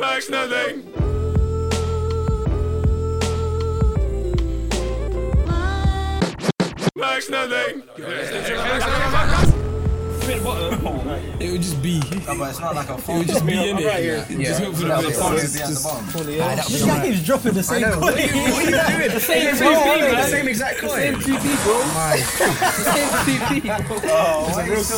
Backsnelling! Backsnelling! It would just be. No, but it's not like a It would phone. just be in it. Yeah, Just hope for the that'll be best. on Just- the bottom. This guy keeps dropping the same coin. What are you doing? The same coin, man. Same exact coin. You ain't need that.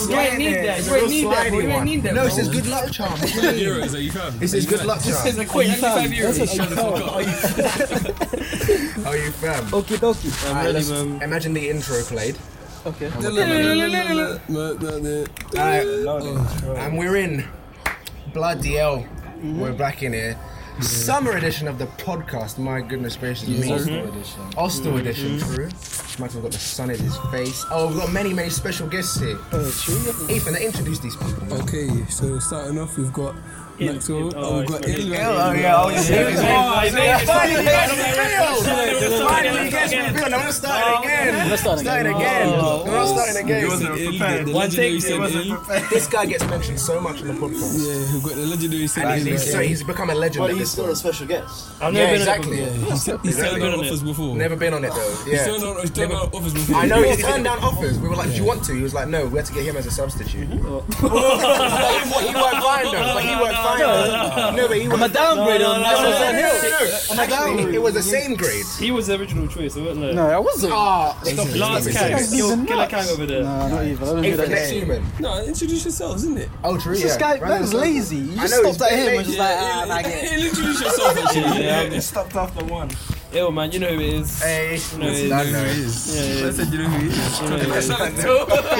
You ain't need that. bro. You ain't need that. No, bro. it says good luck charm. Euros that you found. It says good luck charm. There's a coin. You found That's euros. what Shut you the fuck up. found. How are you fam? Okie dokie. Alright, let's Imagine the intro played. Okay. Alright, and we're in. Bloody hell. We're back in here. Summer edition of the podcast. My goodness gracious me. Hostel edition. True. Michael got the sun in his face. Oh, we've got many, many special guests here. Ethan, introduce these people. Okay, so starting off, we've got Maxwell. Oh, we've got Ill. Oh, yeah, oh, yeah. Finally, guys, revealed! Finally, guys, revealed! I'm not starting again. Let's start Starting again. I'm not starting again. The legendary Saint Ill. This guy gets mentioned so much on the podcast. Yeah, we've got the legendary Saint Ill. He's, so he's become a legend. at this point. special guest. I've never yeah, been exactly. He's he's turned down offers before. Never been on it though. He's Yeah. turned down he's turned down offers before. I know he turned down offers. We were like, "Do you want to?" He was like, "No, we had to get him as a substitute." he won't find though. Like, he won't find though. No, but he I'm a won't. downgrade on No, that. no, actually, it was the same grade. He was the original choice, wasn't it? No, I wasn't. Ah, stop it. Last stop Kang, it, stop kill, even killer nuts. Kang over there. Nah, not even. I don't it. do Ethan, that next shit. human. No, introduce yourselves, isn't it? Oh, true. This guy, Brandon that was Scott. lazy. You just know, he's stopped at him lazy. and just like, ah, nah, I get it. Introduce yourself, actually. Yeah, Stopped after one. Ew, man, you know who it is. Hey, You know who it I is. know. I said you know who he is. You know who it is. You know-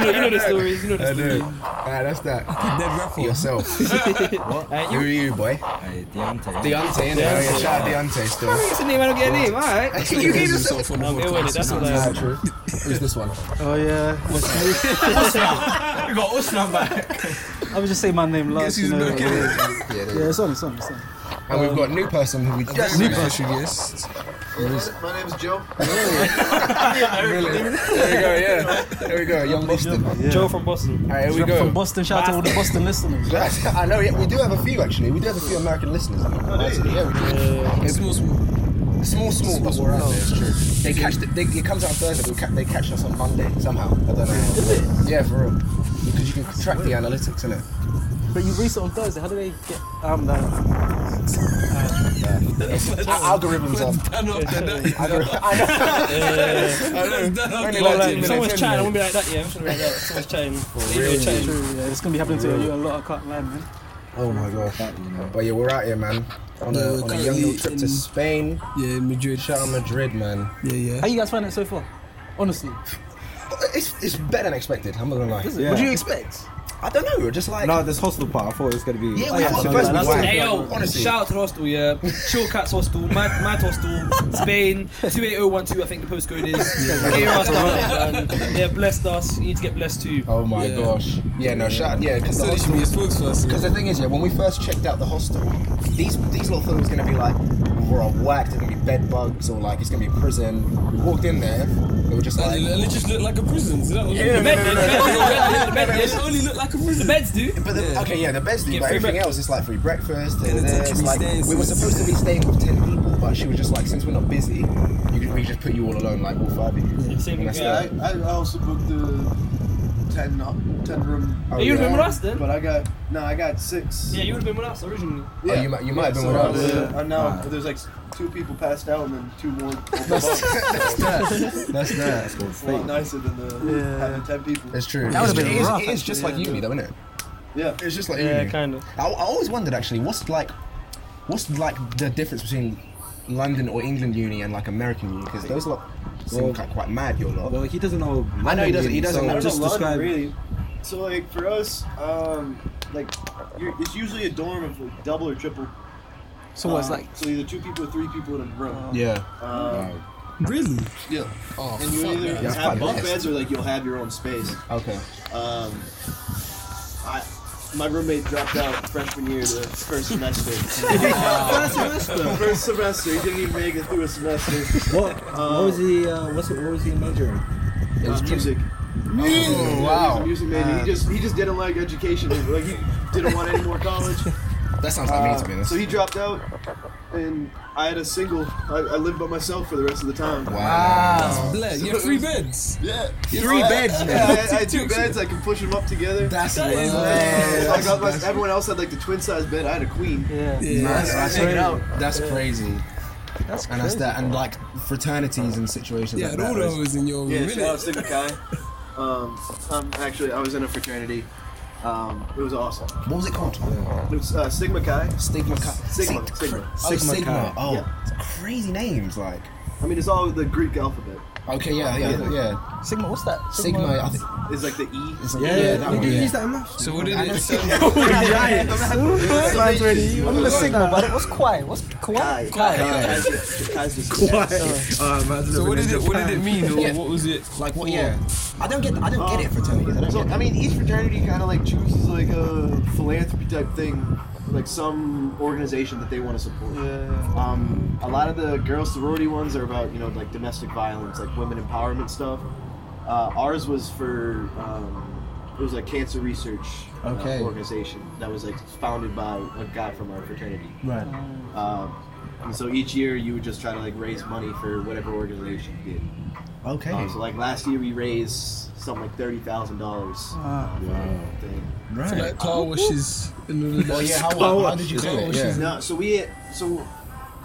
you know the stories. You know the I know. stories. Alright, that's that. Dead rapper. Yourself. Hey, Who are you, boy? Deontay. innit? Oh, yeah, shout out Deontay still. What's the name? I don't get a name. All right. You gave us Yourself on the I'm ill with it. podcast. That's all I am. true. Who's this one? Oh yeah. We got Usman back. I was just saying my name last. You know. Yeah, Yeah, there it's on, it's on, it's on. And we've got a new person who we just New met. special guest. My name's Joe. Really? There we go, yeah. There we go, young Boston. Joe from Boston. Alright, here we From go. Boston, shout out to all the Boston listeners. I know, yeah, we do have a few actually. We do have a few American listeners. Oh, Yeah, we Small, small. do. Small, small, but we're out there, it's true. They catch, the, they, it comes out Thursday, but they catch us on Monday somehow. I don't know. Is it? Yeah, for real. Because you can track the analytics, innit? But you release it on Thursday. How do they get? Um, that. Our algorithms are. I know. I know. I Only know. like two If minutes someone's in, chatting, I mate. won't be like that. Yeah, I'm just gonna be like that. Someone's chatting. Someone's chatting. True, yeah, it's gonna be happening to you a lot. I can't lie, man. Oh my gosh. But yeah, we're out here, man. On Yeah, a, we're on a young currently little trip to in- Spain. Yeah, Madrid. Shout out Madrid, man. Yeah, How yeah. you guys find it so far? Honestly, It's, it's better than expected, I'm not gonna lie. Is it? What do you Yeah. expect? I don't know, just like. No, this hostel part. I thought it was gonna be. Oh, Yeah, we yeah, thought the no, first no, one that's- was Hey Yeah, yo, honestly. shout out to the hostel, yeah. Chill Cats Hostel, Mad, Mad Hostel, Spain, 28012, I think the postcode is. They are us down, man. They're blessed us, you need to get blessed too. Oh my Yeah. gosh. Yeah, no, shout out. Yeah, because So you the, should be a spokesperson. because the thing is, yeah, when we first checked out the hostel, these these little things was gonna be like, we're all whacked, there's gonna be bed bugs, or like it's gonna be prison. We walked in there, they were just like. And uh, it just looked like a prison. So that was Yeah, The bed, the bed, the bed, the bed, It only looked like a prison. the beds do. But the, okay, yeah, the best thing, Get but free everything breakfast. else is like free breakfast. And the this, tertiary like, stairs. we were supposed to be staying with ten people, but she was just like, since we're not busy, you could, we could just put you all alone, like all five of you. Yeah, same And that's with Yeah, it. I, I also booked the 10, ho- 10 room, Oh, you yeah. remember us then? but I got no, I got six. Yeah, you would have been with us originally. Oh, you might- you might have been so with I us. was- Yeah. I know. but there's like two people passed out and then two more. opened up. So That's that. it's a lot nicer than the having ten people. That's true. That would've It's- been it is- rough, It is just like uni, though, isn't it? Yeah, It's just like Yeah, uni. kind of. I, I always wondered actually, what's like, what's like the difference between London or England uni and like American uni? Because those lot seem Well- quite, quite mad, your lot. Well, he doesn't know. I know he doesn't- he doesn't so know. Just There's a lot describe. really. So like for us, um, like you're, it's usually a dorm of like double or triple. so Oh, what's Um, like? So either two people or three people in a room. yeah. Um, Really? yeah. Oh, And you fuck either that. Yeah, have bunk fuck that. beds or like you'll have your own space. Okay. Um, I, my roommate dropped out freshman year the first semester. first semester, he didn't even make it through a semester. What? What was he? Uh, what's it, What was he majoring? Uh, music. Oh, wow. music major. he just he just didn't like education. Like he didn't want any more college. That sounds like me to be Uh, honest. so he dropped out, and I had a single. I, I lived by myself for the rest of the time. Wow. Blair, you have three beds. Yeah. Three beds, Yeah, I man. had, I had two beds. I could push them up together. Uh, That's That is hilarious. I got my, everyone else had like the twin size bed. I had a queen. That's, that's Hanging crazy. out. That's crazy. and that's that. And like fraternities and situations Yeah, like and that. all right? of was in your room, Yeah, innit? shout out Sigma Chi. Um, um, actually, I was in a fraternity. Um, it was awesome. What was it called? It was uh, Sigma Chi. Sigma. Chi- Sigma, Sig- Sigma. Oh, Sigma. Sigma Chi. Oh, Yeah. it's crazy names. Like. I mean, it's all the Greek alphabet. Okay. Yeah. Yeah. Yeah. yeah. Sigma, what's that? Sigma. I think. It's like the E. It's like, Yeah, yeah, yeah, that we one. do Yeah. use that in maths. So what did it say? E. I remember Sigma, but what's Kwai? What's Kwai? Kwai. Yeah. Kai's just- yeah. So what did it what did it mean or Yeah. what was it? Like what? Yeah. I don't get. I don't get it fraternities. I don't So, get I mean, each fraternity kind of like chooses like a philanthropy type thing, like some organization that they want to support. Um, a lot of the girls sorority ones are about you know like domestic violence, like women empowerment stuff. Uh, ours was for um, it was like cancer research uh, Okay. organization that was like founded by a guy from our fraternity. Right. Um, and so each year you would just try to like raise money for whatever organization you did. it. Okay. Um, so like last year we raised something like thirty thousand dollars. So like car washes and all of Well, yeah. that. How, how, how did you do it? Yeah. No, so we so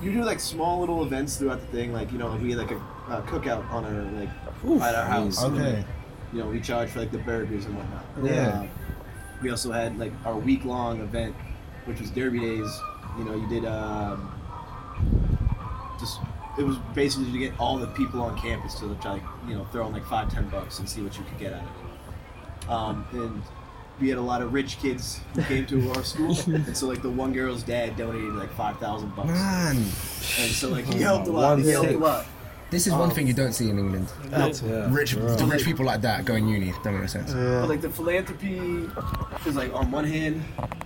you do like small little events throughout the thing, like you know, like we had like a uh, cookout on our like at our house. and, Okay. you know, we charge for like the burgers and whatnot. Yeah. Uh, we also had like our week long event, which was Derby Days. You know, you did um, just it was basically to get all the people on campus to try, like, you know, throw in like five, ten bucks and see what you could get out of it. Um, and we had a lot of rich kids who came to our school, and so like the one girl's dad donated like five thousand bucks, Man, and so like he helped a lot. He helped a lot. this is one thing you don't see in England. Rich, the rich people like that going uni. Don't make sense. But like the philanthropy is like on one hand,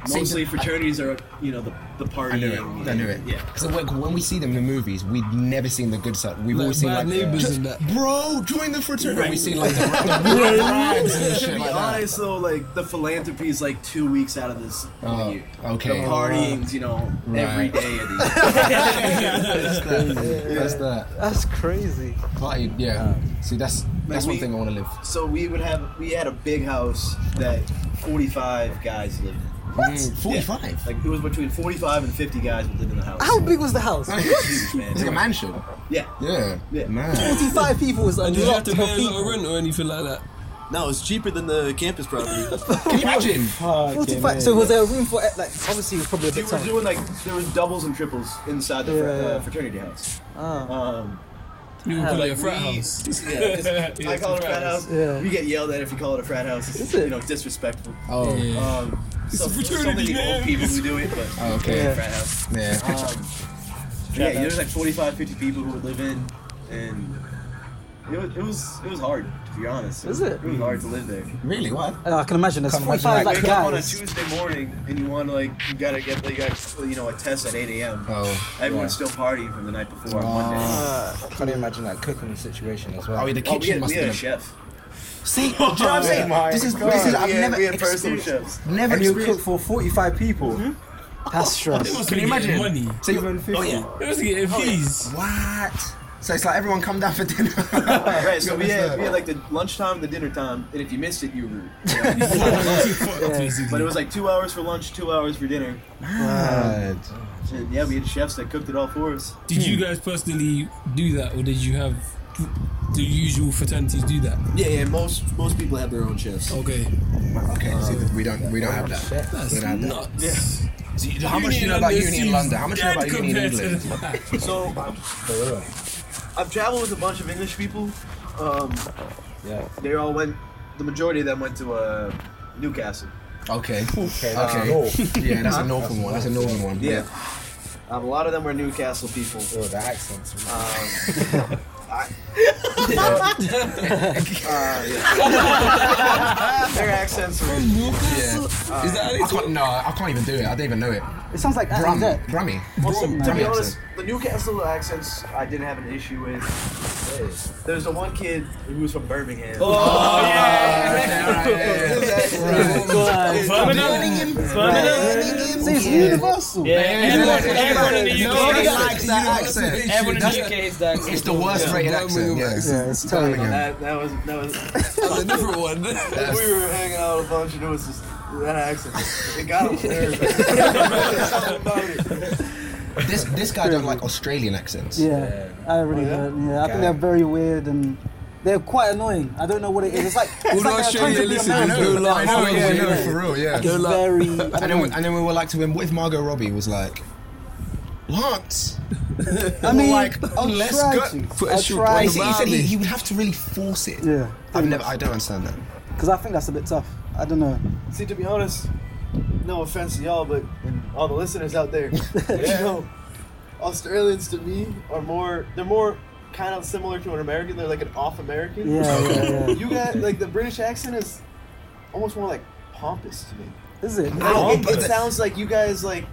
See, mostly the- fraternities are you know the the party. I knew it. I knew it. Yeah. Because like, when we see them in the movies, we've never seen the good side. We've Like, always seen bad like, neighbours "Just- and that." bro, join the fraternity. We've seen like the, the, rags and To shit be like that. honest though, like the philanthropy is like two weeks out of this Oh, year. The okay. partying's you know every Right. day of the year. That's that. That's that. That's crazy. Party, yeah. See, that's that's one we- thing I want to live. so we would have we had a big house that 45 guys lived in. What? Mm, Forty-five. Like it was between 45 and 50 guys would live in the house. How big was the house? It was huge, man. It's like a mansion. Yeah. Yeah. Yeah. Man. 45 people was a Did you have lot to of pay a lot people. of rent or anything like that? No, it's cheaper than the campus property. Can you imagine? 45. So was there a room for like obviously it was probably a We bit were tiny. doing like there was doubles and triples inside the fr- Yeah. uh, fraternity house. Ah. Um, You would call it a frat we- house. yeah, just- I call it a frat house. Yeah. You get yelled at if you call it a frat house. It's, Is it? you know disrespectful. Oh. Um, so, a so fraternity, many man. old people who do it, but Oh, okay. Yeah. frat house. Yeah. Um, yeah, there's like 45, 50 people who would live in, and it was it was, it was hard to be honest. Is it? It was hard to live there. Really? What? Uh, I can imagine. There's 45 like Wake up on a guys. Tuesday morning and you want to like you gotta get like, you, gotta, you know a test at 8 a.m. Oh. Ah. Uh, Everyone's still partying from the night before on Monday. I can't even imagine like cooking the situation as well. Oh, the Oh, we kitchen had, must we have had a been. chef. See, do you know what I'm saying? This is this is I've we had, never we had personal experienced- chefs. Never And you cook experienced- for 45 people. That's stress. Can you imagine? Money. So you- Even 50. Hmm? oh yeah. It was getting fees. What? So it's like everyone come down for dinner. Right, so we What's had, that? we had like the lunchtime, the dinner time, and if you missed it, you were. you know. but it was like two hours for lunch, two hours for dinner. Mad. And yeah, we had chefs that cooked it all for us. Did you guys personally do that or did you have the usual fraternities do that? Yeah, yeah. Most most people have their own chefs. Okay. Okay, see, we don't we don't have that. That's We don't have that. nuts. So you- how much do you know about uni in London? How much do you know about uni in England? England? So um, I've traveled with a bunch of English people. Um, Yeah. they all went. The majority of them went to uh, Newcastle. Okay. Okay. Oh, Yeah, that's a northern one. That's a northern one. Yeah. Um, a lot of them were Newcastle people. oh, the accents. Um, Their accents were. Yeah. Is that I can't, no, I can't even do it. I don't even know it. It sounds like Brum, that. Brummy. Also, to Brummy be honest, accent. the Newcastle accents I didn't have an issue with. There's the one kid who was from Birmingham. Oh, yeah. Birmingham. It's universal. Yeah, everyone, yeah, yeah. everyone in the UK. Nobody hates likes that accent. Everyone in That's- the UK hates that. accent. It's the worst rated accent. Yeah. Yeah, it's totally That, that was that was. Another one. we were hanging out a bunch and it was just that accent. It got him. This this guy don't like Australian accents. Yeah, I really yeah? don't. Yeah, I think they're very weird and they're quite annoying. I don't know what it is. It's like it's All like they're Australia trying to be listeners American. who like. No, yeah, Australia. no, for real, yeah. It's very. I don't And then, we, and then we were like to him, what if Margot Robbie was like, Lance? I mean, like, oh, I'll let's try go- to. put a I'll shoe try He on to. said, he, said he, Barbie. he would have to really force it. Yeah, I've never, I don't understand that. because I think that's a bit tough. I don't know. See, to be honest, no offense to y'all, but all the listeners out there, you know, Australians to me are more. They're more kind of similar to an American. They're like an off American. Yeah, yeah, yeah. You got like the British accent is almost more like pompous to me. Is it? Like, it, but it the- sounds like you guys like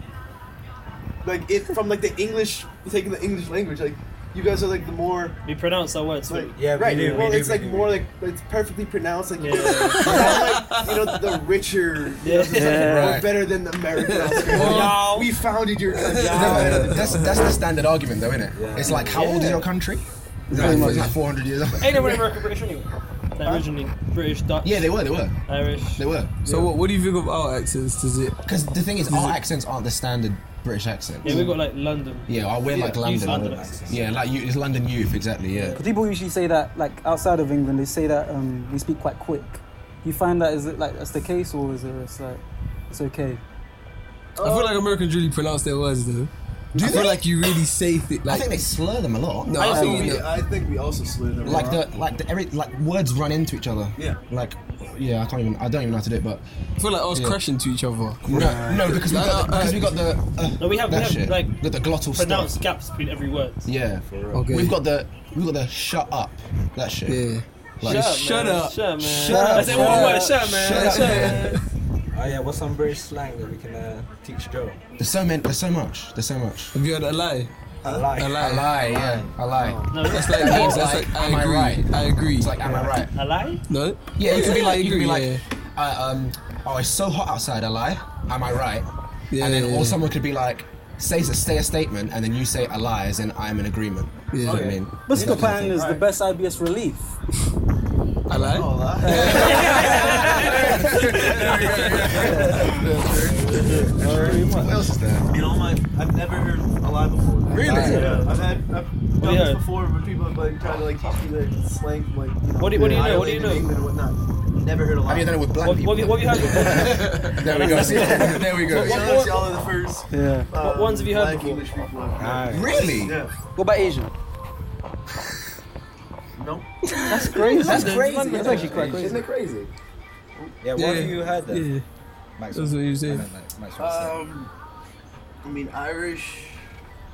like it from like the English taking the English language like you guys are like the more We pronounce our words. like sorry. Yeah, we right do, we well do, it's we like do, we more do. like it's perfectly pronounced like you, Yeah. guys are like, you know the richer you know, just like, Yeah. we're better than the American Oscar. Wow. we founded your No, country but that's, that's the standard argument, though, isn't it? It's like, how old is your country? Is that, is that 400 years old? Ain't no one American British anyway. They're originally British, Dutch, Yeah, they were, they were, Irish. they were. So what, what do you think of our accents? Does it? Because the thing is, our accents aren't the standard British accents. Yeah, we got like London. Yeah, I wear like Youth London London. accents. Yeah, like you, it's London youth, exactly. Yeah. People usually say that, like outside of England, they say that um, we speak quite quick. You find that is it like that's the case, or is it it's like it's okay? I feel like Americans really pronounce their words though. I feel like you really say things I like. think they slur them a lot. no, I I think think you know, I think we also slid them Like wrong. the like the every like words run into each other. Yeah. Like yeah, I can't even I don't even know how to do it, but I feel like us Yeah. crashing to each other. no, no, because we got the, Uh, because we got the uh, No, we have- we that have, shit. like, the, the glottal Pronounce stuff. gaps between every word. Yeah, Okay. we've got the we've got the shut up that shit. Yeah. Like, Shut up, Shut man. up. Shut up, man. Shut up, I said one man. word. Shut up, man. Shut up, Shut up, man. man. Oh yeah, what's some British slang that we can uh, teach Joe? There's so many. There's so much. There's so much. Have you heard a lie? I like. A lie. I lie. Oh. Yeah, I lie. No, That's like, that's like, like, I am I agree. right? I agree. It's like, am I right? a lie? no. Yeah, it could be like, you could be Yeah. like, uh, um, oh, it's so hot outside. I lie. Am I right? Yeah, and then yeah, or yeah. someone could be like, say say a statement, and then you say a lie, as in I'm in agreement. You know what I mean? Biscuit pan is the best IBS relief. I lie. Oh, What else is there? You know, my I've never heard a lie before. Really? Yeah. I've had I've done Yeah. this before with people have like tried to like teach me the slang from like you know, What do- what do you know? What do you Ireland know? and England and whatnot. Never heard a lie. Have you done it with black What, people? what, have you- what have you heard before? there we go. there we go. What- Shout out to y'all are the first. Yeah. um, ones have you heard black before? English people. Really? Yeah. What about Asian? No. That's crazy. That's crazy. That's actually quite crazy. Isn't it crazy? Yeah, what Yeah. have you heard then? Yeah. Max That's what you said. I don't know, Max was saying. Um, I mean Irish.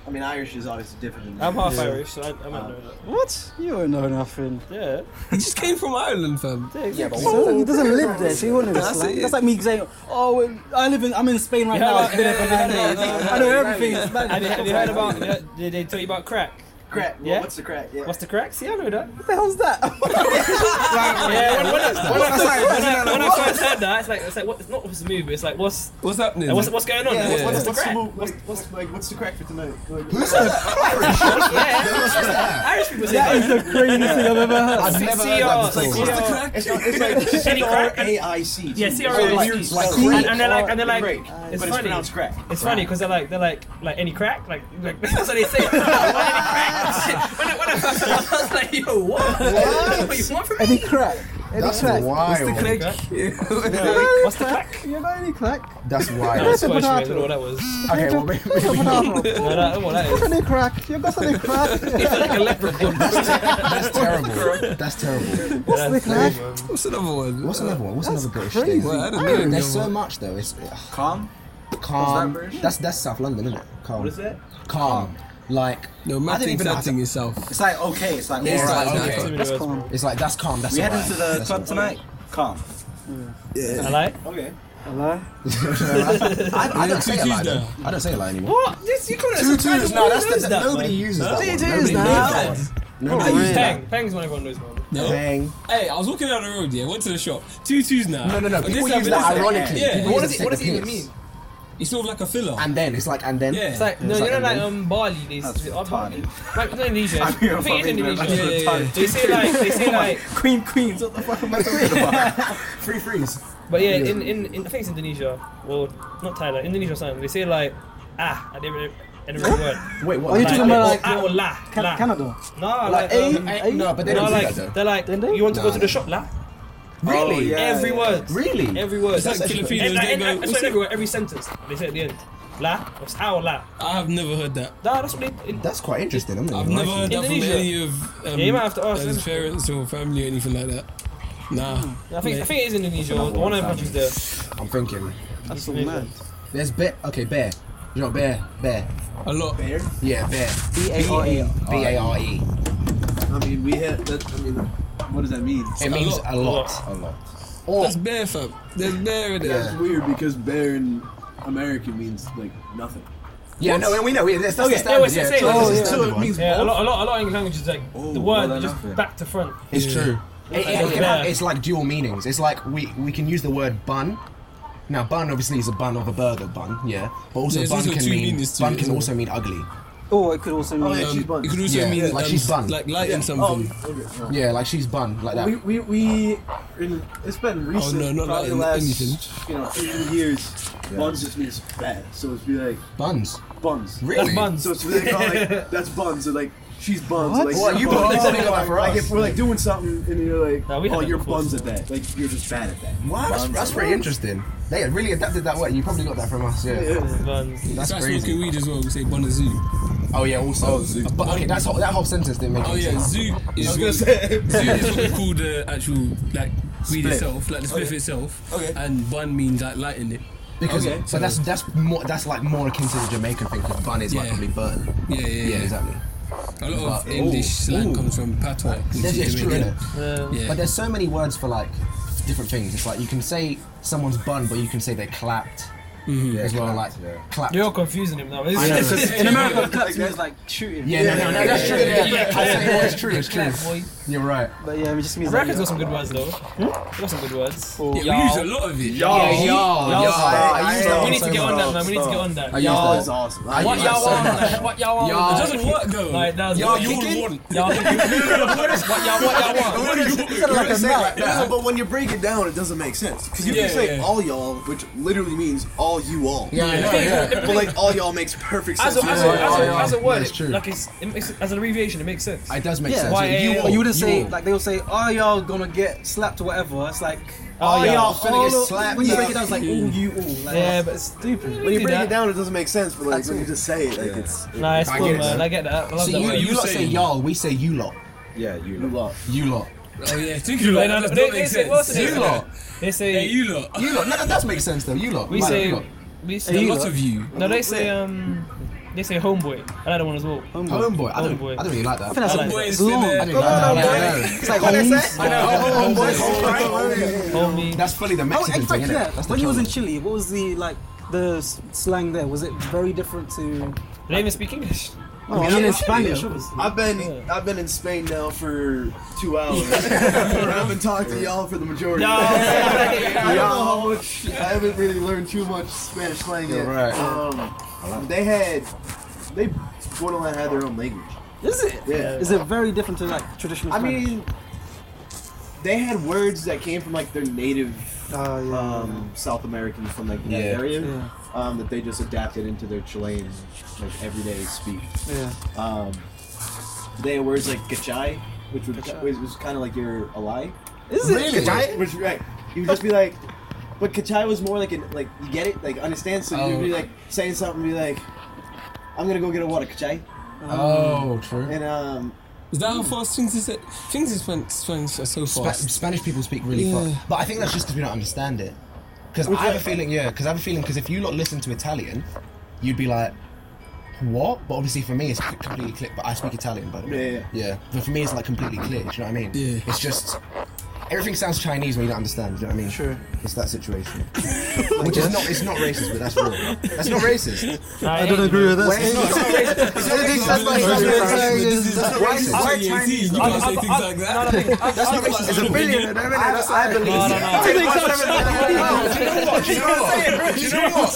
I mean Irish is obviously different. Than I'm half Irish, so I, I might know that. What? You don't know nothing. Uh, Yeah. He just came from Ireland, fam. yeah, but He what- doesn't, he doesn't live there, so he wouldn't know That's that's, it. that's like me saying, "Oh, well, I live in, I'm in Spain right Yeah, now. like- I've been there for nine yeah, days. yeah, yeah, I know everything." It's mad. Have you, have you heard about, did they tell you about crack? crack. Well, Yeah? What's the crack? Yeah. What's the crack? See, I know that. what the hell's that? Yeah, when, when, I, when, I, when I first heard that, it's like, it's like what, it's not what's the movie, it's like, what's, What's happening? like, what's, what's going on? yeah, what's, what's the what's crack? move- What's, what's, like, what's the crack for tonight? Like, yeah, Irish people say that is that. the craziest thing I've ever heard. I've never heard that CR, before. CR. it's, not- it's like Any crack? C-R-A-I-C. Yeah, CR. It's like and, crack. and they're like, and they're like, Break, it's but it's funny. pronounced crack. It's funny because they're like they're like like any crack like like that's what they say. Like, "Why any crack? When I, when I first heard that, I was like, yo, what? What? you want from me? Any crack? Any crack? wild. What's the crack? You know any crack? That's No, wild. that's Scottish, mate. I don't know what that was. Okay, well, What's up with that? No, I don't know what that What's is. any crack? You got any crack? It's like a leprechaun. that's terrible. That's terrible. What's any crack? What's another one? What's another one? What's another British crazy. thing? Well, I don't know. There's another so one. much though. It's ugh. Calm. calm. British? That's that's South London, isn't it? Calm. What is that? Calm. Like No, I Matt didn't thinks even know how that to- thing itself. It's like okay. It's like It's alright. like, Alright, okay. okay. That's calm. It's like that's calm. That's We alright. heading to the That's club alright. tonight. Calm. I like. Okay. Hello? I, I don't say a lie. Tutus though. I don't say a lie anymore. What? This you call it? Two twos. No, that's the that nobody uses that. one. It is Nobody now. knows that Oh, No, I used really. Peng. Peng's one everyone knows, man. No. Bang. Hey, I was walking down the road, yeah, went to the shop. Two twos now. No, no, no. But People use this happened- that this- ironically. Yeah. People use What does it it, what to does it take the even piss. mean? It's sort of like a filler. And then it's like and then. yeah. It's like, no, It's you know, like like a- um, Bali, they That's say, oh, retarded. Bali. Like, not Indonesia. I here think it's fucking Indonesia. retarded. Yeah, yeah, yeah. They say, like, they say, like, Queen, queens. What the fuck am I talking about? Free freeze. but yeah, in, in, in, I think it's Indonesia, or not Thailand, Indonesia or something. They say, like, ah, at the end of every word. Wait, what? Are you talking about like ah, or la. Can- la. Canada? No, Like, like, eh, um, eh, no, but they no, don't like, do that they're like, Don't they? you want to go Nah, to the nah. shop, la? though. Really? Oh, yeah. every word. Really? Every word. It's like Filipinos, and, and, they and, go, and, "What's sorry, it?" everywhere, every sentence. They say at the end, la, or ah, or la. I have never heard that. Nah, that's what they. In, That's quite interesting. I'm not I've gonna never lie heard to you. that from Indonesia. any of um, Yeah, you might have to ask his them. Hmm. parents or family or anything like that. Nah. I think, I mate. think it is Indonesia, or one of the countries there. I'm thinking. That's so mad. There's bear. Okay, bear. You know, bear, bear. a lot. Yeah, bear. B A R E. B A R E. I mean, we had. That, I mean, what does that mean? It means lot. a lot. A lot. Or That's bear, fam. There's bear in That's there. weird because bear in American means like nothing. yeah, no, and we know. Yeah, that's, that's the yeah, standard. it's Yeah, the same. true, Oh, that's the yeah. standard one. Yeah, a lot, a lot, a lot of English languages like Oh, the word well, just enough then. back to front. It's true. It, it- it can Yeah. have- it's like dual meanings. It's like we, we can use the word bun. Now, bun obviously is a bun of a burger bun, yeah. But also, There's bun also can two mean meanings to bun it as can well. also mean ugly. Oh, it could also mean. yeah, she's Um, bun. it could also Yeah, mean like um, she's bun. like lighting Oh, something. okay. no. Yeah, like she's bun, like that. We, we, we in, it's been recent, no, not probably that the in- last, anything. you know, 18 years, buns just means fat. So it's be like, Buns. buns. Really? buns. So it's really called, like, that's buns, or like, she's buns. What? Like, What, you're you people buns. think something about like, for like, us. if we're like doing something and you're like, No, we oh, haven't, you're of course. buns at that. Like, you're just bad at that. Wow, that's, that's very interesting. They really adapted that word. You probably got that from us, yeah. Buns. That's That's crazy. smoking weed as well. We say bun a zoo. Oh yeah, also. But okay, that's whole, that whole sentence didn't make Oh any yeah, sense. zoo is what, zoo is what we call the actual like weed itself, Oh, like the spliff itself. Okay. And bun means like lighting it. Because Okay. so that's that's more that's like more akin to the Jamaican thing because bun is like Yeah. probably burn. Yeah, yeah, Yeah, yeah. exactly. A lot of But- oh, English slang Ooh. comes from patois. which That's, is yeah, it's true, Jamaican. innit? Yeah. Yeah. But there's so many words for like different things. It's like you can say someone's bun, but you can say they clapped as well. Like clapped. You're confusing him now. This I know. is In America, cuts means like shooting. yeah, no, no, no, that's true. Yeah, I say, well, it's true. It's Clap, true. boy. You're right. But yeah, it just means. Americans like, got some good words though. They got some good words. or- Yeah, we use a lot of it. Yeah, y'all, y'all, I use that We one need so to get much. on that, man. We need to get on that. I use Oh, that. that's awesome. I What use that y'all so much. want? What y'all want? Y'all. It doesn't work though. Like, that was- Y'all, you Kicking? all want. Y'all what y'all what y'all want? What do you- Kinda like a map. It doesn't- But when you break it down, it doesn't make sense. Because you Yeah, can say yeah. all y'all, which literally means all you all. Yeah, yeah, yeah. But like all y'all makes perfect sense. As a, as a, as a, yeah. as a word, That's true. like it's, it makes, as an abbreviation, it makes sense. It does make Yeah. sense. Why, you, Or all, you would say all. like they'll say, "Are y'all gonna get slapped or whatever?" It's like, Oh, "Are y'all finna all get of-" slapped When you up?" break it down, it's like, "All you all." Like, yeah, but it's stupid. when you do break that. it down, it doesn't make sense. But like when you just say it, like it's Nah, it's I cool, get it, man. though. Uh, I get that. I love So that you, word. you lot say saying- y'all, we say you lot. you lot. You lot. Oh yeah, think you lot. They- That does they- not they make say- what else sense. do they You say? lot. They Yeah, say you lot. You lot. No, that does make sense though. You lot. we Man, say you lot. we A say lot of you. No, they say um, they say homeboy. I like that one as well. homeboy. I don't. Homeboy. I don't really like that. I think that's I like like, Boy, it's long. been I don't there. like that. Yeah, I know. It's like homies. I know. Oh, homeboy, homeboy. Homie. That's fully the Oh, Mexican in thing, fact, isn't yeah. it? That's the When you was in trouble. Chile, what was the like the s- slang there? Was it very different to? They don't even speak English. Oh, I mean, in Spanish, obviously. I've been I've been in Spain now for two hours. I've been talking to y'all for the majority. No. I don't know how much. I haven't really learned too much Spanish slang yet. You're right. Um, they had they borderline had their own language. Is it? Yeah. Is it very different to like traditional? I Spanish? mean, they had words that came from like their native Oh, yeah. um, South Americans from like that Yeah. area Yeah. um, that they just adapted into their Chilean like everyday speak. yeah. Um, they had words like gachai, which would, which was kind of like your ally. Is it? Which right, you would just be like, but gachai was more like an like you get it like understand. So you'd be Oh. like saying something, be like, I'm gonna go get a water gachai, Oh, true. and um, Is that how fast things is it? Things is went went so Spa- fast. Spanish people speak really Yeah. fast, but I think that's just because we don't understand it. Because I have a feeling, yeah. Because I have a feeling, because if you lot listen to Italian, you'd be like, "What?" But obviously, for me, it's completely clear. But I speak Italian, by the way. Yeah, Yeah. But for me, it's like completely clear. Do you know what I mean? Yeah. It's just everything sounds Chinese when you don't understand. Do you know what I mean? Sure. It's that situation. Which is not. It's not racist, but that's real. That's not racist. I don't agree with this. It's not racist. It's not racist. That's not racist. That's not Why- racist. why Chinese? You can't say things like that. That's not racist. It's a billionaire. no, no, no, That's not racist. believe. Do you know what? Do you know what? Do you know what?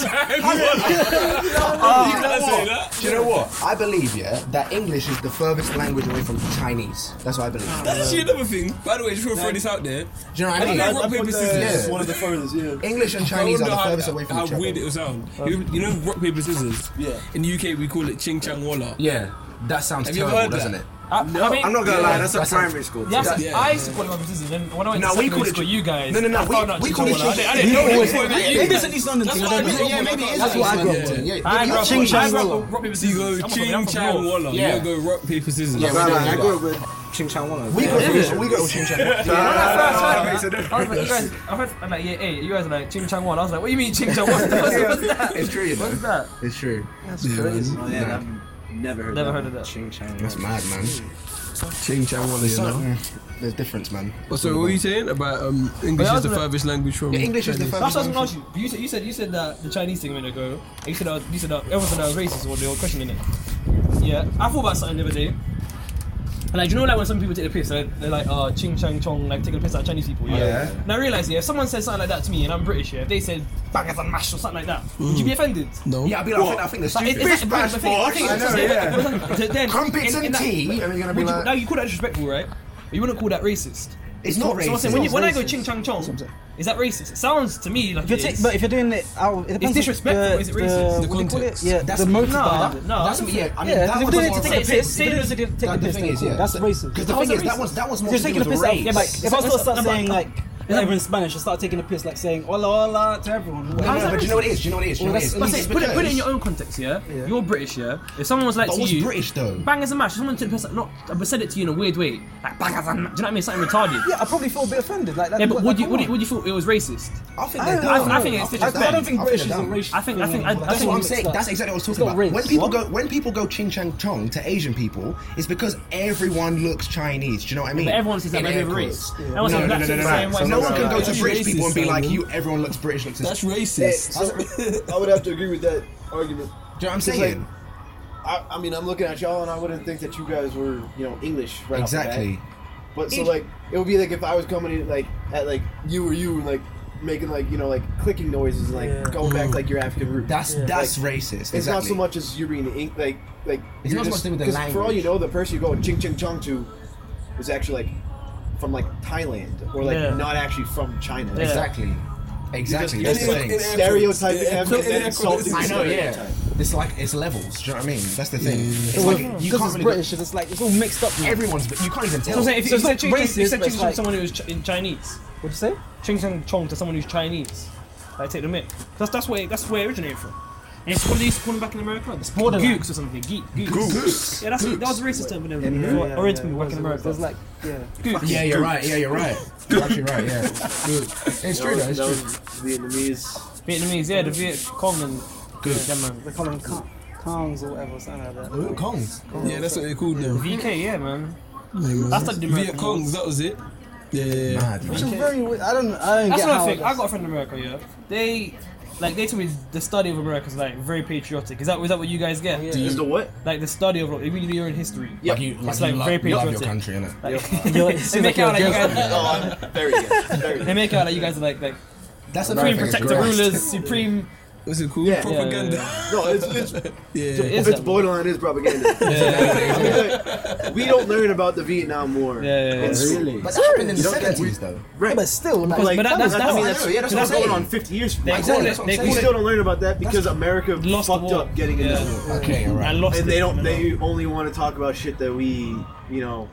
Ah. You can't say that. Do you know what? I believe, yeah, that English is the furthest language away from Chinese. That's what I believe. That's actually another thing. By the way, just want to throw this out there. Do you know what I I mean? think rock, paper, scissors. Yeah. One of the furthest, uh, yeah. English and I Chinese wonder are the how, furthest away from how each other. weird it will sound. You, you know rock, paper, scissors? Yeah. In the UK, we call it ching chang walla. Yeah, that sounds Have you terrible, heard that? doesn't it? I, I mean, I'm not gonna lie, that's a That's primary school. That's, Yeah. I used to call it my business, and then when I went No, to we secondary call it school, you guys. No, no, no, I we- found out we Ching call it Chong Walla. Ching- I didn't- I didn't we know it call was it- called that. Maybe it's an East London thing. I Yeah, maybe it is. That's That's what what I grew up to. Yeah, I grew up Ching I Chang grew Walla. up with rock, paper, You scissors. go I'm from- ching I'm from chang North. walla. Yeah. You go rock, paper, scissors. Yeah, Nah, we nah, don't I do grew that. up with Ching Chong Wan. We got we got Ching Chang. I was like, you guys, I heard, I'm like, yeah, hey, you guys are like Ching Chang Wan. I was like, what do you mean Ching Chang Wan? What's what's that? It's true, you know. What's that? It's true. Oh, yeah, I've never heard Never of heard of that. Ching Chang That's mad, man. Ching Chang Walla, you know. There's difference, man. So what are you saying about um, English But I is the was- furthest language from? Yeah, English is the That's furthest. what I was gonna language. ask you. You said, you said, you said that the Chinese thing a minute ago. You said I was, you said that everyone said I was racist or they were questioning it. Yeah, I thought about something the other day. And like, you know, like when some people take the piss, they're, they're like, "Oh, ching chang chong," like taking the piss out of Chinese people. Yeah. Yeah. And I realized, yeah, if someone says something like that to me, and I'm British, yeah, if they said "bangers and mash" or something like that, would you be offended? No. Yeah, I'd be like, I think- I think that's Like, Mm. stupid. is that- but I think- I think- I know, so- yeah. but then- Crumpets in- in and that- tea. And you're gonna be would you- Now like, you call that disrespectful, right? But you wouldn't call that racist. it's not So I'm racist. saying, when, you, when I go ching chang chong, is that racist? It sounds to me like If you're it ta- is. but if you're doing it out, of- it depends disrespectful, The, is it the- racist? what do you call it? context. Yeah, That's- the motive no, behind it. no, That's yeah. I mean, Yeah, that if was you're doing it to more- take a Say- piss, say if you're it doing it to take That- a the piss, thing then is, cool, yeah, that's that- racist. Because the thing That was is, that racist. was that was more You're to do taking a with piss out. race. Yeah, like if I still start No, but- saying like, if I even Spanish, I start taking a piss, like saying "hola hola" to everyone. No, Like, no, but do you know what it is? Do you know what it is? Do you know what it is? But say, It's put it, put it in because- your own context, yeah? You're British, yeah? If someone was like But to what's you, British though? bangers and mash, if someone took the piss, not, I said it to you in a weird way, like bangers and mash, do you know what I mean? Something retarded. Yeah, Yeah, I probably feel a bit offended. Like that. but like, would you, come would, on. you, would you feel it was racist? I think they're I don't dumb. know. I think it's I disrespect. I don't I think think British is they're a dumb. racial. I think- I think- I- phenomenon. I That's think what I'm it's saying. like- That's exactly what I was got talking about. When rings. people What? go, when people go ching chang chong to Asian people, it's because everyone looks Chinese. Do you know what I mean? But everyone says that In by air their race. quotes. Everyone says blacks are the same So whites no are one the can same. go to That's British people and be racist, like, Simon. you. Everyone looks British. Looks. That's Do you racist. I would have to agree with that argument. know what I'm saying? I, I mean, I'm looking at y'all, and I wouldn't think that you guys were, you know, English right off the bat. Exactly. But so like, it would be like if I was coming in like at like you or you and like making like you know like clicking noises and like going back to, like your African roots. Mm. That's that's racist. It's not so Exactly. much as you being ink, like like. It's you're not so much to do with the 'cause For all you language. know, the person you're going ching ching chong to is actually like from like Thailand or like Yeah. not actually from China. Yeah. Exactly. Exactly. You That's just- the it's thing. like stereotyping Yeah. them and then Yeah. insulting I the know, yeah. stereotype. It's like it's levels. Do you know what I mean? That's the thing. It's Well, like Because you can't it's really British, it's like it's all mixed up. Go, now. everyone's, but you can't even So tell. I'm saying, if So you it's said not ching chong if you racist, said but ching it's chong to like- someone who's Ch- in Chinese, What'd you say? ching chong chong to someone who's Chinese, like take the mic. That's that's where that's where it originated from. And it's what they used to call them back in America. It's borderline. gooks or something. Geek, gooks. Yeah, that's that was a racist term in America. for Oriental people back in America. There's like, yeah. gooks. Yeah, you're right. Yeah, you're right. You're actually right. Yeah. It's true though. It's true. That was Vietnamese. Vietnamese, yeah, the Viet Cong and yeah, man. They call them Kong- Kongs or whatever, something like that. Ooh, Kongs. Yeah, that's what they called them. VK, yeah, man. That's like the Viet American Congs. That was it. Yeah, yeah, yeah. Mad, Which man. is very weird. I don't, I don't That's get another how. thing. I that's- got a friend in America, yeah. They, like, they told me the study of America is like very patriotic. Is that is that what you guys get? Oh, Is the what? Like the study of like, when you do your own history. Like you, like It's you like love, very you love your patriotic. country, innit? You're- it They seems make you're out like you against guys. Oh, I'm very good. Very They good. make out like you guys are like like That's supreme America. protector rulers, supreme. What's it called? Yeah. Propaganda. No, it's, it's, Yeah. Is it's that- borderline is propaganda. Like, we don't learn about the Vietnam Yeah, War. yeah, yeah. in school. But that happened in the seventies, though. Right. But still, like, But that- that's- I that's- mean, that's, I know, yeah, that's that's what I'm going saying. on 50 years from They now. Exactly, call that's it. what They I'm We call saying. still it. don't learn about that because America Lost the fucked war. up getting into Yeah. the war. Okay, all I right. lost. And they it. don't. They only want to talk about shit that we, you know,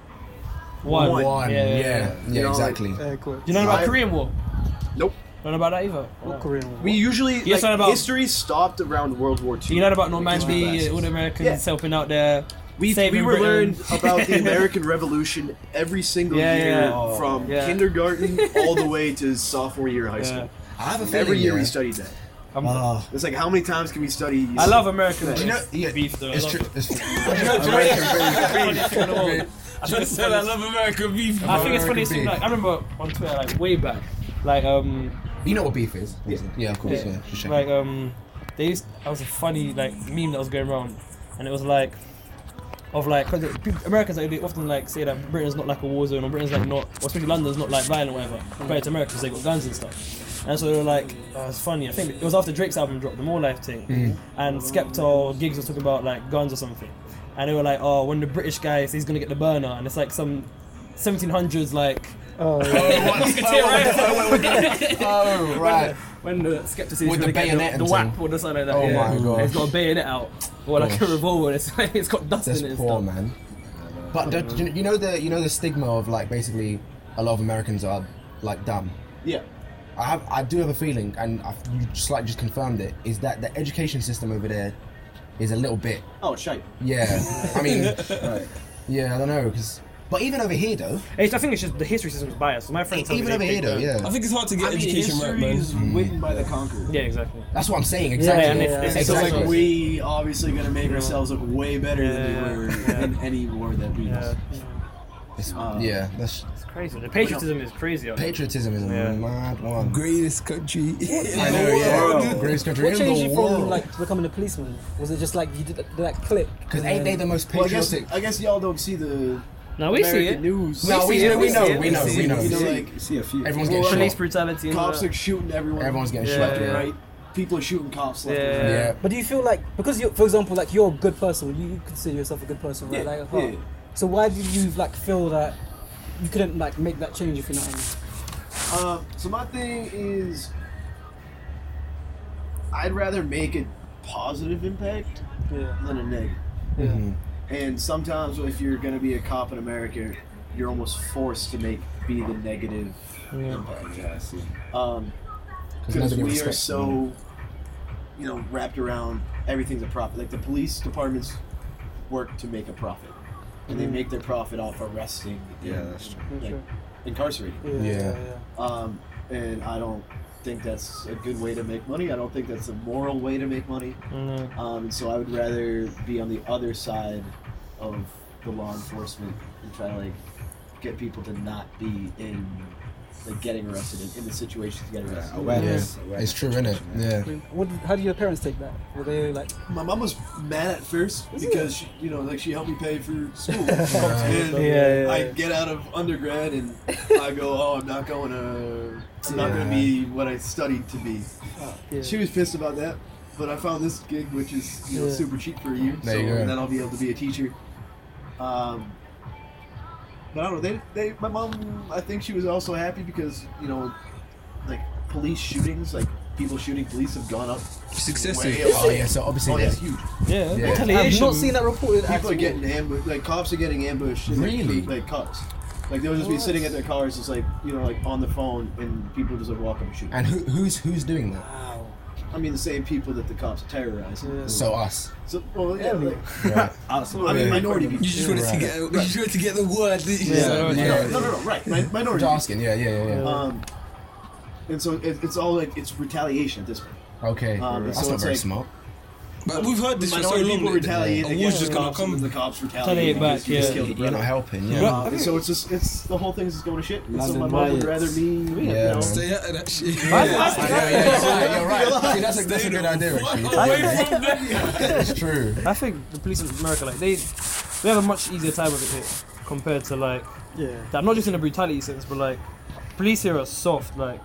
Won. won. One, Yeah, yeah, yeah, yeah, You know, like- exactly. yeah, cool. You know about I- Korean War? Nope. Don't know about that either. What Korean War? We usually Yes, like, I know about- history stopped around World War Do II. you know about Normandy? Yeah. All the Americans Yeah. helping out there. we we saving were Britain. learned about the American Revolution every single Yeah, year yeah. from Yeah. kindergarten all the way to sophomore year of high school. I have a feeling. Every year we yeah. studied that. I'm- Ah. It's like how many times can we study? I love American Do you know? Yeah, beef though. I it's love true. it. It's true. American beef. I think I it's said I funny. love American beef. I think it's American funny. it's beef. Like, I remember on Twitter, like way back, like um, You know what beef is? Yeah, of course. Yeah. just checking. like um, they used. That was a funny like meme that was going around, and it was like, of like, cause it- people, Americans like, they often like say that Britain's not like a war zone or Britain's like not, or especially London's not like violent, or whatever. Compared to America, 'cause they got guns and stuff. And so they were like, oh, it's funny. I think it was after Drake's album dropped, the More Life thing, Mm-hmm. and Skepta or Gigs was talking about like guns or something, and they were like, oh, when the British guy says he's gonna get the burner, and it's like some 1700s like. Oh, Oh, right. When the skeptic is With the gonna get bayonet the, and the thing. whack or the something like that. Oh yeah. my God. It's got a bayonet out or like a Gosh. revolver. And it's like, it's Uh, got dust That's in it and poor, stuff. man. But don't- you- you know the you know the stigma of like basically a lot of Americans are like dumb. Yeah. I have I do have a feeling, and I, you just like just confirmed it, is that the education system over there is a little bit Oh, shite. yeah. I mean, yeah, I don't know because but even over here though, It's, I think it's just the history system's biased. My friends E- even over here though, yeah. I think it's hard to get I mean, education history right, man. is written by the conqueror. Yeah, exactly. That's what I'm saying exactly. and if- if it's So exactly. like we obviously gonna make ourselves look way better Yeah. than we were in any war that we Yeah. It's- uh, yeah, that's It's crazy. The patriotism is crazy. Like. patriotism is a Yeah. mad one. Greatest country. I know, yeah. world. Greatest country What in changed the you world. from like to becoming a policeman? Was it just like you did that, did that click? Because ain't they the most Well, I guess patriotic? I guess y'all don't see the Now Oh, we see American it. news. No, we, we, we know, see it, we know, see, we know, You know, like see a few. Everyone's getting Police shot. brutality. And all Cops that. are shooting everyone. Everyone's getting Yeah. shot. Yeah. Yeah. right. People are shooting cops. Left Yeah. and right. yeah. But do you feel like because you, for example, like you're a good person, you, you consider yourself a good person, right? Yeah, like, oh, yeah. So why did you like feel that you couldn't like make that change if you're not? In? Uh, so my thing is, I'd rather make a positive impact Yeah. than a negative. Mhm. And sometimes, if you're going to be a cop in America, you're almost forced to make be the negative impact. Um, because nobody we are respects so, you know, wrapped around everything's a profit. Like the police departments work to make a profit, and they make their profit off arresting, Yeah, and, Mm. that's true. like, Sure. incarcerating. Yeah. Yeah. Um, and I don't think that's a good way to make money. I don't think that's a moral way to make money. Mm. Um, and so I would rather be on the other side of the law enforcement and try to like get people to not be in like getting arrested in, in the situations to get arrested. Awareness. It's true, innit? Yeah. What? did- How did your parents take that? Were they like? My mom was mad at first because she, you know like she helped me pay for school. and Yeah, yeah, I yeah. get out of undergrad and I go, oh, I'm not going to, I'm not going to be what I studied to be. uh, Yeah. She was pissed about that, but I found this gig which is you know Yeah. super cheap for a year, There so you go. then I'll be able to be a teacher. Um, but I don't know. They, they, my mom, I think she was also happy because you know, like police shootings, like people shooting police have gone up. Successive. way up. Oh yeah, so obviously Oh, yeah, there's it's huge. Yeah. Yeah. I've Retaliation. not seen that reported. at People are all. getting ambushed. Like cops are getting ambushed. In, like, Really? Like cops. Like they'll just be sitting at their cars, just like you know, like on the phone, and people just like walk up and shoot. and who, who's who's doing that? I mean, the same people that the cops terrorize. So us. So, well, yeah, like, Right. us. I mean, Yeah. minority people. You just wanted to Right. get, you just wanted to get the word. didn't you? Yeah. No, no, no, no, right. Min- Just minority. asking. Yeah, yeah, yeah. yeah. Um, and so it, it's all like it's retaliation at this point. Okay. um, That's so not it's very like- smart. But we've heard this for so minority long. people that retaliate a war's against just the gonna cops, and come. then the cops retaliate Retaliate because back, you just yeah. killed the You're not brother. helping. Yeah. Bro, Um, so it's just it's the whole thing's just going to shit. And so London my mom would rather riots. me. you Yeah. know, Stay Stay out of that shit. Yeah, yeah, yeah, you're right. See, that's a, that's a good idea, actually. Away from them. It's true. I think the police in America, like they, they have a much easier time with it here compared to like Yeah. that. Not just in a brutality sense, but like police here are soft. Like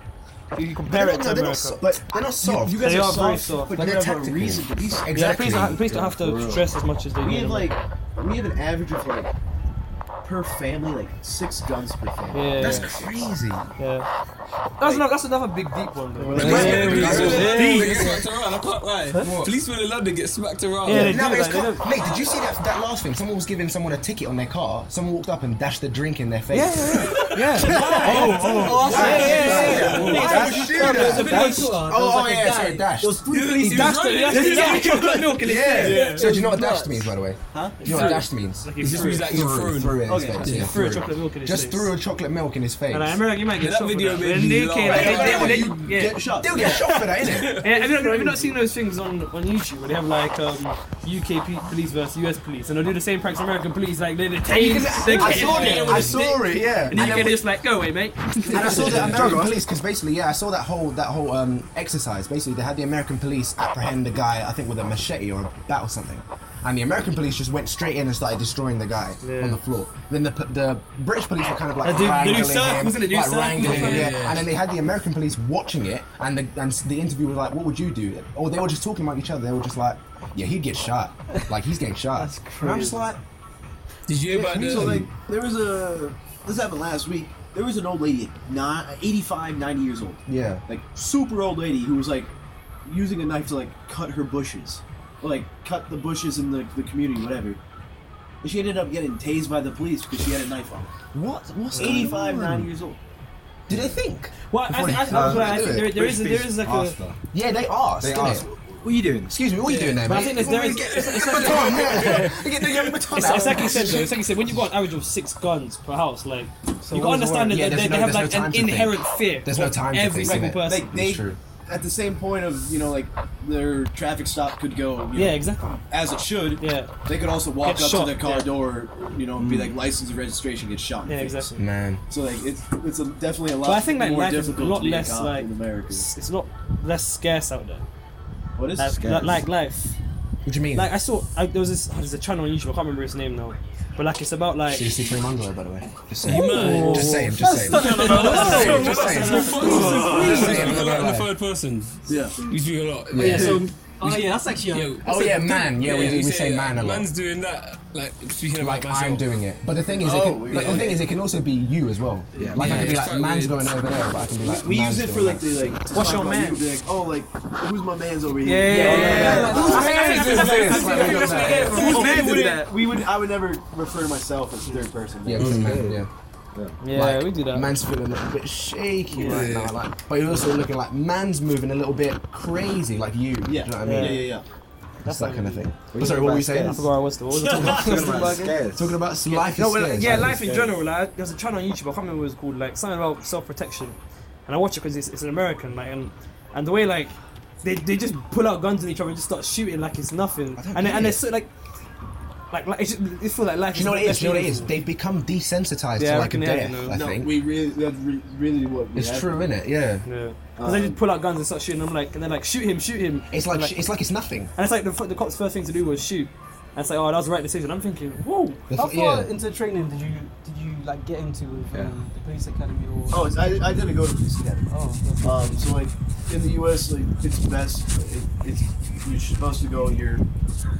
if you compare it to they're not, America. so- but they're not soft. you guys They are, are very soft, soft. but Like, you they're have a tactical. reason to be soft. Yeah, exactly. police, don't, police don't have to stress as much as they We do. have like we have an average of like per family like six guns per family. yeah, That's yeah. crazy. yeah. That's, another, that's another big deep one. Though. Like, Yeah, we Yeah. got Yeah. They get smacked around. I can't lie. What? Policemen in London get smacked around. Yeah, they- No, but do, it's like, they cla- mate, did you see that that last thing? Someone was giving someone a ticket on their car. Someone walked up and dashed a drink in their face. Oh, yeah, yeah, yeah. That's- that's- Oh, Oh, oh, yeah, sorry, dashed. He dashed it. Yeah. So do you know what dashed means, by the way? Do you know what dashed means? Through it. his face. Just Yeah, threw a through. chocolate milk in his Just face. threw a chocolate milk in his face. And I remember you might get that shot video for made that. When me they came, laugh. like, Yeah, they- they- you yeah. get shot. They'll get shot for that, innit? Yeah, have you, not, have you not seen those things on, on YouTube where they have like um, UK pe- police versus US police and they'll do the same pranks on American police like they detain they I saw it. I saw it. Yeah. and And the then UK we- they're just like go away mate And I saw the American police because basically, yeah, I saw that whole that whole um, exercise. Basically, they had the American police apprehend the guy, I think, with a machete or a bat or something, and the American police just went straight in and started destroying the guy on the floor. Then the p- the British police were kind of like do- they do wrangling him, circles, they do like circles. wrangling him, Yeah, yeah. yeah. And then they had the American police watching it, and the and the interview was like, "What would you do?" Or they were just talking about each other. They were just like, "Yeah, he'd get shot. Like he's getting shot." That's crazy. And I'm just like, Did you hear about the? So uh, like, there was a this happened last week. There was an old lady, not 85, 90 years old, yeah. like super old lady who was like using a knife to like cut her bushes, or, like cut the bushes in the, the community, whatever. And she ended up getting tased by the police because she had a knife on. her. What? What's 85, 90 years old. Did they think? well I, I, I, uh, that's why I think there, there is a, there is like a After. Yeah, they asked. They didn't asked, it? what are you doing? Excuse me, what are you doing there, but I mate? think there's, there is it's, it's, like, it's, it's like you said though, it's like you said when you've got an average of six guns per house like you got to what was the understand that word? Yeah, they, they there's no- have there's like no an time to think. inherent fear There's no of time to every think, single innit? person Like they, true. at the same point of you know like their traffic stop could go you know, yeah exactly as it should. yeah They could also walk Get up shot, to their car yeah. Mm. door, you know, and be like license and registration, get shot. in the yeah face. exactly Man. So like it's it's a, definitely a lot. but I think like more life is a difficult lot to be less cop like in America. s- it's a lot less scarce out there What is like, this? like, like life What do you mean? Like I saw, I, there was this. Oh, there's a channel on YouTube. I can't remember his name now, but like it's about like. Do you see Fremangelo, by the way? Just saying. man. Just saying, just saying. Just saying, just saying. We I'm not gonna go out in the lie. third person. yeah. We do a lot. Yeah. um, um, Oh yeah, that's actually. Yo, Oh yeah, man. Yeah, we, you we say man a lot. Man's doing that. Like speaking about Like myself. I'm doing it, but the thing is, it Oh, can, like, the thing is, it can also be you as well. Yeah, like I could be like, Yeah. man's going over there, but I can be like, We man's use it for doing like that. the like. What's your man? Be like, oh, like who's my man's over here? yeah, yeah, yeah, yeah. Who's man did would that? it? We would. I would never refer to myself as third person. Yeah, Mm. we say man. Yeah. Yeah, Like, we do that. Man's feeling a little bit shaky right now, like, but you're also looking like man's moving a little bit crazy, like you. Do you Yeah. know what I yeah, mean? yeah, yeah. That's that kind of thing. But sorry, what were we saying? I forgot what's the what was the topic? Talking about s- life is No, well, scares, yeah, like- life in general. Like, there's a channel on YouTube. I can't remember what it was called. Like something about self-protection, and I watch it because it's, it's an American. Like, and and the way like they, they just pull out guns on each other and just start shooting like it's nothing. And and it's so, like like like it's just, it feels like life. Do you know what it is? is Do you know what it is? They've become desensitized Yeah, I to like reckon they death. have, you know. I No, think we really that's re- really what we it's have. true, innit? Yeah. Yeah, because they just pull out guns and start shooting. I'm like, and they're like, shoot him, shoot him. It's like, And, it's like it's nothing. And it's like the, the cop's first thing to do was shoot. And it's like, oh, that was the right decision. I'm thinking, whoa. It's How like- far yeah. into training did you did you like get into with um, the police academy or? Oh, it's, I, I didn't go to police academy. Oh, Um, so like in the U.S., like it's best. It, it's you're supposed to go your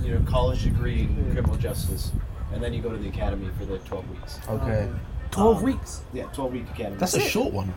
you know college degree in criminal justice, and then you go to the academy for the 12 weeks. Okay. Twelve oh. weeks. Yeah, 12 week academy. That's a short one.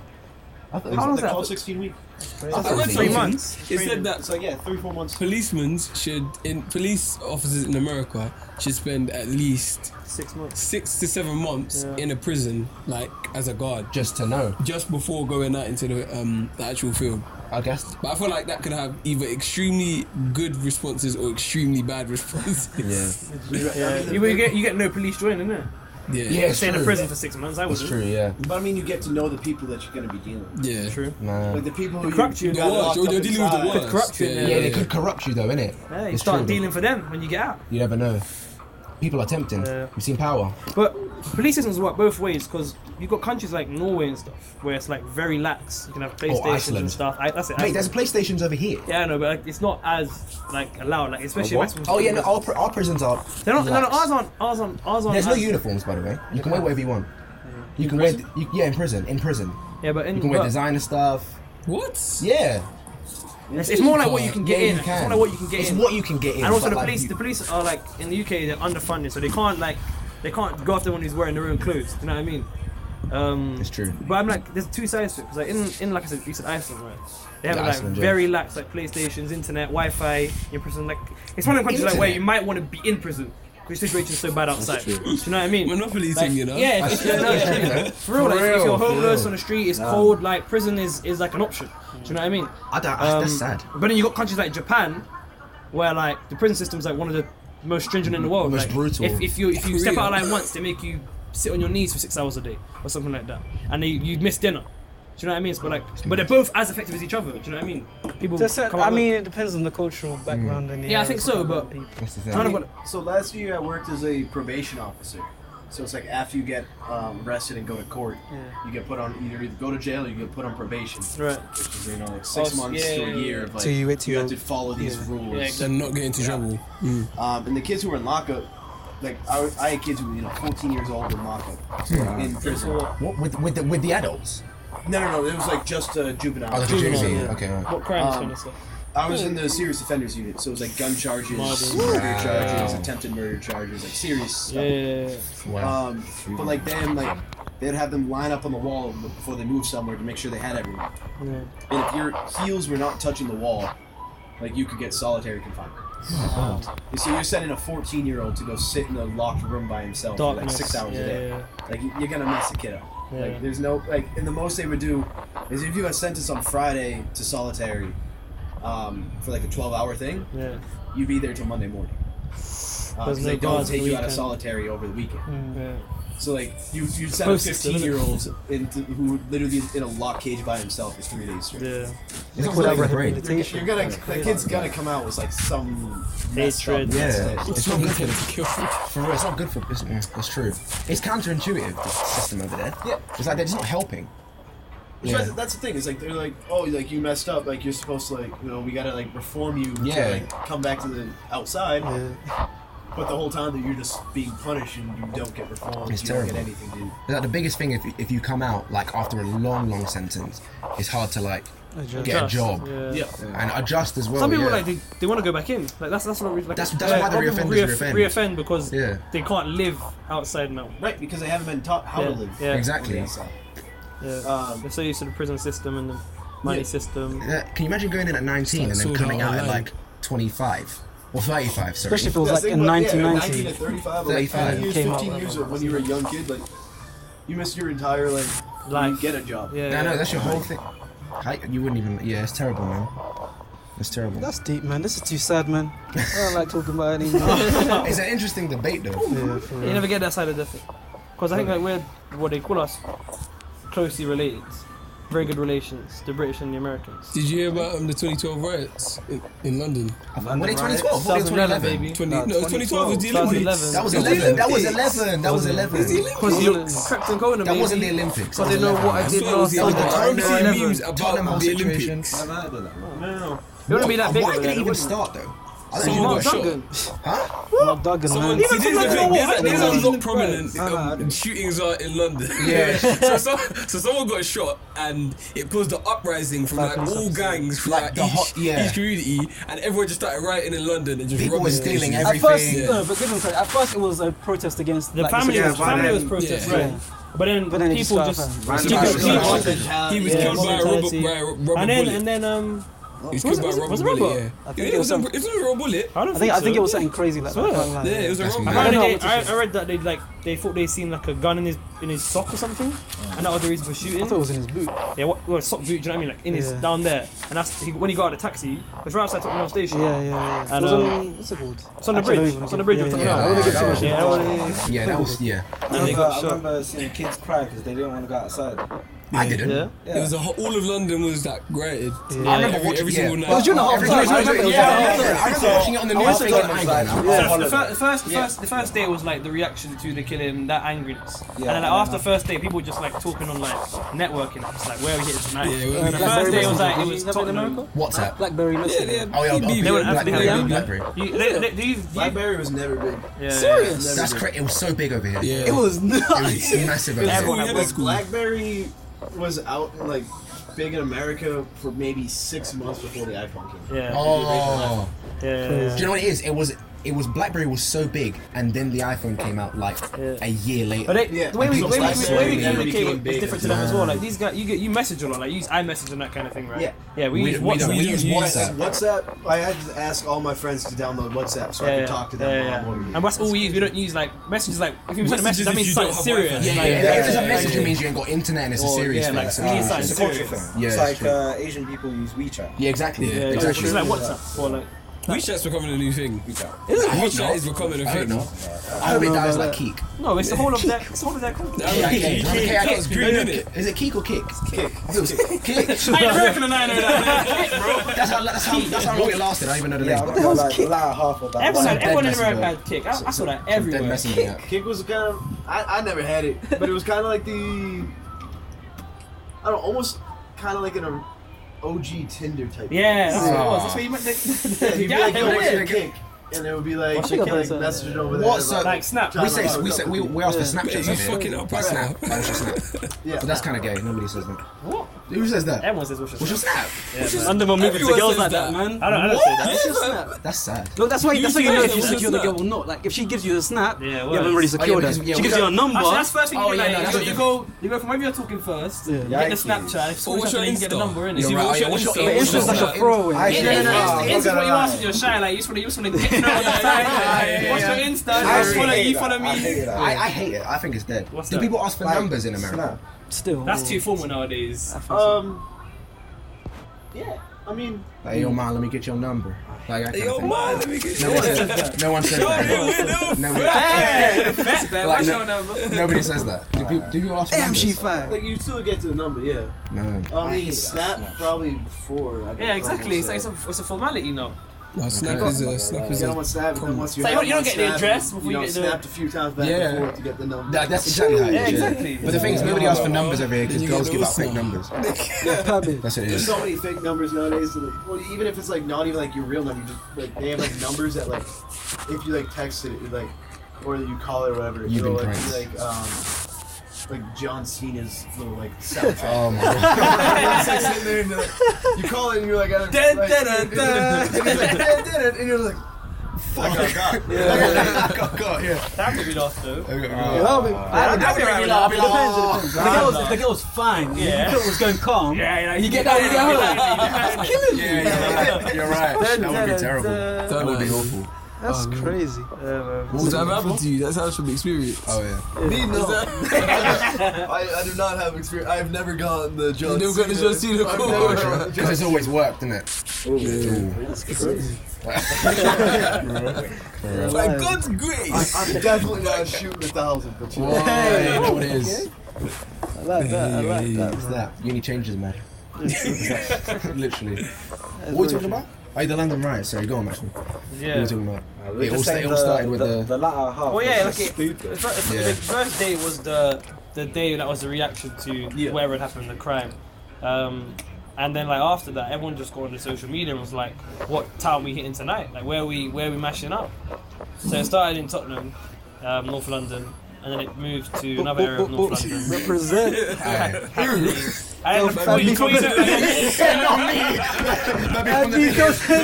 I thought it How was long is that? that? Called 16 week. I read Three something. months. It said that So yeah, three four months. policemen should in police officers in America should spend at least Six months. six to seven months Yeah. in a prison, like as a guard, just to know. just before going out into the um the actual field. I guess. But I feel like that could have either extremely good responses or extremely bad responses. Yeah. You, you get you get no police joining there. Yeah. Yeah, it's Stay in true. prison for six months. I It's was true. Yeah. But I mean, you get to know the people that you're going to be dealing with. Yeah. True. Man. Like the people who corrupt you. you The got worst. locked You're, up you're dealing with the inside. worst. corruption, Yeah, yeah. Yeah, they could corrupt you though, innit? Yeah, you It's start true. dealing for them when you get out. You never know. People are tempting. Yeah. We've seen power. But police systems work both ways because you've got countries like Norway and stuff where it's like very lax. You can have PlayStation Oh, Iceland. and stuff. I, that's it. Mate, there's Iceland. PlayStations over here. yeah, I know, but like, it's not as like allowed. Like especially in West Oh yeah, no, our, pr- our prisons are. They're not. No, no, lax. ours aren't. Ours aren't. Ours aren't. There's no as- uniforms, by the way. You can wear whatever you want. You can wear. You, yeah, in prison. In prison. Yeah, but in, You can wear but- designer stuff. What? Yeah. It's, it's more like what you can get Yeah, in. you It's can. more like what you can get It's in. what you can get in. and also but, the like, police. you- The police are like in the UK they're underfunded, so they can't like they can't go after one who's wearing their own clothes. Do you know what I mean? Um, It's true. But I'm like, there's two sides to it. Cause like in, in like I said, you said Iceland, right? They have Yeah, like Iceland, yeah. very lax like PlayStations, internet, Wi-Fi in prison. Like it's one of the countries like where Internet? you might want to be in prison because the situation's so bad outside. Do you know what I mean? Monopoly Like, thing, you know? Yeah, it's, it's, no, it's- for real. Like, if- if real, you're for homeless real. on the street, it's cold. Like prison is is like an option. Do you know what I mean? I don't, I- Um, that's sad. But then you got countries like Japan, where like the prison system's like one of the most stringent in the world. Most like, brutal. If, if you if you Korea. step out of line once, they make you sit on your knees for six hours a day or something like that, and they, you miss dinner. Do you know what I mean? But like, but they're both as effective as each other. Do you know what I mean? People. Just, uh, come I out- mean, it depends on the Mm. cultural background and the Yeah, I area think as so, well, but- people. That's the thing. Kind of what- So last year I worked as a probation officer. So it's like after you get um, arrested and go to court, you get put on either, either go to jail or you get put on probation. Right. Which is you know like six Oh, months yeah, to yeah, a year yeah. of like Till you wait till have to you're- follow these rules. Yeah, exactly. and not get into trouble. Mm. Um, and the kids who were in lockup, like I, was- I had kids who were you know 14 years old in lockup in prison. No, What, with, with, the, with the adults? no, no. It was like just uh, juvenile. Oh, the Juvenile, juvie. yeah. Okay, alright. What crimes Um, kind of stuff? I was in the serious offenders unit, so it was like gun charges, Murder. murder Wow. charges, attempted murder charges, like serious stuff. Yeah, yeah, yeah. Wow. Um, but like then, like they'd have them line up on the wall before they moved somewhere to make sure they had everyone. And if your heels were not touching the wall, like you could get solitary confinement. Oh, And so you're sending a 14-year-old to go sit in a locked room by himself for like Darkness, six hours yeah, a day. yeah, Like you- you're gonna mess a kid up. Yeah. Like there's no like, and the most they would do is if you got sentenced on Friday to solitary um, for like a 12-hour thing, yeah. you'd be there till Monday morning. Because There's no they don't guards take the you out of weekend. solitary over the weekend. yeah. So like you you send a Supposed to, isn't it? 15 year old into who literally is in a lock cage by himself for three days straight. yeah. It's almost like You're gonna that kid's gonna come out with like some messed up Hatred. messed Yeah. up- It's not good for for real. It's not good for business. It's true. It's counterintuitive. The system over there. Mm, Yeah. It's like they're just not helping. That's- That's the thing. It's like they're like, oh, like you messed up. Like you're supposed to like, you know, we gotta like reform you. Yeah. To, like, come back to the outside. But the whole time that you're just being punished and you don't get reformed. It's you don't terrible. get anything, dude. But, Like the biggest thing, if, if you come out like after a long, long sentence, it's hard to like get a Just, job Yeah. Yeah. and adjust as well. Some people Oh, yeah. like they, they want to go back in. Like that's that's what re- like That's- that's why the a lot of people reoffenders reoff- reoffend. reoffend because Yeah. they can't live outside now. Right, because they haven't been taught how Yeah, to live. yeah, exactly. So, yeah. Uh, Um, They're so used to the prison system and the money Yeah. system. Yeah, Can you imagine going in at 19 and It's then like coming sold out out at online. like 25 or 35? Sorry. Especially if it was like That's the in thing about- yeah, 1990. 19 to 35, or like 35. 5 years, Came out 15 with years old when you were a young kid, like, you missed your entire, like, Life. you get a job. Yeah, No, yeah. no, that's your whole thing. How- You wouldn't even. Yeah, it's terrible, man. It's terrible. That's deep, man. This is too sad, man. I don't like talking about it anymore. It's an interesting debate, though. you never get that side of the thing. Because I think like we're what they call us closely related, very good relations, the British and the Americans. Did you hear about um, the 2012 riots in, in London? What is 2012? What is 2011, 2011? baby. 20, no, it was 2012 was the 2011. Olympics. That was It was 11. That was Olympics. 11. That was 11. Because you crept and going. That wasn't the Olympics. Because That they know was what I eleven. did I thought it Olympics. I remember eleven. last summer. was the Tottenham seeing memes about Tottenham Hall the situation. Olympics. I'm not doing that wrong. No, no, no. It wouldn't be that big. Why of did a- it even wouldn't- start, though? I Someone don't got know. shot. Duncan. Not Duggan, Someone, man. see, this is the thing. There's, there's a lot prominent Ah, I um, shootings are in London. Yeah. so, some, so someone got shot, and it caused the uprising from like Falcons all uprising. gangs from Like like, the each, hot- yeah. each community, and everyone just started rioting in London and just People were robbing stealing places. At everything. first, uh, no, but give him credit. At first, it was a protest against The like, family the was family was protesting, Yeah. right? But then, But then it just people started just firing. He was Random killed- actions. He was Yeah. killed by a rubber, Brutality. by a rubber and then bullet. and then um he was was killed by it- a was rubber it bullet. rubber? Yeah, I think Yeah, it it was was a some- it was a rubber bullet. I don't I think I think it was so. something crazy like that. Yeah. I can't lie. Yeah, it was a That's rubber mad. Apparently, bullet. I don't know they, what I, this I read that they like they thought they seen like a gun in his in his sock or something, and that was the reason for shooting. I thought it was in his boot. yeah, what, well, sock boot, do you know what I mean? Like in his Yeah. down there, and that's he, when he got out of the taxi. It was right outside Tottenham Hale Station. Yeah, yeah, yeah. And, it was um, on, what's it called? It's on the Actually, I bridge. don't even It's on the give- bridge yeah, of yeah, Tottenham yeah. yeah. I wouldn't give Hale. too Yeah, I wouldn't- Yeah, that was. Yeah. I remember, I remember seeing kids cry because they didn't want to go outside. I didn't. yeah. It was a whole, all of London was that rioted. I remember every, watching- every yeah. single It night. was during the half Every time. time I I was watching remember it it, was yeah, during I the remember it. I remember watching it on the news. thinking, I ain't going out. So the, fir- the first, the first, the first day was like the reaction to the killing, that angriness, and Yeah, then like, I after first day, people just like talking on like networking apps, like where are we hitting tonight. Yeah, where are we the hitting first day tonight? was like Did it you was have it in Tottenham. America? WhatsApp. Blackberry Yeah, Messenger. yeah. Oh yeah, BB. They were Black- African, Blackberry. yeah. Blackberry. You, they, they, these- Blackberry was never big. yeah, Serious? That's crazy. It was so big over here. Yeah. It was nuts. It's massive over Everyone here. had Like, school. Blackberry was out, like, big in America for maybe six months before the iPhone came. Yeah, Oh. yeah, yeah, yeah. Do you know what it is? It was it was BlackBerry was so big, and then the iPhone came out like Yeah. a year later. But they, Yeah. the way we, the way we, the way we Yeah. communicate Yeah. is different to them as well. Like these guys, you get you message a lot. Like you use iMessage and that kind of thing, right? Yeah. Yeah, we, We- use we don't- WhatsApp. we use Why- WhatsApp. WhatsApp. I had to ask all my friends to download WhatsApp so I yeah, could yeah, talk to yeah, them. while yeah. I'm working. And that's all we use. We don't use like messages. Like if you send a message, Messages that if means you something don't have serious. Wi-Fi. yeah, like, yeah, yeah. If it's a like, message, it means you ain't got internet. It's a Or, serious yeah, like, thing. we need Ah, something it's It's a culture serious. thing. Yeah, it's it's like true. uh, Asian people use WeChat. Yeah, exactly. Yeah, exactly. It's like WhatsApp or like WeChat's becoming a new thing. WeChat is becoming a thing. I hope it dies like Keek. No, it's the whole of that. It's the whole of that country. Yeah, Keek, Keek, Keek, Keek, Keek's Keek's green, green, isn't Keek. it? Is it Keek or Kick? Kick. Kick. I ain't reckon and I know that. That's how that's how that's how long it lasted. I don't even know the Yeah, name. I'm not gonna lie, lie half of that. Everyone, Some had- dead everyone in messing America up. had kick. I, I saw that Dead everywhere. messing me up. Kick was kind of. I, I never had it, but it was kind of like the. I don't know, almost kind of like an um, OG Tinder type. Yeah, that's what it Ah. was. That's what you meant. Yeah, to- you'd be Yeah, like, they yo, what's were. your kick? And it would be like, What's you your can like kick? message it over there. What's about- up? Like snap. We say we say we we asked for Mate, Snapchat. you isn't it? fucking up What's us now. Snap? What's your Snap? Yeah. But that's kind of gay. Nobody says that. What? Who says that? Everyone says what's What's your your snap. Snap? Under my moving to Everyone girls says like that, man. that. I don't, I don't say that. That's sad. Look, that's why You that's how you do know that if you with secure the Snap. girl or not. Like if she gives you a snap, Yeah, you well, haven't really it's- secured yeah, her. because- yeah, she we gives you got- a number. Actually, that's the first thing you Oh, do. yeah, like, no, that's you, a you go, you go from wherever you're talking first, Yeah. get Yikes. the Snapchat. If Oh, someone what's your then you get the Insta? number in it. You're It- right, what's yeah, your what's Insta? your But it's Insta? just like a throwaway. I it- should- It's nah, it's- I'm it's not what gonna you ask lie. if you're shy, like you just wanna you just wanna get to know all the yeah, time. What's your Insta? I Just follow hate you, that. follow me. I hate that. I, I hate it. I think it's dead. What's Do that? people ask for Like, numbers in America? Snap. Still, That's too formal nowadays. I think so. Um. Yeah, I mean, Like, hey, yo, man, let me get your number. Like, I Yo, can't. man, let me get No one says that. No one says that. No Hey, that's bad. Like, What's no- your number? Nobody says that. Do people, do you ask for Damn, numbers? she fine. like you still get to the number, yeah. No. I hate mean, that snap snap. probably before. I Yeah, exactly. It's, like, it's, a, it's a formality now. No, Snap Okay. is a Snap is You don't a. want snap, and then once you It's like, have you don't one get the snap, address before you don't get the- snapped a few times back Yeah. and forth to get the number. That, that's exactly how it is. Yeah, exactly. But the thing is, nobody asks for numbers over here because You girls get give out those fake now. numbers. Perfect. That's what it There's is. so many fake numbers nowadays. and, like, well, even if it's like not even like your real number, just like they have like numbers that like if you like text it, it like or you call it or whatever, You've it'll been like, pranked. be, like um like John Cena's little like soundtrack. Oh my god. It's in there and, like, you call it and you're like, I don't, Dun, like dun, dun, dun. and it's like, dun, dun, dun, and you're like, fuck, I got, I got, got, yeah. That could be lost though. That'll be- would- I would Depends, already laugh. depends. If the girl's- If the girl's fine, Yeah. yeah. the girl was going calm. Yeah, yeah, You get that, you get home. That's killing Yeah, me. yeah, you're right. That would be terrible. uh, That would be Dunno. awful. That's crazy. What was that happened to you? That's how it should be experienced. Oh yeah. Me, no. I, I do not have experience. I've never gotten the John You never got the John Cena I've call. never gotten the Because John it's always worked, isn't it? By God's grace. I'm definitely not shooting a thousand, but you know. Hey, you know what it is. I like that. I like that. What's that? Uni changes, man. Literally. What are you talking about? Oh, the London riot. Sorry, go on, Maxwell. What are Yeah. Uh, you talking about? We It all, just sta- say it all the- started with the, the. the latter half. Well, Oh, yeah, was like it, stupid. the first, Yeah. the first day was the the day that was the reaction to Yeah. where it happened, the crime, um, and then like after that, everyone just got on the social media and was like, "What town we hitting tonight? Like where we where we mashing up?" So it started in Tottenham, um, North London, and then it moved to another area of North London. Ah, Represent. Aye. And then before you- before you know it, That'd be from the-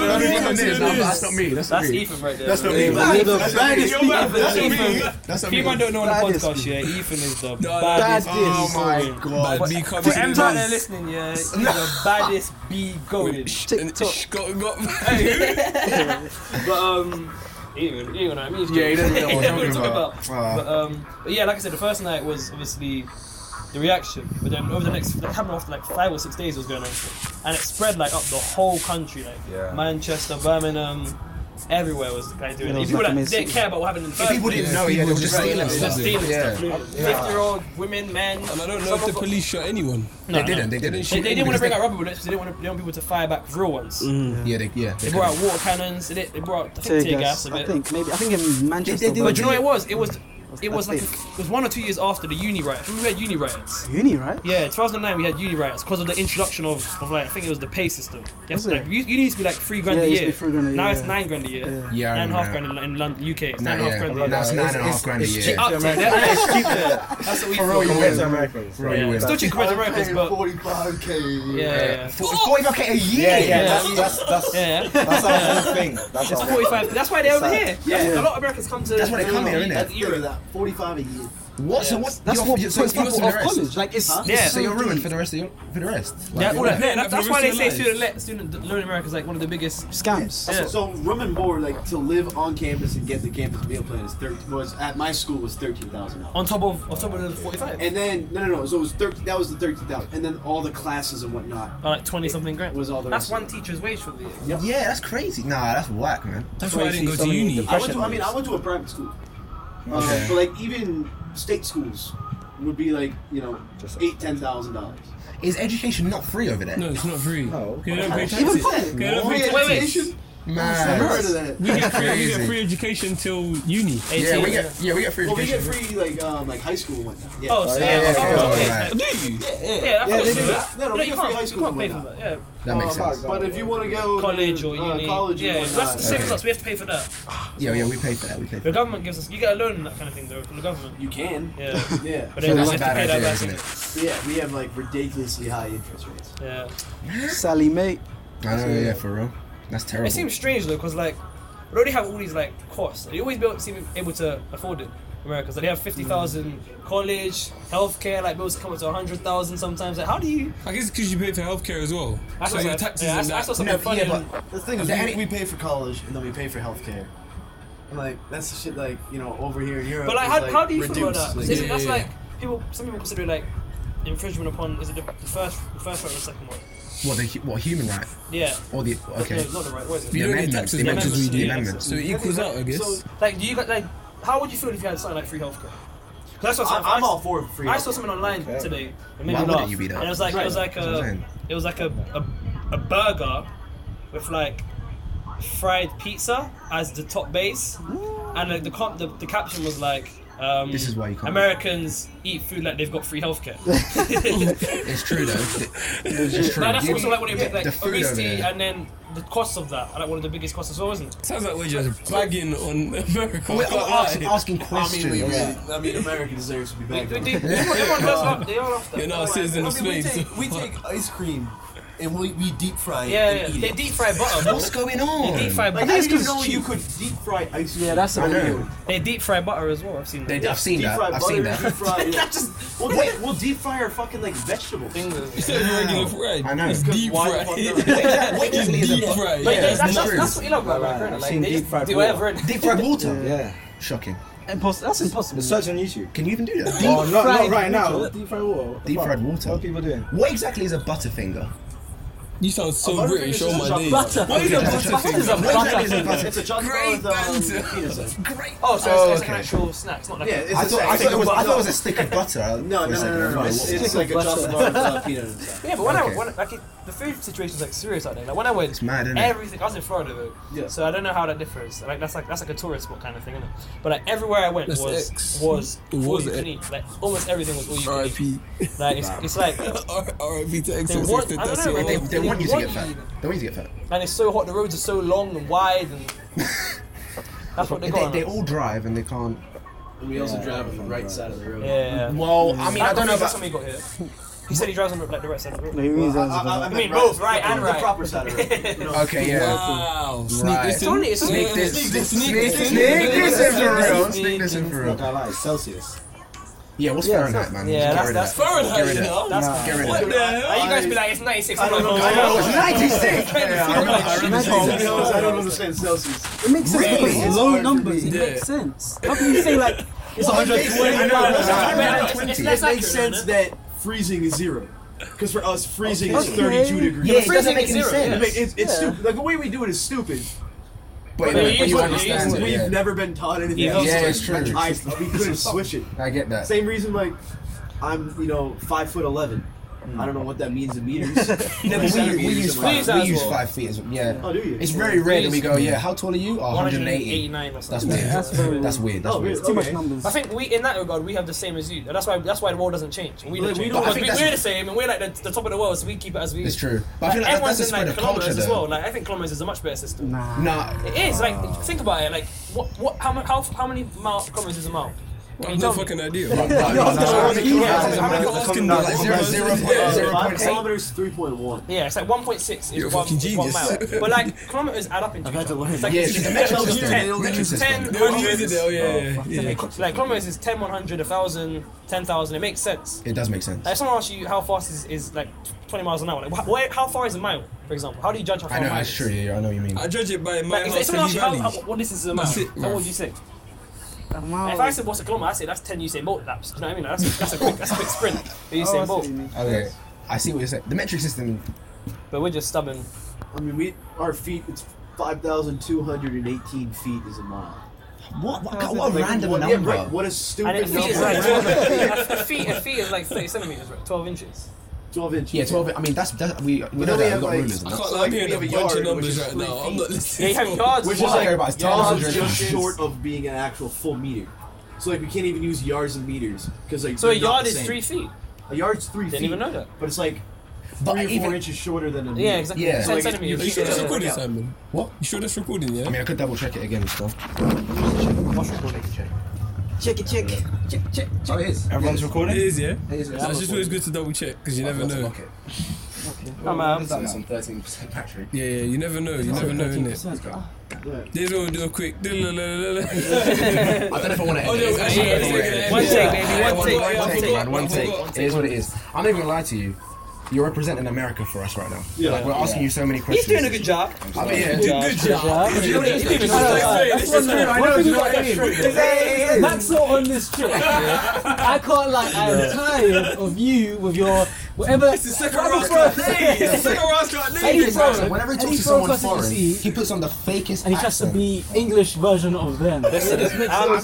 that'd be from the news. No, That's not me. That's not that's me. Ethan right there. That's bro. not me. Yeah, man. the That's not me. Ethan, that's Ethan. That's not If anyone me. don't know on the Baddest podcast, yeah, Ethan is the baddest baddest. Oh Sorry. my god. Bad B For comes in everyone the that's listening, yeah, he's the baddest B going. Sh- got, got, But um, even you know what I mean. He's Yeah, he doesn't know what He I'm doesn't talking know about. what I'm Ah. But um, but yeah, like I said, the first night was obviously the reaction. But then over the next, that happened after like five or six days it was going on, and it spread like up the whole country, like Yeah. Manchester, Birmingham, everywhere was like doing Yeah, it. it was People like a like, massive- didn't care about what happened in the first. People place. didn't know. Yeah, they were just stealing They just stuff. stealing Yeah. stuff. Fifty-year-old women, men. and I don't know Some if the of- police shot anyone. No, They no. didn't. They didn't. They, they didn't want to bring out rubber bullets. 'cause They didn't want to. They want people to fire back real ones. Yeah, they, yeah. They They brought out water cannons. They, did- they brought out I Mm. Tear think, tear gas a bit. I think maybe I think in Manchester. They- they- But you know what it was? It was it was I like a, think. it was one or two years after the uni riots. We had uni riots. uni, right? Yeah, 2009 we had uni riots because of the introduction of, of like I think it was the pay system. Yes, Was it? like, u- uni used to be like three grand Yeah, a it used year. to be three grand a now year, it's yeah. nine grand a year. Yeah. Yeah, I nine and a half grand remember. in, in London, UK. It's nine Nah, and a half yeah. grand a year. That's nine and a half grand a it's year. cheap. Up to- that- that's cheap there. That's what we thought. you Compared to win. Americans. Bro, Yeah. you win. Still cheap compared to Americans, Paying but 45k. yeah, yeah, Forty-five k a year. Yeah, yeah, that's that's that's, yeah. yeah. that's our whole thing. That's It's our 45. That's why they're over Sad. here. Yeah, a lot of Americans come to. That's why they come here, that innit? era. That 45 a year. What? So what? That's you're- what you're- puts so it's people not for off the rest. college. Like it's Huh? Yeah. Yeah. So you're ruined for the rest of your, for the rest. Like, Yeah, all that, Yeah, that, for that's the why rest they of say your student life. le- student loan in America is like one of the biggest. scams. Yeah. So room and board, like to live on campus and get the campus meal plan is thirteen. Was at my school was thirteen thousand dollars. On top of on top of the forty five, And then no, no, no. So it was thirteen. That was the thirteen thousand. And then all the classes and whatnot. or like twenty something grand. Was all the That's rest of one teacher's wage for the year. yeah, that's crazy. Nah, that's whack, man. That's why I didn't go to uni. I went to. I mean, I went to a private school. Uh, Okay. But like even state schools would be like you know eight ten thousand dollars. Is education not free over there? No, it's not free. No. They don't pay Even taxes. public. They don't pay Free taxes. education? Ah, Man. Never heard of that. We get free, we Crazy. get free education till uni. Yeah, we get yeah we get free Well, we education. get free like um like high school and whatnot. Yeah. Oh, so yeah, yeah, yeah, okay, yeah, okay. yeah, okay. Do you? Yeah, Yeah, yeah, they that's do that. No, no, No, we you get free high can't, you school can't and pay for whatnot. that. Yeah, That makes Oh, sense. fuck. But if you want to go college or uh, uni. college, and yeah, whatnot, uh, that's the same Okay. as us. We have to pay for that. Yeah, yeah, we paid for that. We paid. For The government gives us. You get a loan and that kind of thing though from the government. You can. Yeah, Yeah. but So then you that's have a to bad pay idea, that isn't it? back. Yeah, we have like ridiculously high interest rates. Yeah. Sally mate. that. I know. Yeah, for real. That's terrible. It seems strange though, because like we already have all these like costs. They always be able, seem able to afford it. Americans, like they have fifty thousand college, healthcare, like bills come up to hundred thousand sometimes. Like how do you? I guess because you pay for healthcare as well. I saw so your some- taxes yeah, I and saw- I that. saw something funny. yeah, on- but the thing is, The we, headache- we pay for college and then we pay for healthcare. And like that's the shit. Like you know, over here in Europe. But like, is, how, how do you feel about reduced, that? like- Isn't- yeah, that's yeah. like people. Some people consider it like infringement upon. Is it the, the first, the first right or the second one? What the hu- what human right Yeah. or the okay? No, not the right. What is it? You The don't get amendments, taxes the back. amendments, the Yeah. amendments. So it equals out, I guess. So Like, do you got like? How would you feel if you had something like free healthcare? 'Cause That's what I, I'm, I'm all for free. I saw something online today. It made Why me wouldn't laugh. you be that? And it was like it was like That's what I'm a saying. it was like a, a, a burger with like fried pizza as the top base, and like the comp, the, the caption was like. Um, This is why you can't- Americans eat food like they've got free healthcare. It's true though. It's true. Like, that's You- also like what it meant, like the food over obesity there. and then the cost of that, are, like one of the biggest costs as well, isn't it? Sounds like we're just bagging on America. We're I can't asking, lie. asking questions. I mean, America deserves to be back. They, they, everyone everyone does love, they all love that. You're not a citizen of Spain. so- ice cream and we, we deep fry Yeah, yeah, they deep fry butter. bro. What's going They deep on? fry Like, butter. how it's do you 'cause know it's you could deep fry ice cream? Yeah, that's I know. unreal. They deep fry butter as well. I've seen that. They- I've seen Deep that. fry I've butter, seen deep that. fry. we'll, deep, we'll deep fry our fucking like vegetables. It's not even regular fried. I know. It's deep Why fried. the fuck It's deep fried. Like, Yeah, that's, that's, it's that's, true. what you love about America, innit? I've Like, seen they deep just fried do water. whatever. innit? Deep fried water. Yeah. Shocking. Impos- that's impossible. Search on YouTube. Can you even do that? Oh, not, not fried right now. water. Deep fried water. What the Deep fuck? fried water. What are people doing? What exactly is a butterfinger? You sound so British. Oh my days. Butter. What is a that's butter just- thing? Butter is a What exactly is a butter. butter- It's a chocolate Great with um, banter. peanuts. in it. Oh, so it's- it's okay. an actual snack. It's not like Yeah, a, it's I a thought, snack. I, thought it was, It's like I a- thought it was a stick of butter. I- No, it was no, no, like, no, no, no. It's, It's, it's like a chocolate bar without peanut inside. yeah. But when Okay. I when, like it, the food situation's like serious out there. Like when I went, mad, isn't it? everything. I was in Florida though, Yeah. so I don't know how that differs. Like that's like that's like a tourist spot kind of thing, isn't it? But like everywhere I went That's was X. was It all was you can X. eat. Like almost everything was all you can eat. R.I.P. Like it's, it's like R- R.I.P. to They want- I don't know, They, XXX. they want you to get fat. They want you to get fat. and it's so hot. The roads are so long and wide, and that's what they They, got. they on us. all drive and they can't. And we also drive on the right side of the road. yeah. Well, I mean, I don't know That's about. when we got here. He said he drives on the, like the right side of the road. No, he means I, that's I, bad. I meant mean right- both, right and the right. proper side of the road. You know, Okay, yeah. Wow. Sneak Right. this It's in. only- it's only- Sneak this Sneak in. Sneak Sneak this in. this in for Sneak real. this in. Sneak this in for Not real. gonna lie, it's Celsius. Yeah, what's Yeah, Fahrenheit, man? Yeah, Get that's- rid of that's that. Get Fahrenheit, rid you of that. know? Nah. Get rid What of the that. Why hell? you guys be like, it's 96. I I'm don't like, know. oh, I know. It's 96! Yeah, I remember- I remember To be Celsius. honest, I don't understand Celsius. It makes sense Really? because it's low Hard for numbers. me. It Yeah. makes sense. How can you say like it's I know, 120? I know, I know, Yeah, it's it's- 120. it's It less makes accurate, sense isn't that freezing is zero. Because for us, freezing is Okay. 32 degrees. Yeah, it doesn't freezing make is any zero, sense. It ma- it's, it's Yeah. stupid. Like the way we do it is stupid. But, But but, you you use it, understand you it. We've Yeah. never been taught anything Yeah. else. Yeah, Like, it's true. I, we couldn't switch it. I get that. Same reason, like I'm, you know, five foot eleven. I don't know what that means in meters. Never we, we use five. Please as We use well. five feet. As, yeah. Oh, do you? It's very rare that we Please. go. Yeah. How tall are you? Oh, 180. 189 or That's something. weird. that's very That's weird. That's Oh, weird. really? Too much Okay. numbers. I think we, in that regard, we have the same as you. That's why that's why the world doesn't change. We Like, don't we change. don't- I Because think we, that's- we're the same, and we're like the, the top of the world, so we keep it as we. It's true. But I Like, feel like that- everyone's that's a spread in of like culture, kilometers as though. well. Like I think kilometers is a much better system. Nah. Nah. It is like think about it. Like what what how mu- how how many mile kilometers is a mile? I have no fucking idea. But- but- but- You're asking me. Like zero- zero point- zero Five point eight. kilometers, three point one. Yeah, it's like 1.6 is You're a one, fucking is one genius. mile. But like kilometers add up in I've had to learn. It's like Yeah, it's it's just a metric 10, system. 10, Metric system. 10, They only use 100. it though, yeah, yeah, yeah. Like kilometers is 10, 100, 1,000, 10,000. It makes sense. It does make sense. Like if someone asks you how fast is, is like 20 miles an hour, like wh- where, how far is a mile, for example? How do you judge how far I a know, mile that's is? true. Yeah, yeah, I know what you mean. I judge it by my Like, if- if house someone in asks you how, how, what distance is a mile, That's it, what bruv. would you say? Wow. If I said what's a kilometer, I say that's 10 Usain Bolt laps. Do you know what I mean? Like, that's, that's, a quick, that's a quick sprint. for Oh, I Usain see what Bolt. you mean. Okay, I see what you're saying. The metric system. But we're just stubborn. I mean, we our feet. It's five thousand two hundred and eighteen feet is a mile. What? What, Like, what a random what, number? Yeah, right, what a stupid And a feet, number. is like 12, a feet, a feet is like 30 centimeters, right? 12 inches. Twelve inches. Yeah, twelve. I mean, that's, that's we we know then we that we've have, got like, rulers. and I that. can't Like, lie, I'm we hearing have a a bunch of yard, numbers which is right now. three I'm not Yeah, listening. you have yards. which is Well, like everybody's yards 10,000 just inches. short of being an actual full meter. So like we can't even use yards and meters because like so a they're not yard the is same. three feet. A yard's three Didn't feet. even know that. But it's like But three or four even- inches shorter than a meter. Yeah, exactly. Yeah. 10 So, like, Are you centimeters. sure that's Yeah. recording, Simon? What? You sure that's recording, I yeah? mean, I could double check it again and stuff. Check it, check. Check, check, check. Oh, it is. Everyone's It recording? is, yeah? It is, That's just always good to double check, because you never know. I'm um, out. That's some 13% battery. Yeah, yeah, you never know, you never know, innit? This one do a quick. Oh, I don't know if I want to no, edit actually, it. Yeah, it's yeah, gonna end One it. take, baby, I one forgot, take, I One take, forgot, man. One I take. forgot. It is what it is. I'm not even gonna lie to you. You're representing America for us right now. Yeah. like we're asking you so many questions. He's doing a good job. I mean, yeah. Good job. Yeah. You know what it is? It's just like, straight, I know, you know what I mean? Max not on this trip. I can't lie. I'm tired of you with your whatever. It's the second round start name. It's the second round start Any name. person, Whenever he any talks to foreign someone person you foreign, see, he puts on the fakest and he tries to accent. be English version of them. I'm,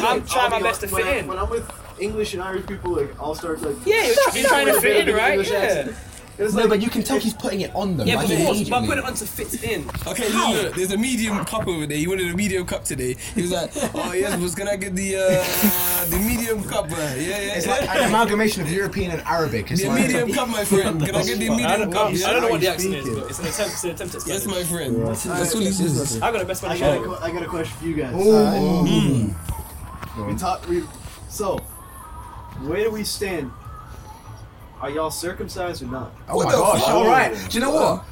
I'm trying my I'll be best to hon- when fit I- in. When I'm with English and Irish people, like I'll start like Yeah, you're tr- you're trying to fit in, right? English Yeah. accent. It's no, like but you can tell he's putting it on them. Yeah, like, but of course, but immediately. put it on to fit in. Okay, look, look, there's a medium cup over there. He wanted a medium cup today. He was like, "Oh yes, was can I get the uh, the medium cup? Man? Yeah, yeah, It's yeah. like an amalgamation of European and Arabic. It's the like medium cup, my friend. Can I get the medium cup? I don't know Yeah? what the accent is, but it's an attempt, it's an attempt at Yes, Spanish. my friend. That's all he says. I got the best one I in got, a, America. que- I got a question for you guys. Uh, We talk, we, so, where do we stand? Are y'all circumcised or not? Oh my gosh! All right. Do you know what?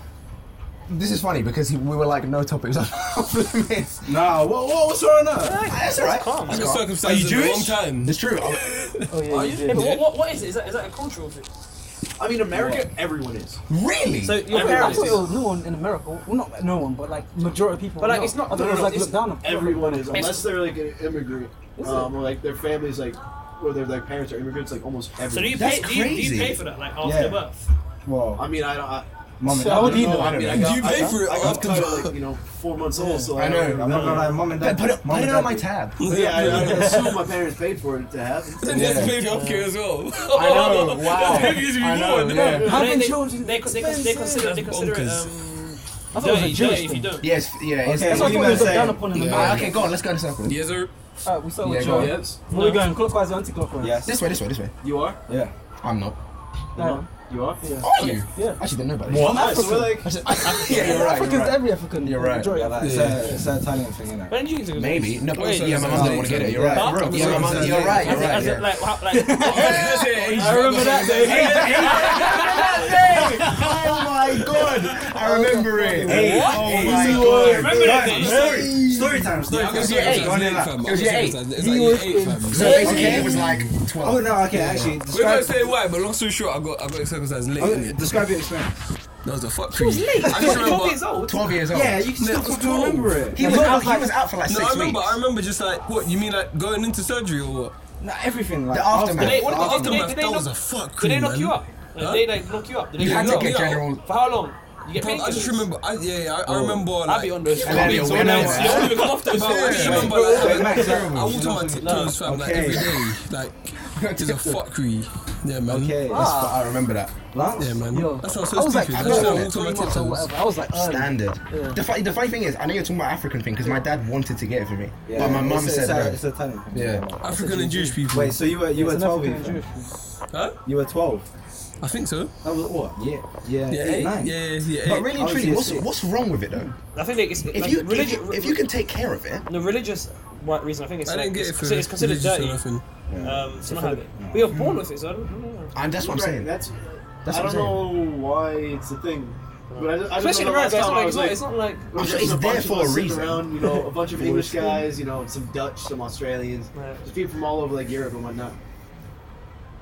This is funny because he- we were like no topics after this. Nah, what, what, what's wrong now? That's all right. I got circumcised Are you at Jewish? the wrong time. It's true. Oh yeah, you Yeah, did. but what, what, what is it? Is that, is that a cultural thing? I mean, America, everyone is. Really? So your I parents. thought it was no one in America. Well, not no one, but like majority of people. But, like, no. it's not- I thought no, it was no, like it's looked down on. Everyone is, unless they're like an immigrant, um, or like their families, like, or their like parents are immigrants, like almost So do you pay? everyone. That's Do you, do you crazy. pay for that? Like after Yeah. birth? Well, I mean, I don't. I, mum and So how dad. would you no, know? I, mean, I Do got, you I pay got, for it I got after cut at, like you know four months old, so I I know. don't I'm not gonna lie, mum and dad. Put it, mum put and it dad- on my tab. Yeah, I, I assume my parents paid for it to happen. And that's paid healthcare as well. I know. Wow. That's heavy as we I know. want. Yeah. Having they, children They, they, they, they consider they consider it Bonkers. um, I thought it was a dirty, Jewish dirty if you thing. don't. Yes. Yeah. Okay, it's- So I what thought you it man was looked down said? upon in Ah, America. okay, go on. Let's go in a circle. Yes, sir. Alright, we start with Yeah, Joe. Oh, go on. Yes, Where are we going? Clockwise or anti-clockwise? Yes. This way. This way. This way. you are. Yeah. I'm not. No. You are. Are you? Yeah. I actually didn't know about this. What? Alright, so we're like, Yeah, you're right. You're Africans, right. every African. You're right. Majority Yeah, of like, it's, a, it's an Italian thing, innit? When did you consider Maybe. No. Wait, Yeah, my mum doesn't want to get it. You're right. Huh? Yeah, my mum. You're right. You're As in- right. as in, yeah. like, how- like, I remember that Oh my god! I remember it. Hey, what? hey, Oh my you god! remember that day? Story, story time. Story I time. was story your time. eight. Go on in, like- It was your eight. It's He like was your eight, in- fam. So basically, it was like twelve. Oh no, okay, actually, We're describe, gonna say why, but long story short, I got I got circumcised late. oh, innit? describe your experience. That was a fuck for you. I just remember. years old. Twelve years old. Yeah, you can No, still it was fucking cool. remember it. He was, out, he was out for like No, six I remember. weeks. I remember just like what you mean, like going into surgery or what? No, everything like The aftermath. They- what did they- After did they- my- did they that was a knock- fuck. Did they cream, knock man. you up? Like, Huh? They like knock you up. Did they You knock had you to up? get Yeah. general. For how long? You get Bro, I just painkillers? remember. I, yeah, yeah, I, I remember. Like, I'll be on those. And then it went I out. was- I don't even laughed about it. I just remember, like, Wait, Max, I walked on my tiptoes, fam, like Okay. every day. Like, it is a fuckery. Yeah, man. Okay, Ah. That's fu- I remember that. Lance. Yeah, man. Yo, That's not I so was like, stupid. I I just know, like, walked three on my months or tiptoes. whatever. I was like, early. Standard. Oh, Yeah. The, funny, the funny thing is, I know you're talking about African thing because my dad wanted to get it for me, Yeah, but my it's- mum it's said a- no. It's a Italian thing. Yeah. African and Jewish people. Wait, so you were you were It's an twelve? African and Ethan? Jewish. Huh? You were twelve. I think so. That was what? Yeah, yeah, Yeah, eight, eight, yeah, nine. yeah, yeah. But eight. really, I and was truly, what's here, what's wrong with it though? I think they- it's If like, you if religion. you, if you can take care of it, the religious what reason. I think it's I like, didn't get it it's, for so it's considered religious or dirty. nothing. Um, so not have it. But you're born with it, so I don't, I don't know. And that's what I'm Right, saying. That's, That's I what don't I'm know why it's a thing. But I just, I just Especially in remember America, it's last not time I like, was it's not, it's not like. I'm sure It's it's there there for a reason. Around, you know, a bunch of English guys, you know, some Dutch, some Australians, Right. just people from all over like Europe and whatnot.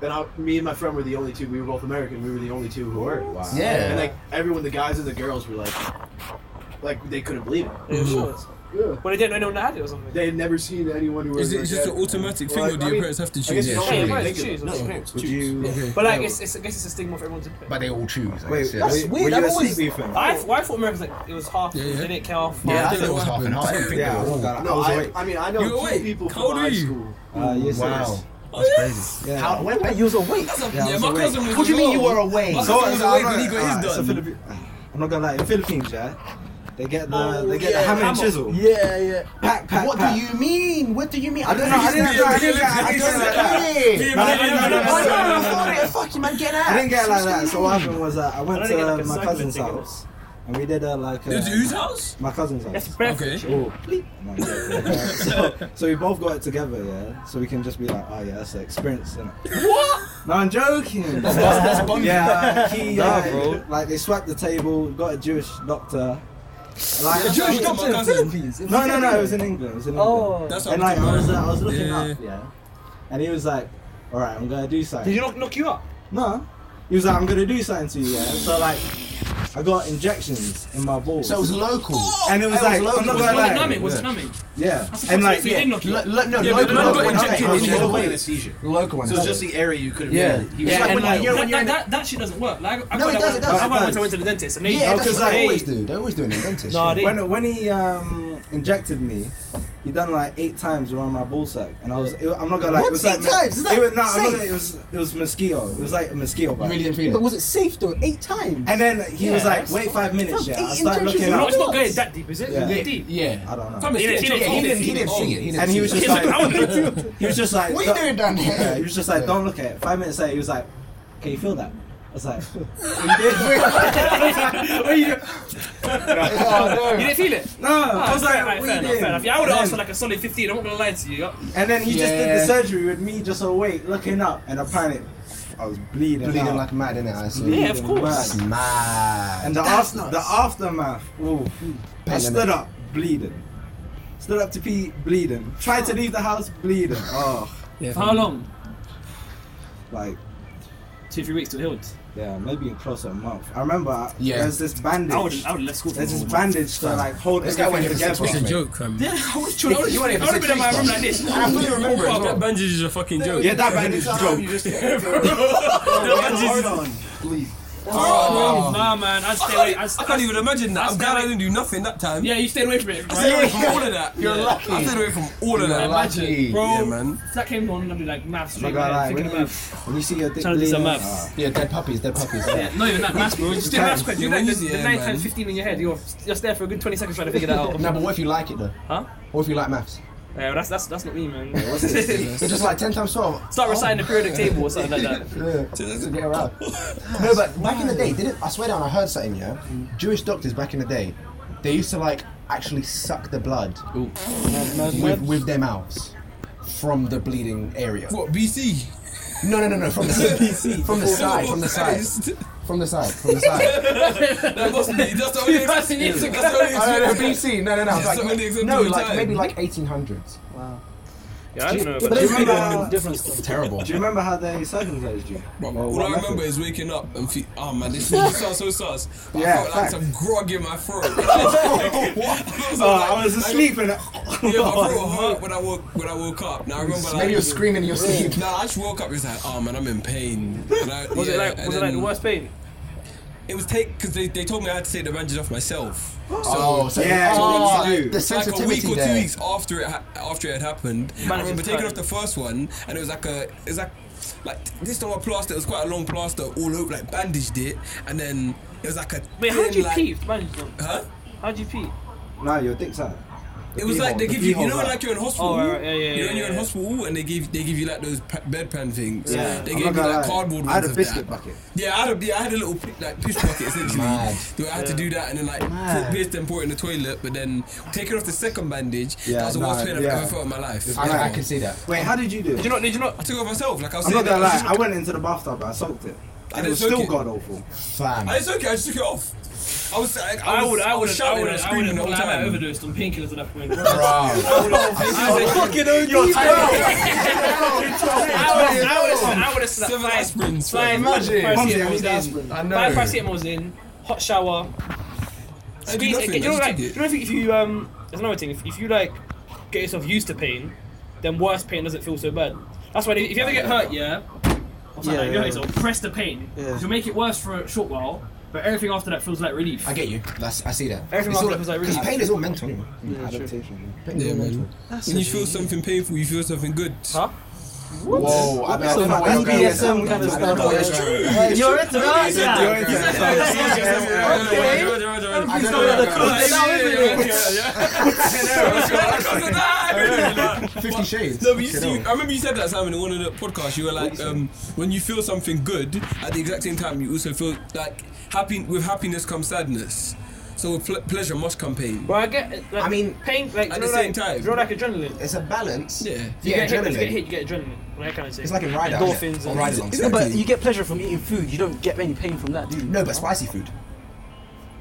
And I, me and my friend were the only two. We were both American. We were the only two who were. And Yeah. like everyone, the guys and the girls were like, like they couldn't believe it. Yeah, sure. Yeah. Well, they didn't know anyone that had it or something. They had never seen anyone who was. Is it just an automatic thing, Well, or I do your mean, parents have to I guess choose? you don't Yeah, really yeah, think yeah. of it. No. No, parents would choose. Okay. But like, it's, it's, I guess it's a stigma for everyone to pick. But they all choose. I Wait, guess, yeah. that's Wait, weird. that Were you a was- CB fan? I, well, I thought Americans like it was half. Yeah, yeah. They didn't care. Half, Yeah, half. I thought it was half and half. I didn't think Yeah, I they were was all. that. No, was I, awake. I mean I know You two awake? people How from old are high you? school. Uh, yes, Wow. yes. That's crazy. Yeah. How, when, Wait, you was awake. That's a- Yeah, I yeah, was my awake. cousin was what do you mean you were alone. awake? My So, cousin was so I'm, awake not, when he got his so done. Philippi- I'm not gonna lie. In Philippines, yeah, they get the Oh, they get yeah, the hammer and hammer. chisel. Yeah, yeah. Pack, pack, What pack. do you mean? What do you mean? I don't don't know, know. I I didn't didn't know. do it, I I didn't didn't know. I do it, I didn't know. Yeah, No, yeah, no, no, yeah, no, yeah. no, no, no, no. Fuck you, man. Get out. I didn't get it like that. So what happened was that I went I to don't think I can my cycle cousin's it, take it. house, and we did a like Did you a, whose house? my cousin's house. That's breath. Okay. Oh, no, yeah, yeah. so, so we both got it together, yeah. So we can just be like, oh yeah, that's the experience. Innit? What? No, I'm joking. That's, that's bunky. Yeah, like, he, Nah, like, bro. Like they swept the table, got a Jewish doctor. Like, A Jewish doctor in No, Philippines? no, no. It was in England. It was in England. Oh. That's and what like I was, happened. uh, I was looking Yeah. up, yeah. And he was like, "All right, I'm gonna do something." Did you not knock you up? No. He was like, "I'm gonna do something to you." Yeah. So like, I got injections in my balls. So it was local. and it was like, I'm Was not gonna it lie. numbing? Was it numbing? Yeah. That's the first And like, thing, so you did knock you Lo- up. lo- no, Yeah, but local, no, local, no, one. injected Okay, in local your one. way. anesthesia. Local one. So it's just the area you could have Yeah. been in. He was Yeah, like, and When, like, like, you're- that, you're in that, that, that shit doesn't work. Like, I, No, it does, got that one- it does, I it went- went does. to- went to the dentist and they Yeah, I was that's what like, they hey, always do. They always do in the dentist. Nah, they- when when he um injected me, he done like eight times around my ball sack, and I was it, I'm not gonna like it was What's like eight times? Is that it was, no, I'm not safe? gonna, it was it was mosquito. It was like a mosquito bite. You really didn't feel But it. was it safe though? Eight times. And then he was Yeah, like, "Wait five minutes, yeah." I eight started looking injections, no, up. it's not going that deep, is it? Yeah. It's Deep. Yeah. I don't know. Thomas, He didn't- yeah, he didn't- yeah, He didn't, he didn't see it. He didn't And see he was it. just like, he was just like, What are you doing down Yeah, here? he was just like, "Don't look at it." Five minutes later, he was like, "Can you feel that?" I was like, You didn't feel it? "No." I was Ah, like, fair, right, fair "What are you enough, doing?" fair enough. Yeah, I would have And asked for then- like a solid 15, I'm not gonna lie to you. yeah. And then he just did Yeah. the surgery with me just awake, looking up, and apparently, I was bleeding. Bleeding out. like mad, innit? I saw. Yeah, of course. That's mad. And the, That's after, the nuts. aftermath, ooh, I Pain, stood innit? up bleeding. Stood up to pee bleeding. Tried to leave the house bleeding. Oh, For how long? like, Two, three weeks to healed. yeah, maybe close to a month. I remember I- Yeah. there's this bandage. I would I would left school for there's this a month. bandage to like hold This guy went everything here for six together. It's a weeks. joke, fam. Yeah, I would chill. I would You weren't have even been in my room like this. I fully remember as well. Oh, That bandage is a fucking joke. Yeah, that bandage It's not joke. how you just- Hold on, please. Oh, nah, man, I'd stay away. I'd, I can't even imagine that. I'm That's glad I direct. didn't do nothing that time. Yeah, you stayed away from it. I Right? stayed away from all of that. You're lucky. I stayed away from all of that. Lucky. Bro. Yeah, man. If that came on, I'd be like maths. I'm Straight not gonna away, lie, thinking when you, about. when you see your dick Trying to do some bleeding, ah, maths. Yeah, dead puppies, dead puppies. yeah. Not even that maths, bro. You just did maths quick. You When like you the, see the it, nine man. times fifteen in your head. You're just there for a good twenty seconds trying to figure that out. No, but what if you like it though? Huh? What if you like maths? Yeah, that's that's that's not me, man. It's just like 10 times 12. Start reciting the periodic table or something like that. Yeah, just get around. No, but back in the day, didn't I swear down? I heard something. Yeah, Jewish doctors back in the day, they used to like actually suck the blood with, with their mouths from the bleeding area. What, Oh, BC? No, no, no, no, from the side, from the side, from the side, from the side, from the side. That was me. That's the only excuse. That's the only I don't know, excuse. BC. No, no, no. It's not really Like, acceptable no, in like time. maybe like 1800s. Yeah, I don't know. But But it's remember a how- different stuff. Terrible. Do you remember how they circumcised you? Bro, Well, all what I method? remember is waking up and feel, oh man, this is so so sus. But Yeah, I felt like facts. some grog in my throat. Like, what? Oh, I was asleep and Like, yeah, my throat hurt when I woke when I woke up. Now I remember like Maybe you're screaming in your sleep. No, I just woke up. It was like, oh man, I'm in pain. And I- was it yeah, like and was it like the then worst pain? It was take because they, they told me I had to take the bandage off myself. So Oh, so Yeah, oh, what do you do? the like a sensitivity week or two there. weeks after it ha- after it had happened, I Managed remember to taking try. off the first one, and it was like a it was like like this time I plastered. It was quite a long plaster all over, like bandaged it, and then it was like a. Wait, how thin, did you like, pee? Man, you don't- Huh? how did you pee? no, your dick's out. it was like they give you, you know, like you're in hospital. Oh, right, yeah, yeah, you know, when yeah, you're in yeah. hospital and they give they give you like those pa- bedpan things. Yeah. They I'm gave not me gonna like lie. cardboard I had ones a of biscuit that. bucket. Yeah, I had a, yeah, I had a little pi- like push bucket essentially. Do I had to do that and then like put paste and pour it in the toilet, but then taking off the second bandage. Yeah, that was the worst nah, pain I've yeah. ever felt in my life. I, I can see that. Wait, how did you do? Did it? you not? Did you not? I took it off myself. Like I was I'm not saying, gonna I was lie. just- I went into the bathtub. I soaked it. I And didn't it soak still it. god awful. Fam. I just took it. I just took it off. I was like, I, I was, would, I would, was I shouting would, and I would, screaming the whole I time. overdosed on painkillers at that point. Bro. Fucking OG, I would have slept Seven five, aspirins. five, fam. Imagine. paracetamol's in, aspirin. I five know. paracetamol's in, hot shower. I did Squeeze nothing, it. You know, I like, just you did it. know, if you, if you um, there's another thing. If, if you like, get yourself used to pain, then worse pain doesn't feel so bad. That's why they, if you ever get hurt, yeah, or something Yeah, like, you yeah, know, yeah. it's all press the pain. Yeah. You'll make it worse for a short while, but everything after that feels like relief. I get you. That's, I see that. Everything It's else all- happens like really- 'cause pain is all mental. anyway. Adaptation. Yeah, man. When you feel something painful, you feel something good. Huh? Oh, Whoa. I bet I don't know where you're going with that. BDSM kind of No, Oh, it's stuff. true. You're into that? Yeah. Fifty Shades. No, but you, you, I remember you said that Simon in one of the podcasts. You were like, um, when you feel something good, at the exact same time, you also feel like happy. With happiness comes sadness, so with ple- pleasure must come pain. Well, I get. Like, I mean, pain. Like, at you know, the like, same time. you know, like adrenaline. It's a balance. Yeah. You Yeah, get hit, if you adrenaline. get hit, you get adrenaline. That kind of thing. It's like in Rider. Endorphins Or and- Rider. No, but you get pleasure from eating food. You don't get any pain from that, do you? No, but spicy food.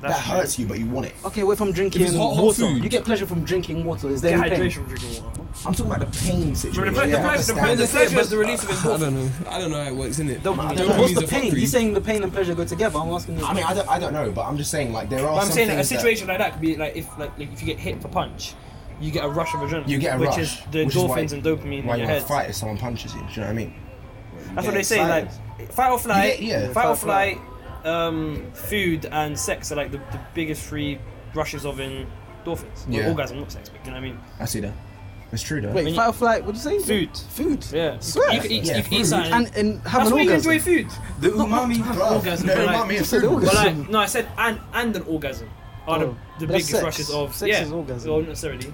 That hurts you, but you want it. Okay, what if I'm drinking it's hot, hot water? food. You get pleasure from drinking water. Is there Get any pain? hydration from drinking water. I'm talking about the pain But the situation. pleasure, Yeah, I the pleasure, understand the that. pleasure is the release of I endorphins. don't know. I don't know how it works, innit? No, Dopamine what's is the a pain? fuckery. He's saying the pain and pleasure go together. I'm asking you. I mean, I don't, I don't know, but I'm just saying, like, there are But I'm some saying that a things that- situation like that could be like if like, like if you get hit for punch, you get a rush of adrenaline. You get a which rush, is the which is why- endorphins and dopamine why you in want your head. to fight if someone punches you. Do you know what I mean? That's You what get they say. excited. Like fight or flight, You get- yeah, fight, fight or or flight, um, food and sex are like the, the biggest three rushes of endorphins. Yeah. Well, orgasm, not sex, but you know what I mean. I see that. It's true, though. Wait, mean- fight or flight? What'd you say? Food. Food. Yeah, Swear. you can eat, Yeah, you can eat food. something. And and have that's an why you orgasm. enjoy food. The umami. Bro, orgasm, no, but remind like- me of said food. orgasm. But like, no, I said and and an orgasm are Oh, the, the that's biggest sex. rushes of Sex yeah. is orgasm. Well, not necessarily.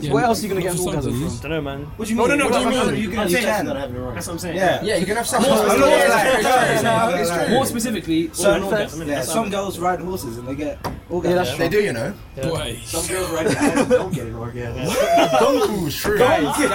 Yeah, Where else are you gonna but get an for some orgasm reason- from? Don't know, man. What do you No, mean? no, no. What do you about- mean? You I'm can, you saying- can. Not having a That's right. what I'm saying. Yeah. Yeah, you can have some. I'm not- Yeah, I'm not- it's true. More specifically, So, orgasm. orgasm isn't it? yeah, That's some girls ride horses and they get orgasms. Yeah, that's They true. do, you know. Boy. Some girls right now don't get an orgasm. Ooh, it's true. It's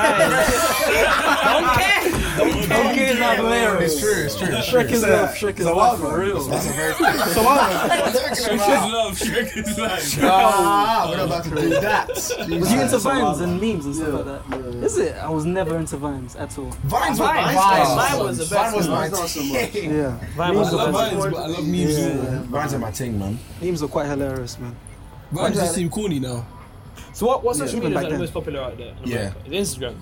Okay, true, it's true. it's Shrek true. is uh, love. Shrek is love. For real. That's a very cool. Shrek is love. Shrek is life. Ah, we're not about to do that. Was you Jesus. into vines and memes and stuff like that? Is it? I was never into vines at all. Vines were Vines. Vines. Vine was the Vine best. was Mine's my not so much. thing. Yeah. Vine I was the love best. vines, but I love memes. more. Vines are my thing, man. Memes are quite hilarious, man. Vines just seem corny now. So what, what social even media is back like the then. most popular out there? in Yeah. America? It's Instagram.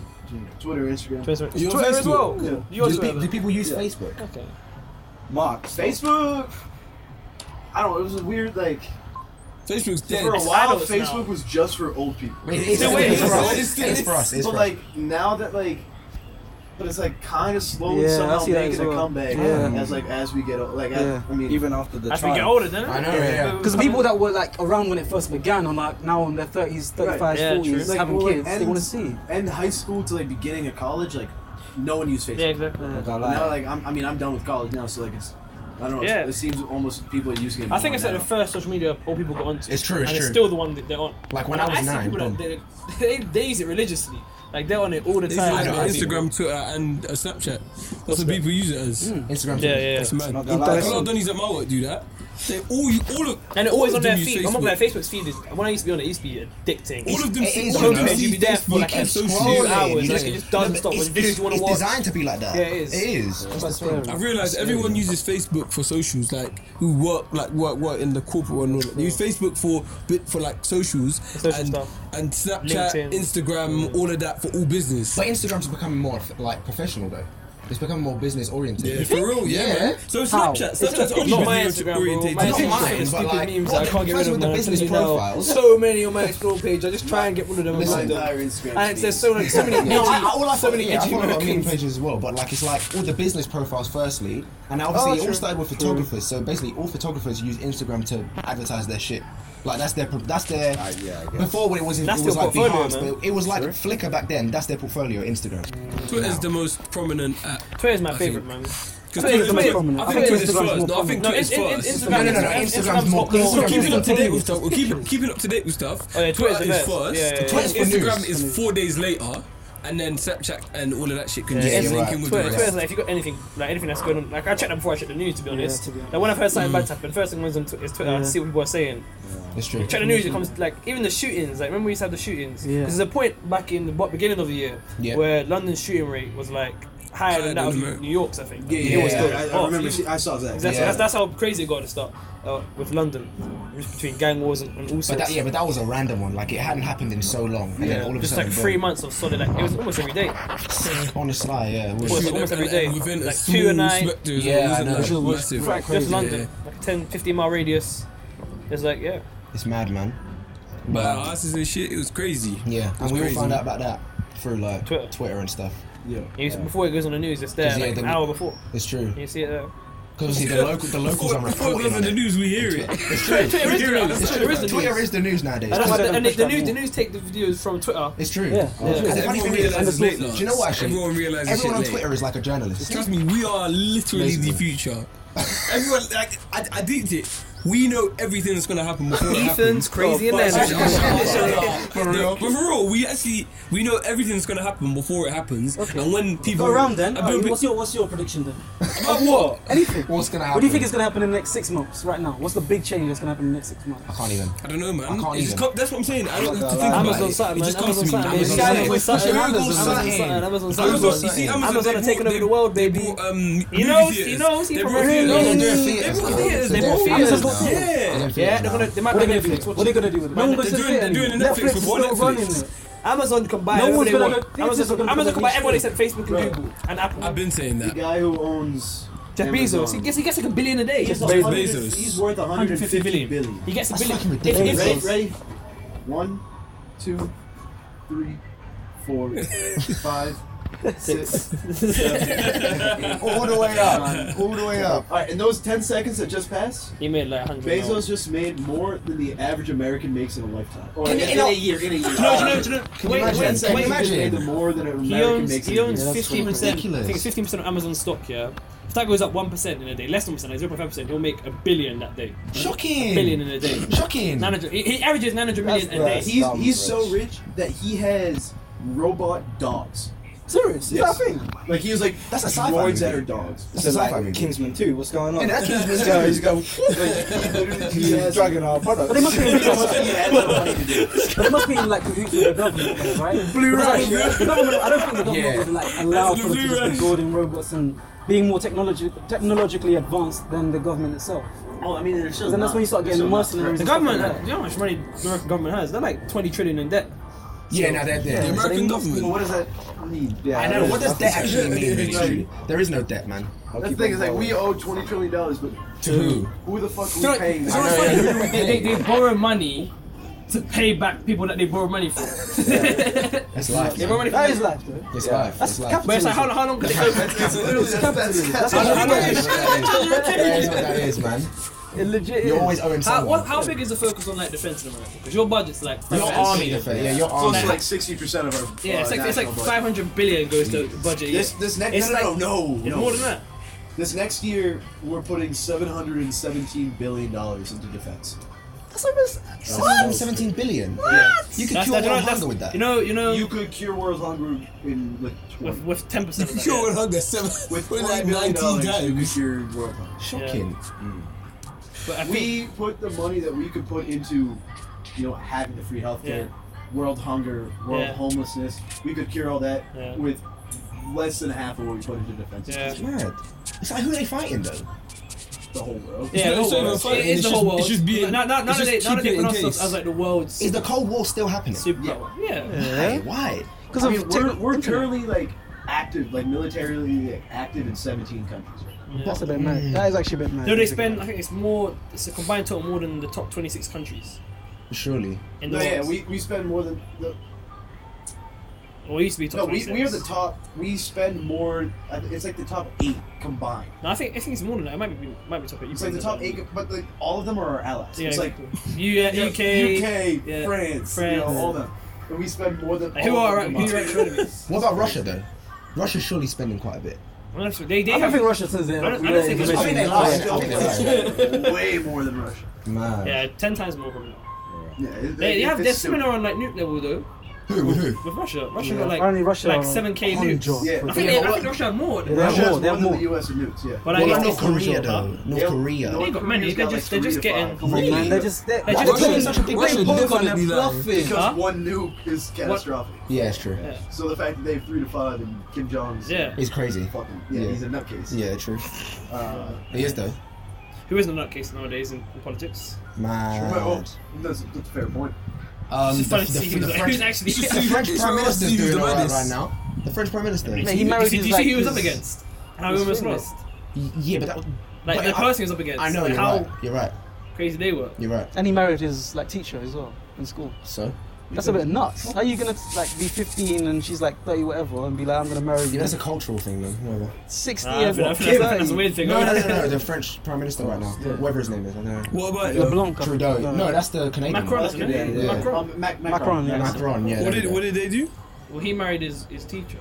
Twitter, Instagram. Twitter, Your Twitter as Facebook. well. You also Do, pe- have do it. people use Facebook? Okay. Mark. Facebook. I don't know. It was weird. Like Facebook's dead. for a It's while, adults now. Facebook was just for old people. Wait, it's, So wait, it's, it's- for us. it's- It's, for us. It's but for us. like now that like, but it's like kind of slowly Yeah, I somehow see that making as a well. comeback Yeah. as like as we get old. Like Yeah. I, I mean, Even after the As we trial. get older, then. I know, yeah. Because the people that were like around when it first began are like now in their thirties, Right. thirty-fives, Yeah, true. forties, Like, having well, kids. They and- want to see. end high school to like beginning of college, like no one used Facebook. Yeah, exactly. Not gonna But lie. Now, like I'm, I mean, I'm done with college now, so like it's, I don't know. Yeah. It seems almost people are using it. I think it's more like the now. first social media all people got onto. It's true, it's and it's true. still the one that they're on. Like, when I was see nine, people that boom. they, they, they use it religiously. Like they're on it all the It's time. like know, I see. Instagram, Twitter, and uh, Snapchat. That's what people use it as. Instagram. Yeah, yeah, It's mad. A Not lot gonna lie. of Donnies at my work do that. They all, you- all of, And it always on all of their them use feed. I'm not Facebook. like Facebook's feed is when I used to be on it, it used to be addicting. All of them, It see, is all of on them there. see You'd be there for Facebook like a and few social hours. media. Like it just doesn't stop. There's videos you want to it's watch. designed to be like that. Yeah, it is. It is. That's the thing. I've realised everyone uses Facebook for socials, like who work, like work, work in the corporate and all that. They use Facebook for bit for like socials social and stuff. and Snapchat, LinkedIn. Instagram, all of that for all business. But Instagram's becoming more like professional though. It's becoming more business yeah, oriented. for real, yeah. man. So How? Snapchat, It's Snapchat's only not my business Instagram, bro. orientated. My Not Instagram's mine, full of but stupid like, memes what that I the can't fuck's get rid with of. the man. I'm business telling you now. profiles? So many on my explore page. I just try and get rid of them. Listen. and Like, find our them. Instagram And it feed. says so like so many edgy, No, I, I, all I so follow, many yeah, I edgy follow about meme Americans. pages as well, but like it's like all the business profiles firstly, and obviously it all started with photographers. So basically, all photographers use Instagram to advertise their shit. Like that's their pro- that's their yeah, I guess. before when it was in, That's it was their like portfolio, Behance, man. but it was like Flickr back then. That's their portfolio, Instagram. Twitter's the most prominent app. Twitter's my favourite, man. Twitter's Because Twitter's the most Twitter, prominent. I think I think Twitter's Instagram's more first. No, I think prominent. Twitter's No, in- in- first. Instagram No, no, no, no, is- Instagram's Instagram's more- more- We're keeping Instagram's up to date more- with stuff. We're keeping keeping up to date with stuff. Oh, yeah, Twitter's Twitter the is best. first. Yeah, yeah, yeah. Twitter's for Instagram news. is four days later, and then Snapchat and all of that shit can Yeah, just you're link right. in with the Twitter, Twitter's rest. like if you got anything like anything that's going on. Like I checked that before I checked the news to be honest. to be Like when I've heard something bad's happened, first thing was on Tw- is Twitter. I Yeah. see what people are saying. It's true. You check the news, it comes like even the shootings. Like remember we used to have the shootings. Yeah. There's a point back in the bo- beginning of the year Yeah. where London's shooting rate was like higher than that of America. New York's. I think. Yeah, yeah, It was yeah, still I, I off. remember. She, I saw that. That's, Yeah. that's, that's how crazy it got to start uh, with London, just between gang wars and, and all sorts. But that, yeah, but that was a random one. Like it hadn't happened in so long, and then all of a just sudden, like three months of solid. Like it was almost every day. boom, on the sly. Yeah, it was- Well, it's Shooting almost up every and- and day. Within a Like, small two and nine. spectre as Yeah, well, I isn't know. that Sure, massive? Like, just London, like a 10, 15 mile radius. It's like yeah. it's mad, man. But our asses and shit, it was crazy. Yeah, and was we all crazy. found out about that through like uh, Twitter. Twitter, and stuff. Yeah. You- Before it goes on the news, it's there 'Cause, yeah, like an the- hour before. It's true. You see it there. Because obviously the local, the locals Before are before it reporting goes on on the it. news, we hear it. It's true. Twitter is the You're right, news. that's Twitter is the Twitter news. is the news nowadays. And, that's why Twitter the, and the, pushed the that news, more. the news take the videos from Twitter. It's true. Yeah, yeah. And the funny Everyone thing is, realizes late do last. you know what? Actually, Everyone realizes everyone on shit late. Twitter is like a journalist. Trust me, we are literally the future. Everyone, like, I, I did it. We know everything that's gonna happen before it happens. Ethan's crazy and Shut then. up, shut up. For real, but for real, we actually we know everything that's gonna happen before it happens, and when people Go around then. I've Alright, been- what's your what's your prediction then? About what? Anything. What's gonna happen? What do you think is going to happen in the next six months right now? What's the big change that's going to happen in the next six months? I can't even. I don't know, man. I can't It's even. co- that's what I'm saying. I don't have to think about Amazon it. Saturn, it just man. comes Amazon to me. Saturn. Amazon Saturn. Saturn. Amazon Saturn. Amazon Amazon Saturn. Amazon Amazon, you see, Saturn. Amazon, Amazon they are bought- taking over they- the world, they baby. bought, um, He movie knows, theaters. he knows, he They from bought here theaters. knows. They're They theaters bought now. theaters. They They're bought theaters theaters. now. Yeah. Yeah, they're gonna. They might What are be they Netflix. going to do? What are they going to do with it? No No one one's goes to theatre going anymore. to Netflix Netflix before is not Netflix. running it. Amazon can buy No everyone one's they gonna want. go- Netflix Amazon, are gonna Amazon go can buy to everyone the except Facebook and Google and I've Apple. been saying that. The guy who owns Jeff Bezos. He gets, he gets like a billion a day. He He's, gets a a hundred- Bezos. he's worth 150 150 billion. billion. He gets a That's billion. fucking If- ridiculous. Ready? if- Ready? One, two, three, four, five, six. All the way up. All the way up. All right, in those 10 seconds that just passed, He made like 100. Bezos just made more than the average American makes in a lifetime. Or In- in, in a a- year, in a year. No, no, no, no. you imagine? Wait, Can you wait, wait. He just made imagine? the more than an He American owns, makes he in a year. owns That's 15%, I think ridiculous. it's 15% of Amazon stock, yeah? If that goes up 1% in a day, less than 1%, like 0.5%, he'll make a billion that day. Shocking. billion in a day. Shocking. 900 he, he averages 900 million a day. He's, he's so rich that he has robot dogs. Serious? Is Yes. that a thing? Like he was like That's a sci-fi droids movie. that are dogs. That's So a sci-fi like movie. Kingsman 2, what's going on? Yeah, that's Kingsman So 2. he's going, He he's has, dragging our products. But they must be in he has no money to do. it. But they must be in like cahoots with the government, though, right? Blue right. The government, I don't think the government Yeah. would like allow the for them to just Blu-rays. be building robots and being more technologi- technologically advanced than the government itself. Oh, I mean, there's still. Because then not- that's when you start there's getting still not mercenaries. The and stuff government, like has, you know how much money the American government has? They're like 20 trillion in debt. Yeah, now they're there. The American government. But what does that mean? Yeah, I know. What does debt actually mean? Like, It's true. There is no debt, man. That's the thing is like we owe twenty trillion dollars, but To who? who the fuck So- are we paying? so it's funny, they, they, they borrow money to pay back people that they borrow money from. That's life. they borrow money man. from That is life, though. It's life. It's life. But it's like, how, how long can they That's That's what what I'm that is. That is what that is, man. It legit You're is. always owing How, someone. what, how big is the focus on like defense in America? Because your budget's like Your defense. army. Yeah, your So army. it's like sixty percent of our. Yeah, it's uh, like it's like national budget. 500 billion goes to the budget. This yeah. this It's next no, like- no no It's no more than that. This next year we're putting seven hundred and seventeen billion dollars into defense. That's almost 17 billion. You could That's- cure that's- world you know, hunger that's- with that. You know, you know, You could cure world hunger in like with, twenty. with 10 percent of that. Yo, yeah. we're hungry seven, With we're $40 like 19 billion, you could times. cure world hunger. Shocking. But I think We put the money that we could put into, you know, having the free healthcare, world hunger, world Yeah. homelessness. We could cure all that Yeah. with less than half of what we put into defense. Yeah. It's mad. It's like who are they fighting though? The whole world. yeah, the not- it's whole not even world. fighting, It is it's the just- whole world. it's just being- Now, now, now it's that they, just now that they keeping it in pronounce us case. as like the world's Is the Cold War still happening? superpower. Yeah. Why? Why? Because I of mean, tech- we're, we're internet. currently like active, like militarily like, active in 17 countries. That's a bit mad. That is actually a bit mad. No, they spend. I think it's more. It's a combined total more than the top 26 countries Surely. in the No, yeah, world. we, we spend more than the. Well, we used to be top No, we, 26. we are the top. We spend more. I think It's like the top eight combined. No, I think I think it's more than that. It might be might be top eight. You It's like the probably top know eight, but like all of them are our allies. that. Yeah, it's like exactly. you, yeah, yeah, UK, UK, France, you know, all them. And we spend more than Who all are of who them are combined. actual enemies? What about Russia though? Russia's surely spending quite a bit. Honestly, they they I have. don't think Russia says that. I don't- I don't think it's- I mean, they Yeah. lost. I think they lost way more than Russia. Man. yeah, ten times more probably. Yeah, They, they have they're it's stupid. similar on like nuke level though Who? With who? with Russia. Russia Yeah, got like apparently Russia like are seven k on nukes. job. Yeah. I think, Yeah, they, I but- think Russia have more. They have Russia more. has They more have than more. the U.S. and nukes. Yeah. But Well, like, like it's- North Korea though. North Yeah. Korea. North They got many, Korea's they're got, just- they're three just or five. getting- Really? Man, they're just they're, Russia- they're playing Russia- such a big Russia game. Poker and definitely they're lying. bluffing. Because Huh? one nuke is catastrophic. Yeah, it's true. Yeah. So the fact that they have three to five and Kim Jong's yeah, He's crazy. fucking yeah, Yeah. he's a nutcase. Yeah, true. Uh, He is though. who isn't a nutcase nowadays in, in politics? Man. but, oh, that's, that's a fair point. Um, It's just funny to see who's, like, who's actually. the Did French It's Prime not Minister's Steve doing alright Damaris. right now. The French Prime Minister. Man, Y- he married you his, see like, who he was up his- against? How he his almost friend. lost. Yeah, but that was. Like but the I- person he was up against. I know like, you're how right. You're right. crazy they were. You're right. And he married his like teacher as well in school. So That's a bit nuts. How are you gonna like be 15 and she's like 30 whatever and be like I'm gonna marry yeah, you? that's a cultural thing, man. Whatever. 60 Ah, I and think- I what? think that's, I think that's a 30? weird thing. No, no, no, no, no. The French Prime Minister right now, whatever his name is, I don't know. What about uh, LeBlanc. I Trudeau. think. No, that's the Canadian. Macron, one. isn't it? Yeah, yeah. Macron. Um, Mac- Macron. Yeah, yeah. Macron. Yeah. what there did you what go. did they do? Well, he married his, his teacher.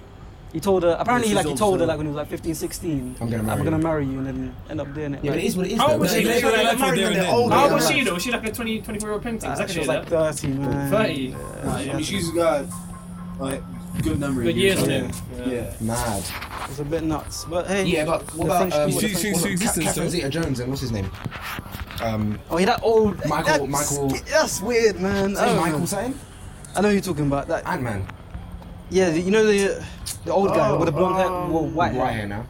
He told her. Apparently, Yeah, like he she's told her also- like when he was like 15, 16. I'm gonna marry I'm gonna you. marry you and then end up doing it. Yeah, but it like, is what it is. How though. old was They- she? they- They- they they- married they- when they're they- older. How yeah. old was she though? Was she like a 20, 24 year old painting? uh, Second she was year, like that. 30, man. 30. I mean, she's got like good number of Good years on on him. Yeah. yeah. Mad. It's a bit nuts, but hey. Yeah, but what the about French um, people- what She- about she- Ca- she existed, Catherine so- Zeta-Jones and what's his name? Um, Oh, yeah, that old Michael- that's- Michael- That's weird, man. I, is it don't Michael know. something? I know who you're talking about. That Ant-Man. yeah, you know the the old guy with the blonde hair, well, white Right hair. here now,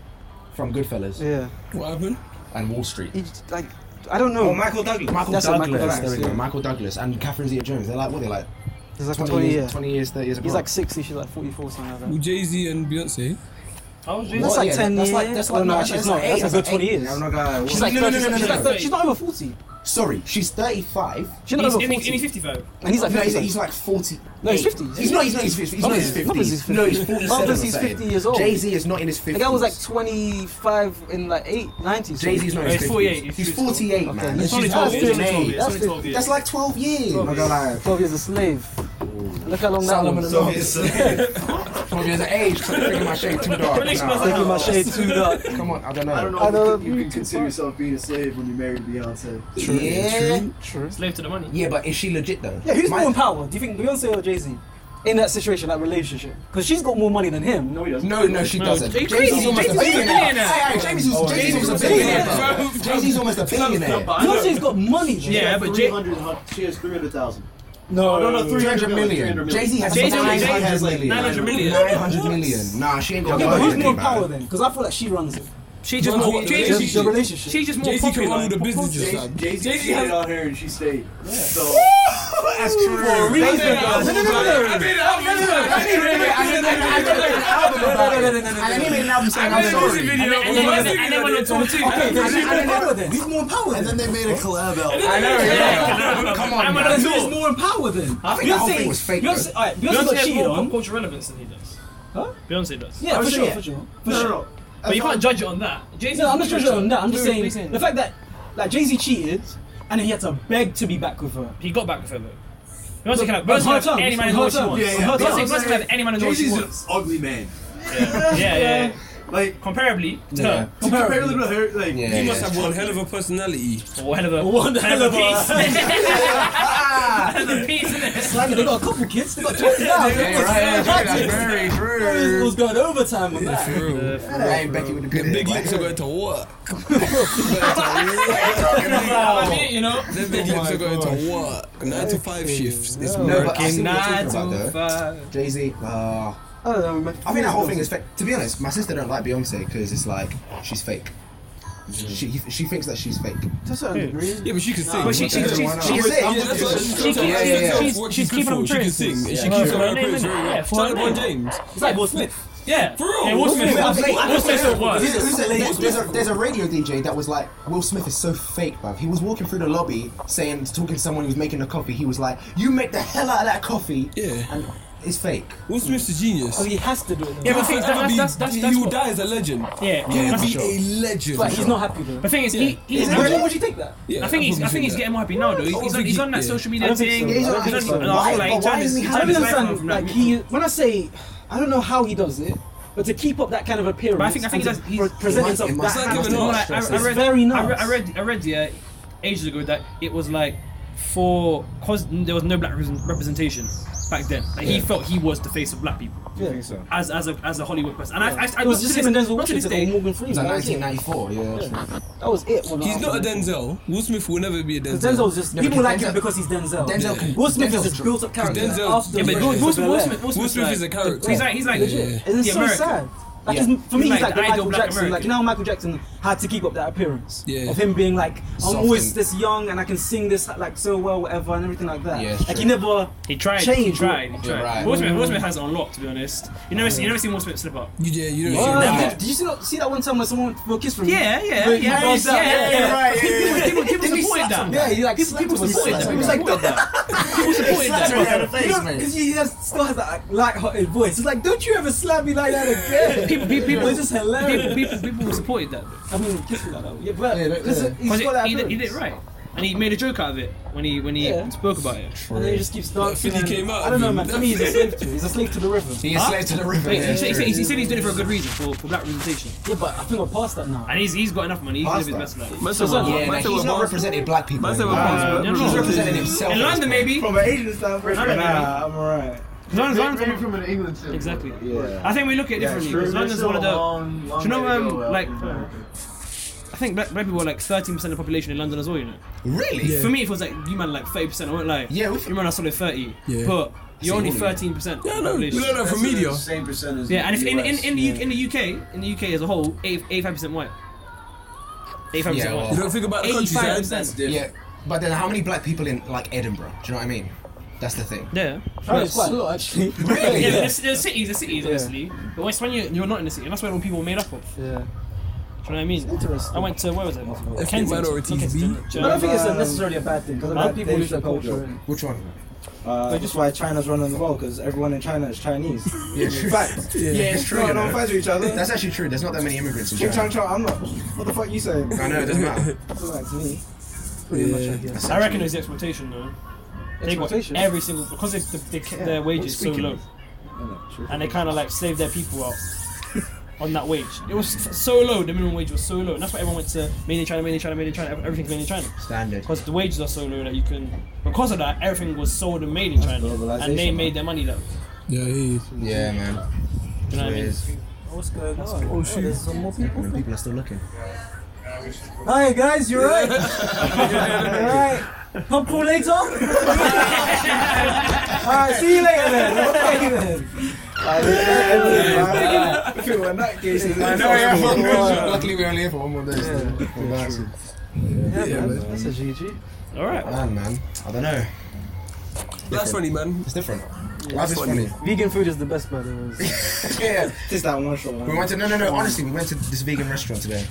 from Goodfellas Yeah, What happened? and Wall Street. he just, like I don't know. Oh, Michael Douglas. Michael That's what Douglas. Michael Douglas, there we go. yeah. Michael Douglas and Catherine Zeta-Jones. They're like what? They're like He's like 20, 20 years, years. 20 years, 30 years. He's apart. like 60, she's like 44, something like that. Well, Jay Z and Beyonce. How old was she? That's Well, like yeah, 10 that's years. like- that's like- no, no, actually, that's it's not. like eight, That's a that's good like 20 eight. years. I'm not gonna. She's like No, no, no, 30, no, she's no, like no. 30, she's not over 40. Sorry, she's 35. She's not He's, over and he's, and he's 40. 55. And he's like no, 50. he's, he's like 40. No, he's Hey, 50. He's not, he's not, he's 50. He's not, Obviously, he's 50. obviously he's No, he's 50. 47. Obviously he's I'm saying. 50 years old. Jay-Z is not in his 50s. The guy was like 25 in like 8, 90s. Jay-Z's not in his 50s. He's 48, he's He's 50. 48, Okay. man. He's It's only 12 years. It's only 12 years. That's It's only 12 years. That's like 12 years. I'm not gonna lie. 12 years a slave. Look how long that Solomon was. is obviously 12 years of age. Drinking my shade too dark. Release Nah, myself. Taking my shade too dark. Come on, I don't know. I don't know. I know. if you, can- you can consider yourself being a slave when you're married to Beyonce. Yeah. True. Slave to the money. Yeah, but is she legit though? Yeah, who's My- more in power? Do you think Beyonce or Jay Z? In that situation, that relationship. Because she's got more money than him. No, he doesn't. No, no, she No, doesn't. Jay- Jay-Z's Jay-Z's almost a a billionaire. billionaire. Hey, hey, Jay-Z's Oh, almost a billionaire. bro. Jay-Z's almost a billionaire. Beyonce's got money. though. Yeah, but Jay. 300 hun- She has 300,000. No, no, no, 300 300 million. million. Jay Z has Jay-Z- 900 Jay-Z's like million. 900 million. 900 million. Nah, she ain't got Okay, but who's money, more in man. power then? Because I feel like she runs it. She just No, more. what- Jay Jay-Z- The, Z. the relationship. She just more Jay Z can popular. run all the businesses. Jay- fam. Jay-Z Jay-Z cheated has- on her and she stayed. So, That's true. I made an And then he made an album saying, I'm music sorry. video. And then- and then- and then went on tour too. Okay, And then- and then- Who's more in power then? And then they made a collab album. I know, yeah. Come on, I'm man. on Then tour. who's more in power then? I think that whole thing was fake, though. Beyonce, alright, Beyonce, Beyonce got has cheated more pop on. culture relevance than he does. Huh? Beyonce does. Yeah, for Oh, sure, yeah. for sure. For no, sure. no, no. But you can't judge it on that. Jay-Z No, I'm not judging on that. I'm just Wait, wait, saying wait. the fact that like Jay Z cheated, and then he had to beg to be back with her. He got back with her though. Beyonce can have, But Beyonce can hard have times, any man in hard the world she times. wants. Yeah, yeah, Beyonce, hard Beyonce times. can have any man in the world she Jay-Z's an wants. ugly man. Yeah, yeah, yeah. Like, Comparably to her. compared to her, like, Yeah, He yeah. must have one hell of a personality. One hell of a one hell of a piece. Hell of a piece, innit? Like they got a couple kids, they got twenty now. Yeah, right, yeah, that's very It true. was going overtime on that. For real. Hey, Becky with the good Big hair, lips are boy. going to work. I mean, you know. Them big lips are going to work. Nine to five shifts. It's Oh No, work. but I see what you're talking about, though. five. Jay Z. Uh, I don't know. man. I think that whole thing is fake. To be honest, my sister don't like Beyonce because it's like she's fake. She she thinks that she's fake. to a certain degree. Yeah, but she can sing. But she, she, she's, she's, She is Yeah, that's what- it. that's what- yeah, yeah, yeah. that's She's- what she's good keeping for. on She can training. sing and she Yeah. keeps For on her her name, praise innit? very Yeah, well. for Shout out her to LeBron name. James. It's like Will Smith. yeah. For real. Yeah, Will Smith. Will Smith. Will Smith said There's worse. a- there's a- there's a, there's a radio DJ that was like, Will Smith is so fake, bruv. He was walking through the lobby saying, talking to someone who was making a coffee. He was like, You make the hell out of that coffee. Yeah. And is fake. Will Smith's a genius. Oh, he has to do it. Yeah, Now. but thing is, forever that- be- that's- that's- he that's will what- die as a legend. Yeah, He will that's- be a legend. But he's not happy though. The thing is, he, he's, Is it- I would you take that? Yeah, think he's, I probably think he's that. getting more happy now though. He's, he's, on, he's on that Yeah. social I media don't think so. I thing. He's don't on, think he's so. on, and I Why- feel like but he why turned his- is he he happy? turned I his don't life understand. around from Like that. he, when I say, I don't know how he does it, but to keep up that kind of appearance. But I think- I think and to that's- he's- pre- present it himself must- that it must has to give an be arse Like, I, I stressful. read, It's very I, re- nice. I read, I read, yeah, ages ago that it was like for cause there was no black represent- representation back then. Like he felt he was the face of black people I think so. as as a as a Hollywood person. And I, I, I It was not just to him and this- Denzel not to this Washington day. or Morgan Freeman. That was it. 1994. Yeah. That was it. when He's I- not a Denzel. Will Smith will never be a Denzel. Because Denzel's just No, people because like him Denzel- because he's Denzel. Denzel can- Will Smith Denzel's is a true. built-up character. Denzel- After Yeah, Yeah, Fresh but Will, Will, Will, Prince of Smith, Will, Smith, Will Smith is a character. He's like he's like Yeah. Bel-Air. It's the so American. sad. Like Yeah. he's, for me, he's He's like like the the ideal Michael black Jackson. Like American. you know, how Michael Jackson had to keep up that appearance Yeah. of him being like, I'm Soft always and- this young and I can sing this like so well, whatever, and everything like that. Yeah, it's like he true. never. He tried. He Change. Mm. tried. He You're tried. right. Will, Smith, Will Smith has it unlocked, to be honest. You never, see, you never seen Will Smith slip up. You- Yeah, you Oh, don't did- Nah. did, you see, that- see that one time when someone threw a kiss from Yeah, yeah, yeah, yeah, yeah, yeah, yeah, right. People, people, people supported that. Yeah, he like people, people supported slapped him. him. He was like, People supported that. People supported that. because he has, still has that like, light-hearted voice. It's like, don't you ever slap me like that again? People, people, people, it's just hilarious. people, people, people supported that. I mean, kiss me like that. Yeah, but Yeah, that- listen, he's Because got that he, did- he did appearance. it right. And he made a joke out of it when he when he Yeah. spoke about it. And then he just keeps dancing. Fifty and- came out I don't of know, him. man. For me, he's a slave to. He's a slave to the rhythm. He is slave to the river. Wait, yeah, he, said, he, said, true. he said he's doing it for a good reason, for, for black representation. Yeah, but I think we're past that now. And he's he's got enough money, he's living his Pasta. best life. Uh, Man said we're- Yeah, man nah, said he's we're not bars- representing black people. man said we're anymore. bars, bro. You know? He's representing himself. In London, maybe. From an Asian standpoint, Nah, nah, I'm alright. London's, London's Maybe from an England standpoint. Exactly. Yeah. I think we look at it differently. because London's one of the. Long, long Do you know, way to um, go out like- in America. I think black, black people are like 13% of the population in London as well, you know. Really? For me, it feels like you man are like 30%, I won't lie. Yeah, we- You man are solid 30. Yeah. But you're See, only all of 13% Yeah, of the no, you population. learn that That's from the media. Same percent as Yeah, and if the in, in, US. in, the UK, in the UK, in the UK as a whole, 85% white. 85% Yeah, white. well- You don't think about the 85%. countryside. Yeah, but then how many black people in like Edinburgh? Do you know what I mean? That's the thing. Yeah. Oh, it's quite a lot, actually. Really? Yeah, there's, there's cities, there's cities, obviously. But when, it's when you're, you're not in the city, and that's where all people are made up of. Do you Yeah. know what I mean? Interesting. I went to, where was it? Ethnic Kensington. minorities Not be- Kensington, But I Germany. don't think it's necessarily a bad thing because a lot Like, of people they lose their should culture. culture. Which one? Uh, that's why China's running the world because everyone in China is Chinese. Yeah, true. Fact. Yeah, it's true. No, you don't know. fight with each other. That's actually true. There's not that many immigrants in Ching chong China. chong. I'm not. What the fuck you saying? I know. It doesn't matter. Doesn't matter to me. Pretty much, I guess. I reckon it was the exploitation, though. They got Exploitation. every single because they, they, they, their wages so low, and they kind of like saved their people out on that wage. It was so low. The minimum wage was so low, and that's why everyone went to mainland China, mainland China, mainland China. ev- Everything's mainland China Standard. because the wages are so low that you can. Because of that, everything was sold and made in China, and they globalization, made their money that. way. Yeah, he. Yeah, man. You know what I mean? Whereas What's going on? Oh, shoot. There's some more people. when people are still looking. Hi, guys, you're right. Alright. Pump for later? Alright, see you later then. Okay then. If it were in that case, it's like- Luckily, we're only here for one more day. so- Yeah, man. That's a GG. All right. Man, man. I don't know. That's funny, man. It's different. Life is funny. Vegan food is the best, by the way. Yeah. Just that one shot. We went to no, no, no. Honestly, we went to this vegan restaurant today.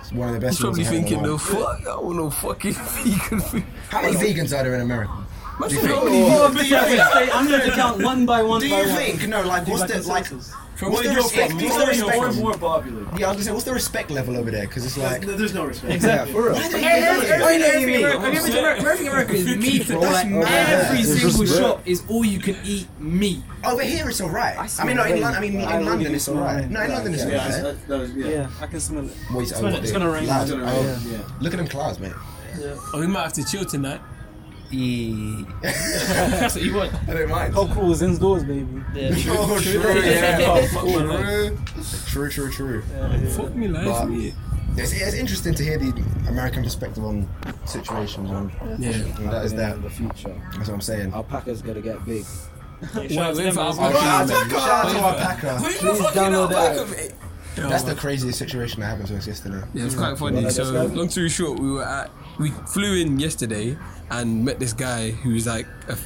It's one of the best. He's probably ones I've had in a thinking, while. the fuck? I want no fucking vegan food. How many vegans are there in America? Imagine think- how many I'm going to count one by one Do by you one. think? No, like, what's the like? From What's where the you're respect? from? What's the There's more and respect? more popular. Yeah, I was gonna say, what's the respect level over there? Because it's like, There's no respect. Yeah, for real. Why do you mean? Everything in America is meat. bro. That's Like, mad. Every It's single just- shop is all you can eat meat. Over here, it's alright. I, mean, no, in London, I mean, I in really London, it's don't alright. mind. No, in Yeah, London, it's Yeah, that's- alright. that- that is- yeah. Yeah, I can smell it. Wait, oh, gonna- what it's the- gonna rain. Lad, It's gonna oh, rain, yeah. Look at them clouds, mate. Oh, we might have to chill tonight. That's what you want. I don't mind. How cool is indoors, baby. Oh, true, yeah. True. True, true, true. Fuck me, life. But- yeah. It's, it's interesting to hear the American perspective on situations, man. Yeah. And that is that. In the future, That's what I'm saying. alpaca's gotta get big. Well, Shout out to if them, I- man. I'll- Shout out to Yeah. Alpaca. Who the fuck you know download back that. of it? That's the craziest situation that happened to us yesterday. Yeah, it's quite funny. So, long story short, we were at we flew in yesterday and met this guy who's like a f-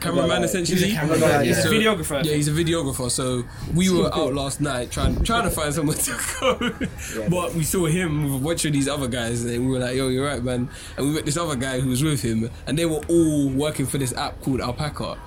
cameraman essentially. He's a cameraman, Yeah, yeah. so- Videographer. Yeah, he's a videographer. So we were out last night trying trying to find somewhere to go, but we saw him with a bunch of these other guys, and we were like, "Yo, you're right, man." And we met this other guy who was with him, and they were all working for this app called Alpaca.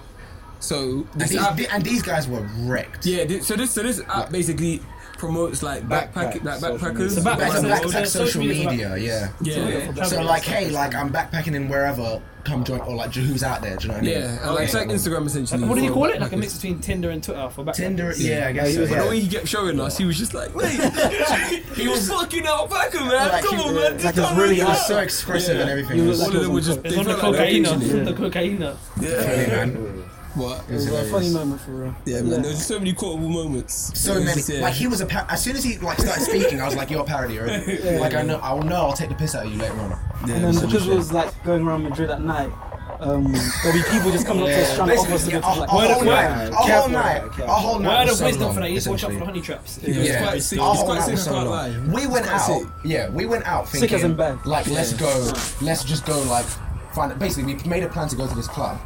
So And this these, app, and these guys were wrecked. yeah. thi- So this so this app basically promotes like backpack Backpack, like social media. backpackers. Backpack- Back, so- back, back so- so- social social media, media, yeah. Yeah, Yeah. So like, hey, like I'm backpacking in wherever, come join, or like who's out there? Do you know what I mean? yeah. and, like it's like Instagram essentially. What do you for call it? Like a backpackers. mix between Tinder and Twitter for backpack. Tinder, yeah, I guess. he so, was yeah. The way he kept showing us, he was just like, wait, he was fucking out backing, man. Like, Come he- on, man. like, just he was come really on, he was man." so expressive Yeah. and everything. He It was was all of them were just It's they on the felt like they cocaine. were engineers. The cocaine. Yeah. funny, man. What? It was It was a hilarious. funny moment for real. Yeah, man. There's so many quotable moments. So It was many. just, yeah. Like he was a. Pa- as soon as he like started speaking, I was like, "You're a parody already." like I know, I'll know. I'll take the piss out of you later on. And then because it was like going around Madrid at night, um, there'll be people just coming up to us trying to offer us to Basically, oh, go a a to like. whole night, a whole Careful, night, careful. a whole night. Word was of so wisdom long, for that is watch out for the essentially. honey traps. Yeah. It's Yeah, quite sick. a whole It's quite night sick, was so I can't long. lie. We went quite out. sick. Yeah, we went out Sick thinking as in bad. like let's Yeah. go, let's just go like find. Basically, we made a plan to go to this club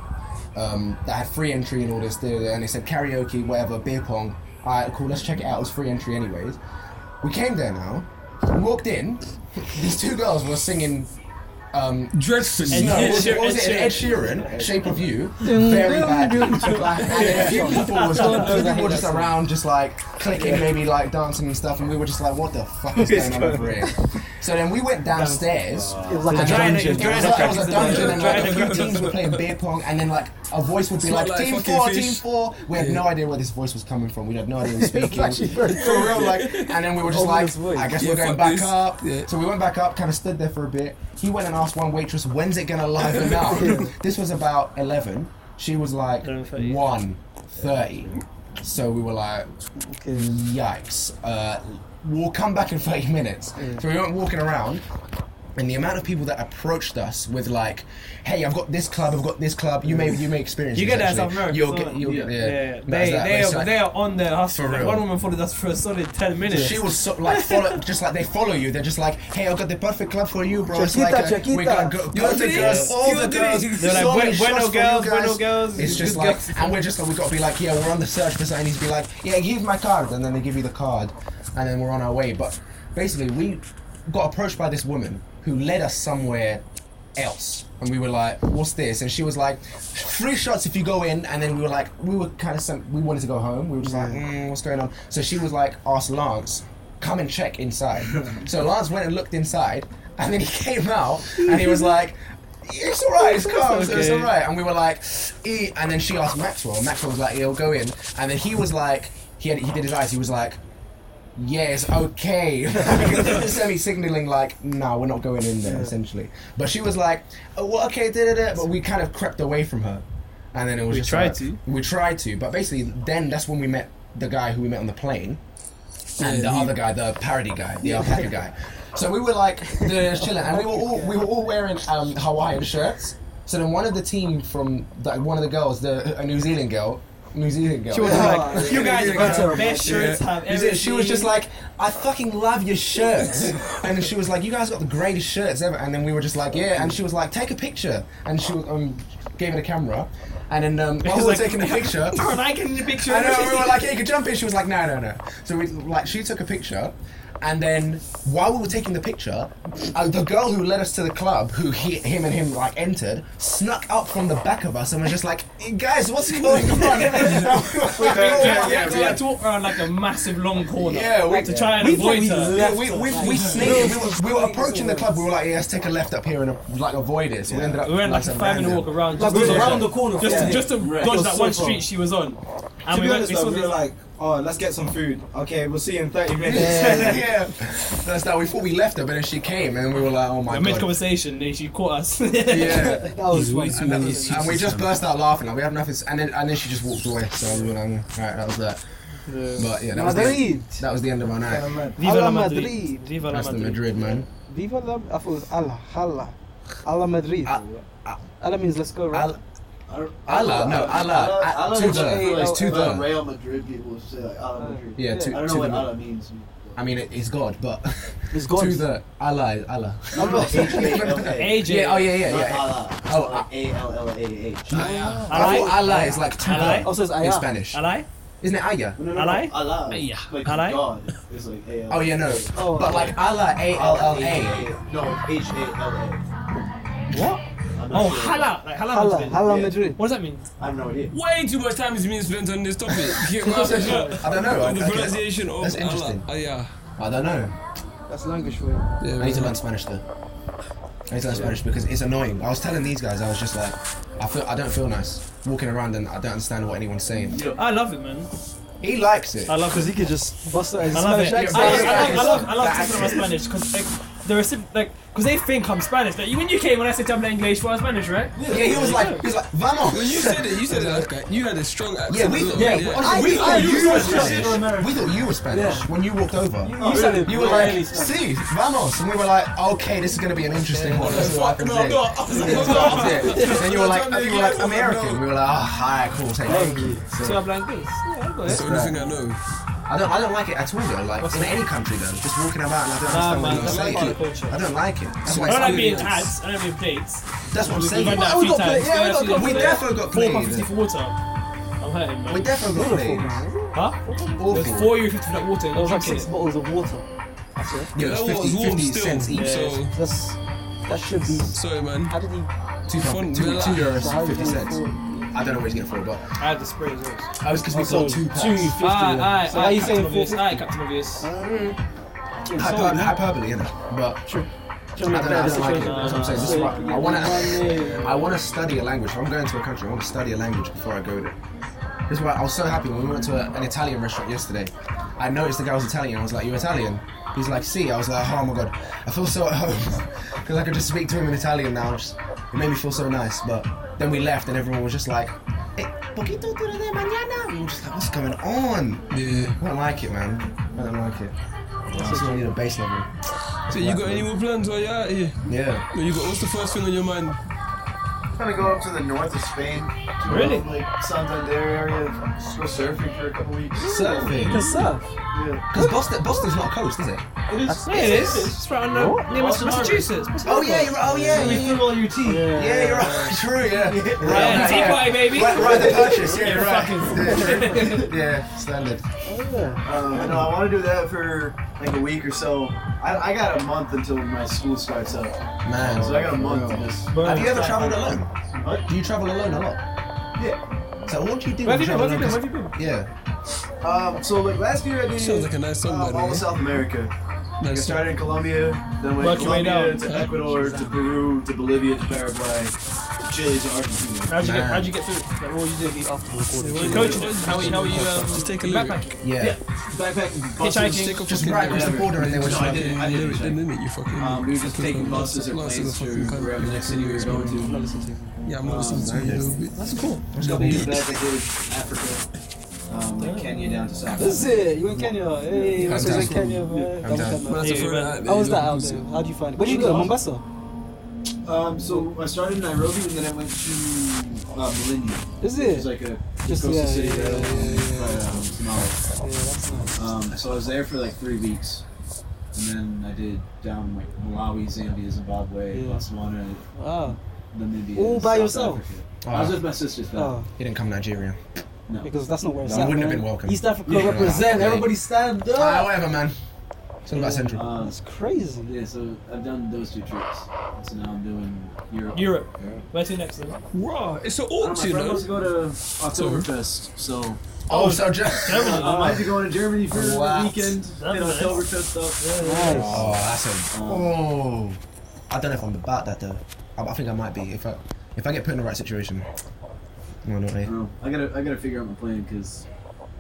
um, that had free entry and all this. There and they said karaoke, whatever, beer pong. All right, cool. Let's check it out. It was free entry anyways. We came there now. Walked in. These two girls were singing. Um, Dreadful. no, Ed what was, it- what Sheeran, was it? Ed Ed Sheeran, Shape of You. oh, Very bad. Like, and a few people was a few people were just around, just like clicking, maybe like dancing and stuff, and we were just like, what the fuck is going on over here? So then we went downstairs. It was like a and then- dungeon. It was like it was a dungeon, and like a few teams were playing beer pong, and then like a voice would be Smell like, like Team fucking Four, fish. Team Four. We had no idea where this voice was coming from. We had no idea who was speaking. For real, like, and then we were just Ominous like, voice. I guess Yeah, we're going fuck back this. up. Yeah. So we went back up, kind of stood there for a bit. He went and asked one waitress, when's it gonna liven up? this was about 11. She was like, 11:30. 1.30. So we were like, Okay. yikes. Uh, we'll come back in 30 minutes. Mm. So we went walking around. And the amount of people that approached us with like, "Hey, I've got this club, I've got this club. You may, you may experience. You this, get that in actually. South America, You'll so- get, you'll, yeah. Yeah, That's they that. they It's are, like- they are on their hustle. For Like, real. one woman followed us for a solid ten minutes. She was so, like follow, just like they follow you. They're just like, hey, I've got the perfect club for you, bro. it's Chiquita, like uh, chiquita. we gotta go, go Yo, to did girls, it. all Yo, the did girls. it. They're like, so many "Bu- bueno shots for girls, you bueno guys." girls. It's just Good like, girls. and we're just like, we gotta be like, yeah, we're on the search for something. He's be like, yeah, give my card, and then they give you the card, and then we're on our way. But basically, we got approached by this woman who led us somewhere else. And we were like, "What's this?" And she was like, three shots if you go in." And then we were like, we were kind of some, we wanted to go home. We were just like, mm, "What's going on?" So she was like, "Ask Lance, come and check inside." so Lance went and looked inside, and then he came out, and he was like. It's alright, it's calm, so it's Okay. alright. And we were like, e-, and then she asked Maxwell. Maxwell was like, he'll go in. And then he was like, he had, he did his eyes, he was like, yes, okay. Semi signaling, like, no, we're not going in there, essentially. But she was like, oh, well, okay, da da da. But we kind of crept away from her. And then it was We just tried like- to. We tried to. But basically, then that's when we met the guy who we met on the plane and the Yeah, he- other guy, the parody guy, the alpaca guy. So we were like the chilling, and we were all we were all wearing um, Hawaiian shirts. So then one of the team from like one of the girls, the a New Zealand girl, New Zealand girl. like, you guys are That's gonna terrible. have best shirts, have Is everything. it- She was just like, I fucking love your shirts. and then she was like, You guys got the greatest shirts ever. And then we were just like, Yeah. And she was like, Take a picture. And she was, um, gave it a camera. And then um, while we were like- taking the picture, Bro, I can the picture. I know, we were like, yeah, you could jump in. She was like, no, no, no. So we, like, she took a picture, and then while we were taking the picture, uh, the girl who led us to the club, who he, him and him like entered, snuck up from the back of us and was just like, "Hey, guys, what's going on? yeah, yeah, we had to walk around like a massive long corner. Yeah, we- to try and we avoid thought her. Yeah, we, we, we, sneaked, we, were, we were approaching the club. We were like, yeah, let's take a left up here and uh, like avoid it. So we ended up We went like a some five minute random- walk around. Like, just we was to- around the corner. Just Yeah. to, just to It dodge was that so one far. street she was on. And To we be went, honest, we though, saw we this were like, oh, let's get some food. Okay, we'll see you in 30 minutes. Yeah, yeah. That's that. We thought we left her, but then she came, and we were like, "Oh my a god!" mid conversation, then she caught us. Yeah. That was He's way fun. too And, many that- and we just burst out laughing. Like, we have nothing. s- And then, and then she just walked away. So we were like, alright, that was that. But yeah, that was, the Madrid. end, that was the end of our night. Viva Ala la Madrid. Madrid. Viva la That's the Madrid. Madrid, man. Viva la. I thought it was Ala. Hala. Ala Madrid. Al- Ala means let's go, right? Ah, Al- Allah, no, Allah. Allah- uh, Two Allah- the. It's two Uh, the. Real Madrid people say like Ala Madrid. Yeah, two, I two don't know what the. Ala means. I mean, it, it's God, but. It's Two gone. the. Allah is Allah. No, no, A-L-A. AJ. Yeah, oh, yeah, yeah, Not yeah. Ala. It's Oh, like A-L-L-A-H. Yeah. I thought Allah is like two Allah. the Also, it's in Aya. Spanish. Alai? Isn't it Aya? No, no, no, Ala? Allah. Yeah. Like Ala? God. It's like A-L-A. Ah. Oh, yeah, no. Oh, But like Allah, A L L A. No, H-A-L-A. What? I'm Oh, hala, like hala, Hala, Madrid. Hala Madrid. What does that mean? I have no idea. Way too much time has been spent on this topic. Yeah, I don't know, The I- I- pronunciation of that's Allah. interesting. Uh, yeah. I don't know. That's language for you. Yeah, I need to learn Spanish though. I need to learn Spanish because it's annoying. I was telling these guys, I was just like, I feel I don't feel nice walking around and I don't understand what anyone's saying. I love it, man. He likes it. I love Because he could just bust out his I love Spanish it. I, I, accent. I, I love, I love That talking about accent. Spanish because like, the recip- like, because they think I'm Spanish. Like, when you came, when I said I'm English, well, I'm Spanish, right? Yeah, he was like, he was like, Well, vamos. you said it. You said it. Okay. You had a strong accent. Yeah, we, as well. yeah, I- we I- thought you I- were I- Spanish. We thought you were Spanish when you walked over. You, sounded were like, really see, vamos, and we were like, okay, this is gonna be an interesting one. Let's see what happens No, here. no, I was like, no, no. And you were like, you were like No. American. We were like, oh, hi, cool, thank you. So So, I'm like this. Yeah, I'll go That's ahead. the only thing I know. I don't, I don't like it at all though. Like in any country though, just walking about and I don't understand Nah, man, that's what like part of you're the saying. culture. I don't like it. That's I why don't like it's being ads. I don't mean plates. That's what I'm We've saying. done that a We few times. yeah, we got absolutely played. We definitely got Four played. pound fifty for water. I'm hurting, man. definitely got played. Huh? It was Awful. four euro fifty for that water. There was like and I'm drinking six it. bottles of water. Yeah, it That one was was 50, warm 50 still. cents each. So That's that should be. sorry, man. How did he? Two, pound- fun- two, relax. two euros, How did fifty he cents. afford- I don't know where he's getting it for, but I had the spray as well. I was because we sold two packs. fifty. Aye, aye, So why aye, are you Captain saying Obvious. 40? Aye, Captain Obvious. Hyper- hyperbole, you know. But true. I don't, know, I don't like it. That's what I'm saying. This is why I want to. I want to study a language. If I'm going to a country, I want to study a language before I go there. This is why I was so happy when we went to a, an Italian restaurant yesterday. I noticed the guy was Italian. I was like, "You Italian?" He's like, "See." I was like, "Oh my god, I feel so at home because I could just speak to him in Italian now." Just- it made me feel so nice. But then we left, and everyone was just like, "Eh, "Poquito te lo de mañana." We were just like, "What's going on?" Yeah. I don't like it, man. I don't like it. I just need a base level. So you got any more plans while you're out here? Yeah. No, you got. What's the first thing on your mind? I'm gonna go up to the north of Spain. to Really? Like Santander area. Just go surfing for a couple weeks. Surfing. Because surf. Yeah. Because Boston, Boston's not coast, is it? It is. Yeah, it is. It's right on the near Mas- Boston Harbor. Massachusetts. What's Oh yeah, you're, oh yeah, You yeah, threw yeah. all your teeth. Yeah, you're right. True, yeah. Right, Yeah, right, tea yeah. party, baby. Right, right, the purchase. Yeah, you're right. fucking- Yeah, true. yeah, standard. Um, no, I want to do that for like a week or so. I, I got a month until my school starts up, so I Man, got a month to just. have you ever travelled alone? What? Do you travel alone a lot? Yeah. So what do you do? Where when have you travel been? Where have you been? alone? Where have you been? Yeah. Um, so like last year I did Sounds like a nice song, by um, the all way. of South America. Like, I Nice started in Colombia, then went Work your way Colombia down. to Ecuador to Peru to Bolivia to Paraguay to Chile to Argentina. How'd you get? Man. How'd you get through? Like, what were you doing? After recording. What were you coaching? How were you? How were you? Um, Just take a look. backpacking. Yeah. Backpacking, Hitchhiking. buses. Take a Just fucking right across the whatever. border and they were No, just I like, didn't. I Yeah, didn't. it check. didn't it, you fucking. Um, we were just fucking taking fucking buses or lost in planes the to fucking wherever the next country. city we were going to. Yeah, I'm listening to you a little bit. That's cool. Couple years back, I did Africa, um, like Kenya down to South. This is it. You in Kenya? Hey, I was in Fantastic. Kenya, man. Double Fantastic. tap, man. That's the Yeah, further man. out there, How was you know, that out you see- there? How do you find it? Where did you Cheap go? house. Mombasa. Um, so I started in Nairobi and then I went to uh, Malindi, Is which is it? like a Just- coastal yeah, city yeah, that yeah, um, Somalia. Yeah, that's nice. Um, so I was there for like three weeks, and then I did down like Malawi, Zambia, Zimbabwe, Yeah. Botswana, Wow. Namibia. All and by South yourself? Africa. I was with my sisters though. Oh, he didn't come Nigerian. No. because that's not where it's I at. wouldn't have man. been welcome. East Africa Yeah. represent. Yeah. Everybody stand Uh, Ah, up. whatever, man. It's all about central. Um, That's crazy. yeah, so I've done those two trips. So now I'm doing Europe. Europe. Where to next? Then? Raw. It's an I don't know, auction, my friend wants though. to go to Oktoberfest, so Oh, so just. I might be going to Germany for Wow. the weekend. Did nice. Oktoberfest stuff. Um, Nice. Oh, that's a. Oh, I don't know if I'm about that though. I, I think I might be if I if I get put in the right situation. Why not? Eh? I don't know. I gotta, I gotta figure out my plan because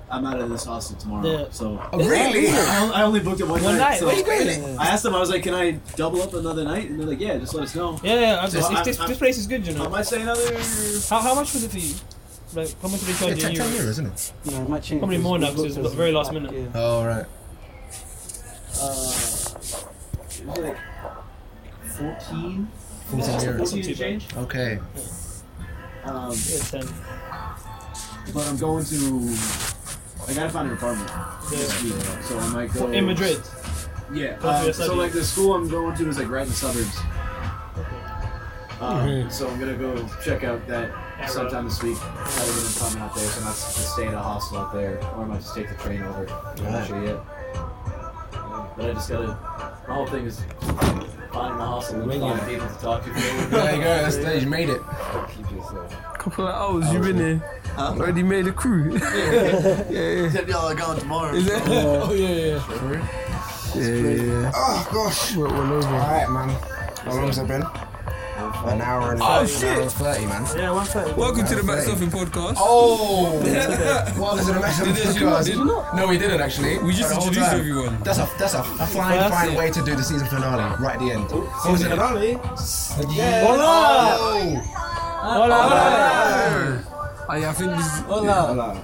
I'm out of this hostel tomorrow. Yeah. So Oh, really? I, on- I only booked it one, One night. So Where you going? I asked them. I was like, "Can I double up another night?" And they're like, "Yeah, just let us know." Yeah, yeah. I'm So just, I- it's, this, I'm- this place is good, you I know. might stay another. uh, How, how much was it for you? Like, how much did they Yeah, charge you? ten, in ten euros? euros, isn't it? Yeah, it might change. Probably more now, 'cause it's Because- very last minute. Yeah. Oh, right. It was like fourteen. 14 euros. Fourteen and change. Okay. Um, Yeah, ten. but I'm going to. I gotta find an apartment. this Yeah. week, So I might go. In Madrid. Yeah. Go to Um, your so study. like the school I'm going to is like right in the suburbs. Um, So I'm gonna go check out that sometime this week. Probably gonna come out there, so I might just stay in a hostel out there, or I might just take the train over. I'm not sure yet. But I just gotta. My whole thing is finding a house and finding people to talk to. There you go. That's there. You made it. Couple of hours, you've been here. Already made a crew. yeah, yeah. Except y'all are gone tomorrow. Is it? Oh, yeah, yeah. Yeah, yeah, yeah. Oh gosh. We're, we're over. All right, man. How long's it been? An hour and Oh, 30, shit. An hour and thirty, man. Yeah, one thirty. Welcome to the Back Stuffing Podcast. Oh, Ah, what was it a Did message? this- did- No, we didn't actually. We just The whole introduced time. everyone. That's a that's a fine fine way to do the season finale right at the end. Oh. What was it? Finale? Yeah. Hola. Ah, yeah, I think this is. Hola.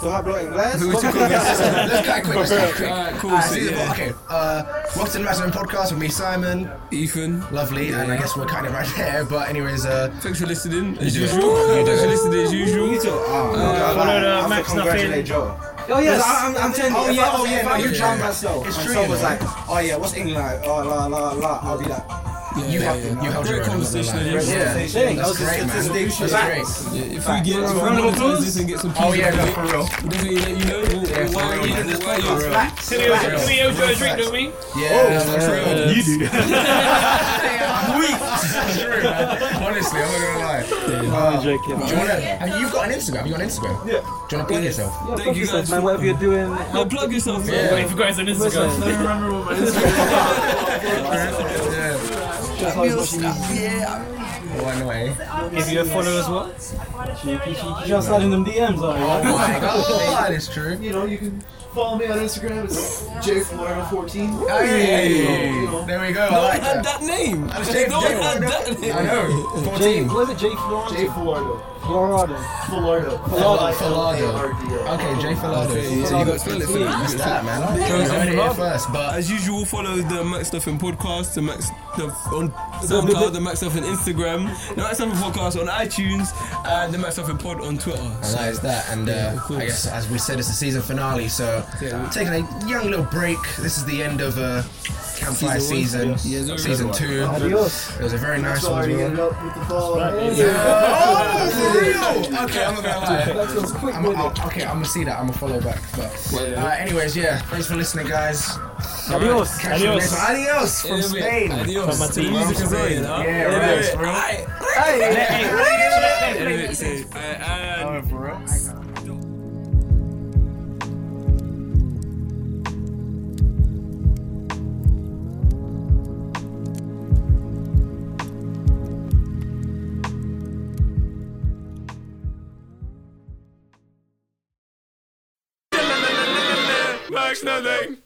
So how about Ah, English? Who took over this? Let's cut it quick. Let's cut it quick. Alright, Ah, cool. Alright, so, season yeah. four, okay. Uh, welcome to the Maximum Podcast with me, Simon. Ethan, Lovely, and I guess we're kind of right there. But anyways, uh, thanks for listening as You do it. usual. You do Thanks for it. listening as usual. Oh, God, uh, Follow the I have to Max congratulate Nothing. Joe. Oh Yes, yes. I'm, I'm telling you. Oh, if yeah, I, oh, if yeah, I no, you yeah, drown yeah. myself, It's and true, someone was you know. like, oh yeah, what's England like? Oh la la la, I'll be like, you have you held your Great own, I'm not gonna conversation. lie. as usual. Yeah, Thanks, that's those are great, man. statistics. That's great. Yeah, if we get if we Round of monetize applause. this and get some Oh yeah, out no, of it, for real. we'll definitely let you know. We'll, Yeah, for we'll wire you, real. we'll wire you. Facts. Can you Facts. can you owe Joe a drink, Facts. don't we? Oh, Yeah, that's for real. You do. That's true, man. Honestly, I'm not gonna lie. Uh, do you wanna, have you got an Instagram? Have you got an Instagram? Yeah. Do you wanna plug yourself? Thank you guys. man, whatever you're doing. for- No, plug yourself. man. Yeah. Wait, for guys on Instagram. Let me remember what my Yeah. One way. If you follow us, what? Just sliding them DMs, are you? Oh my god, that is true. You know, you can follow me on Instagram. It's jflorida14. Hey, there we go. I No one like had that. that name. That's Jay- No Jay- one had that name. I know. 14. What is it, Jay Florida? J Florida. Florida. Florida. Falada. Okay, Jay Falado. Oh, So you got to it for me. That's that, man. I Jay heard it here Falado. first, but As usual, follow the Max Stuffing podcast, the Max Stuff on SoundCloud, the Max Stuffing Instagram, the Max Stuffing podcast on iTunes, and the Max Stuffing pod on Twitter. And that is that, and Yeah, uh, of course. I guess as we said, it's the season finale. So Yeah. taking a young little break. This is the end of uh, campfire season, Yeah, it's already season good two. Adios. It was a very nice one. Sorry, as well. you ended up with the fall. Oh, for real? Okay, I'm not gonna lie. That was quick, I'm, wasn't I'll, okay, I'm gonna see that. I'm gonna follow back. But uh, anyways, yeah. Thanks for listening, guys. it? Adios. Catch you Adios. next time. Adios from Yeah, Spain. yeah. Adios. From The music is Spain. on, huh? Yeah, right, bro. Aye. Anyway, it's, uh, and- Oh, for real? Max nothing.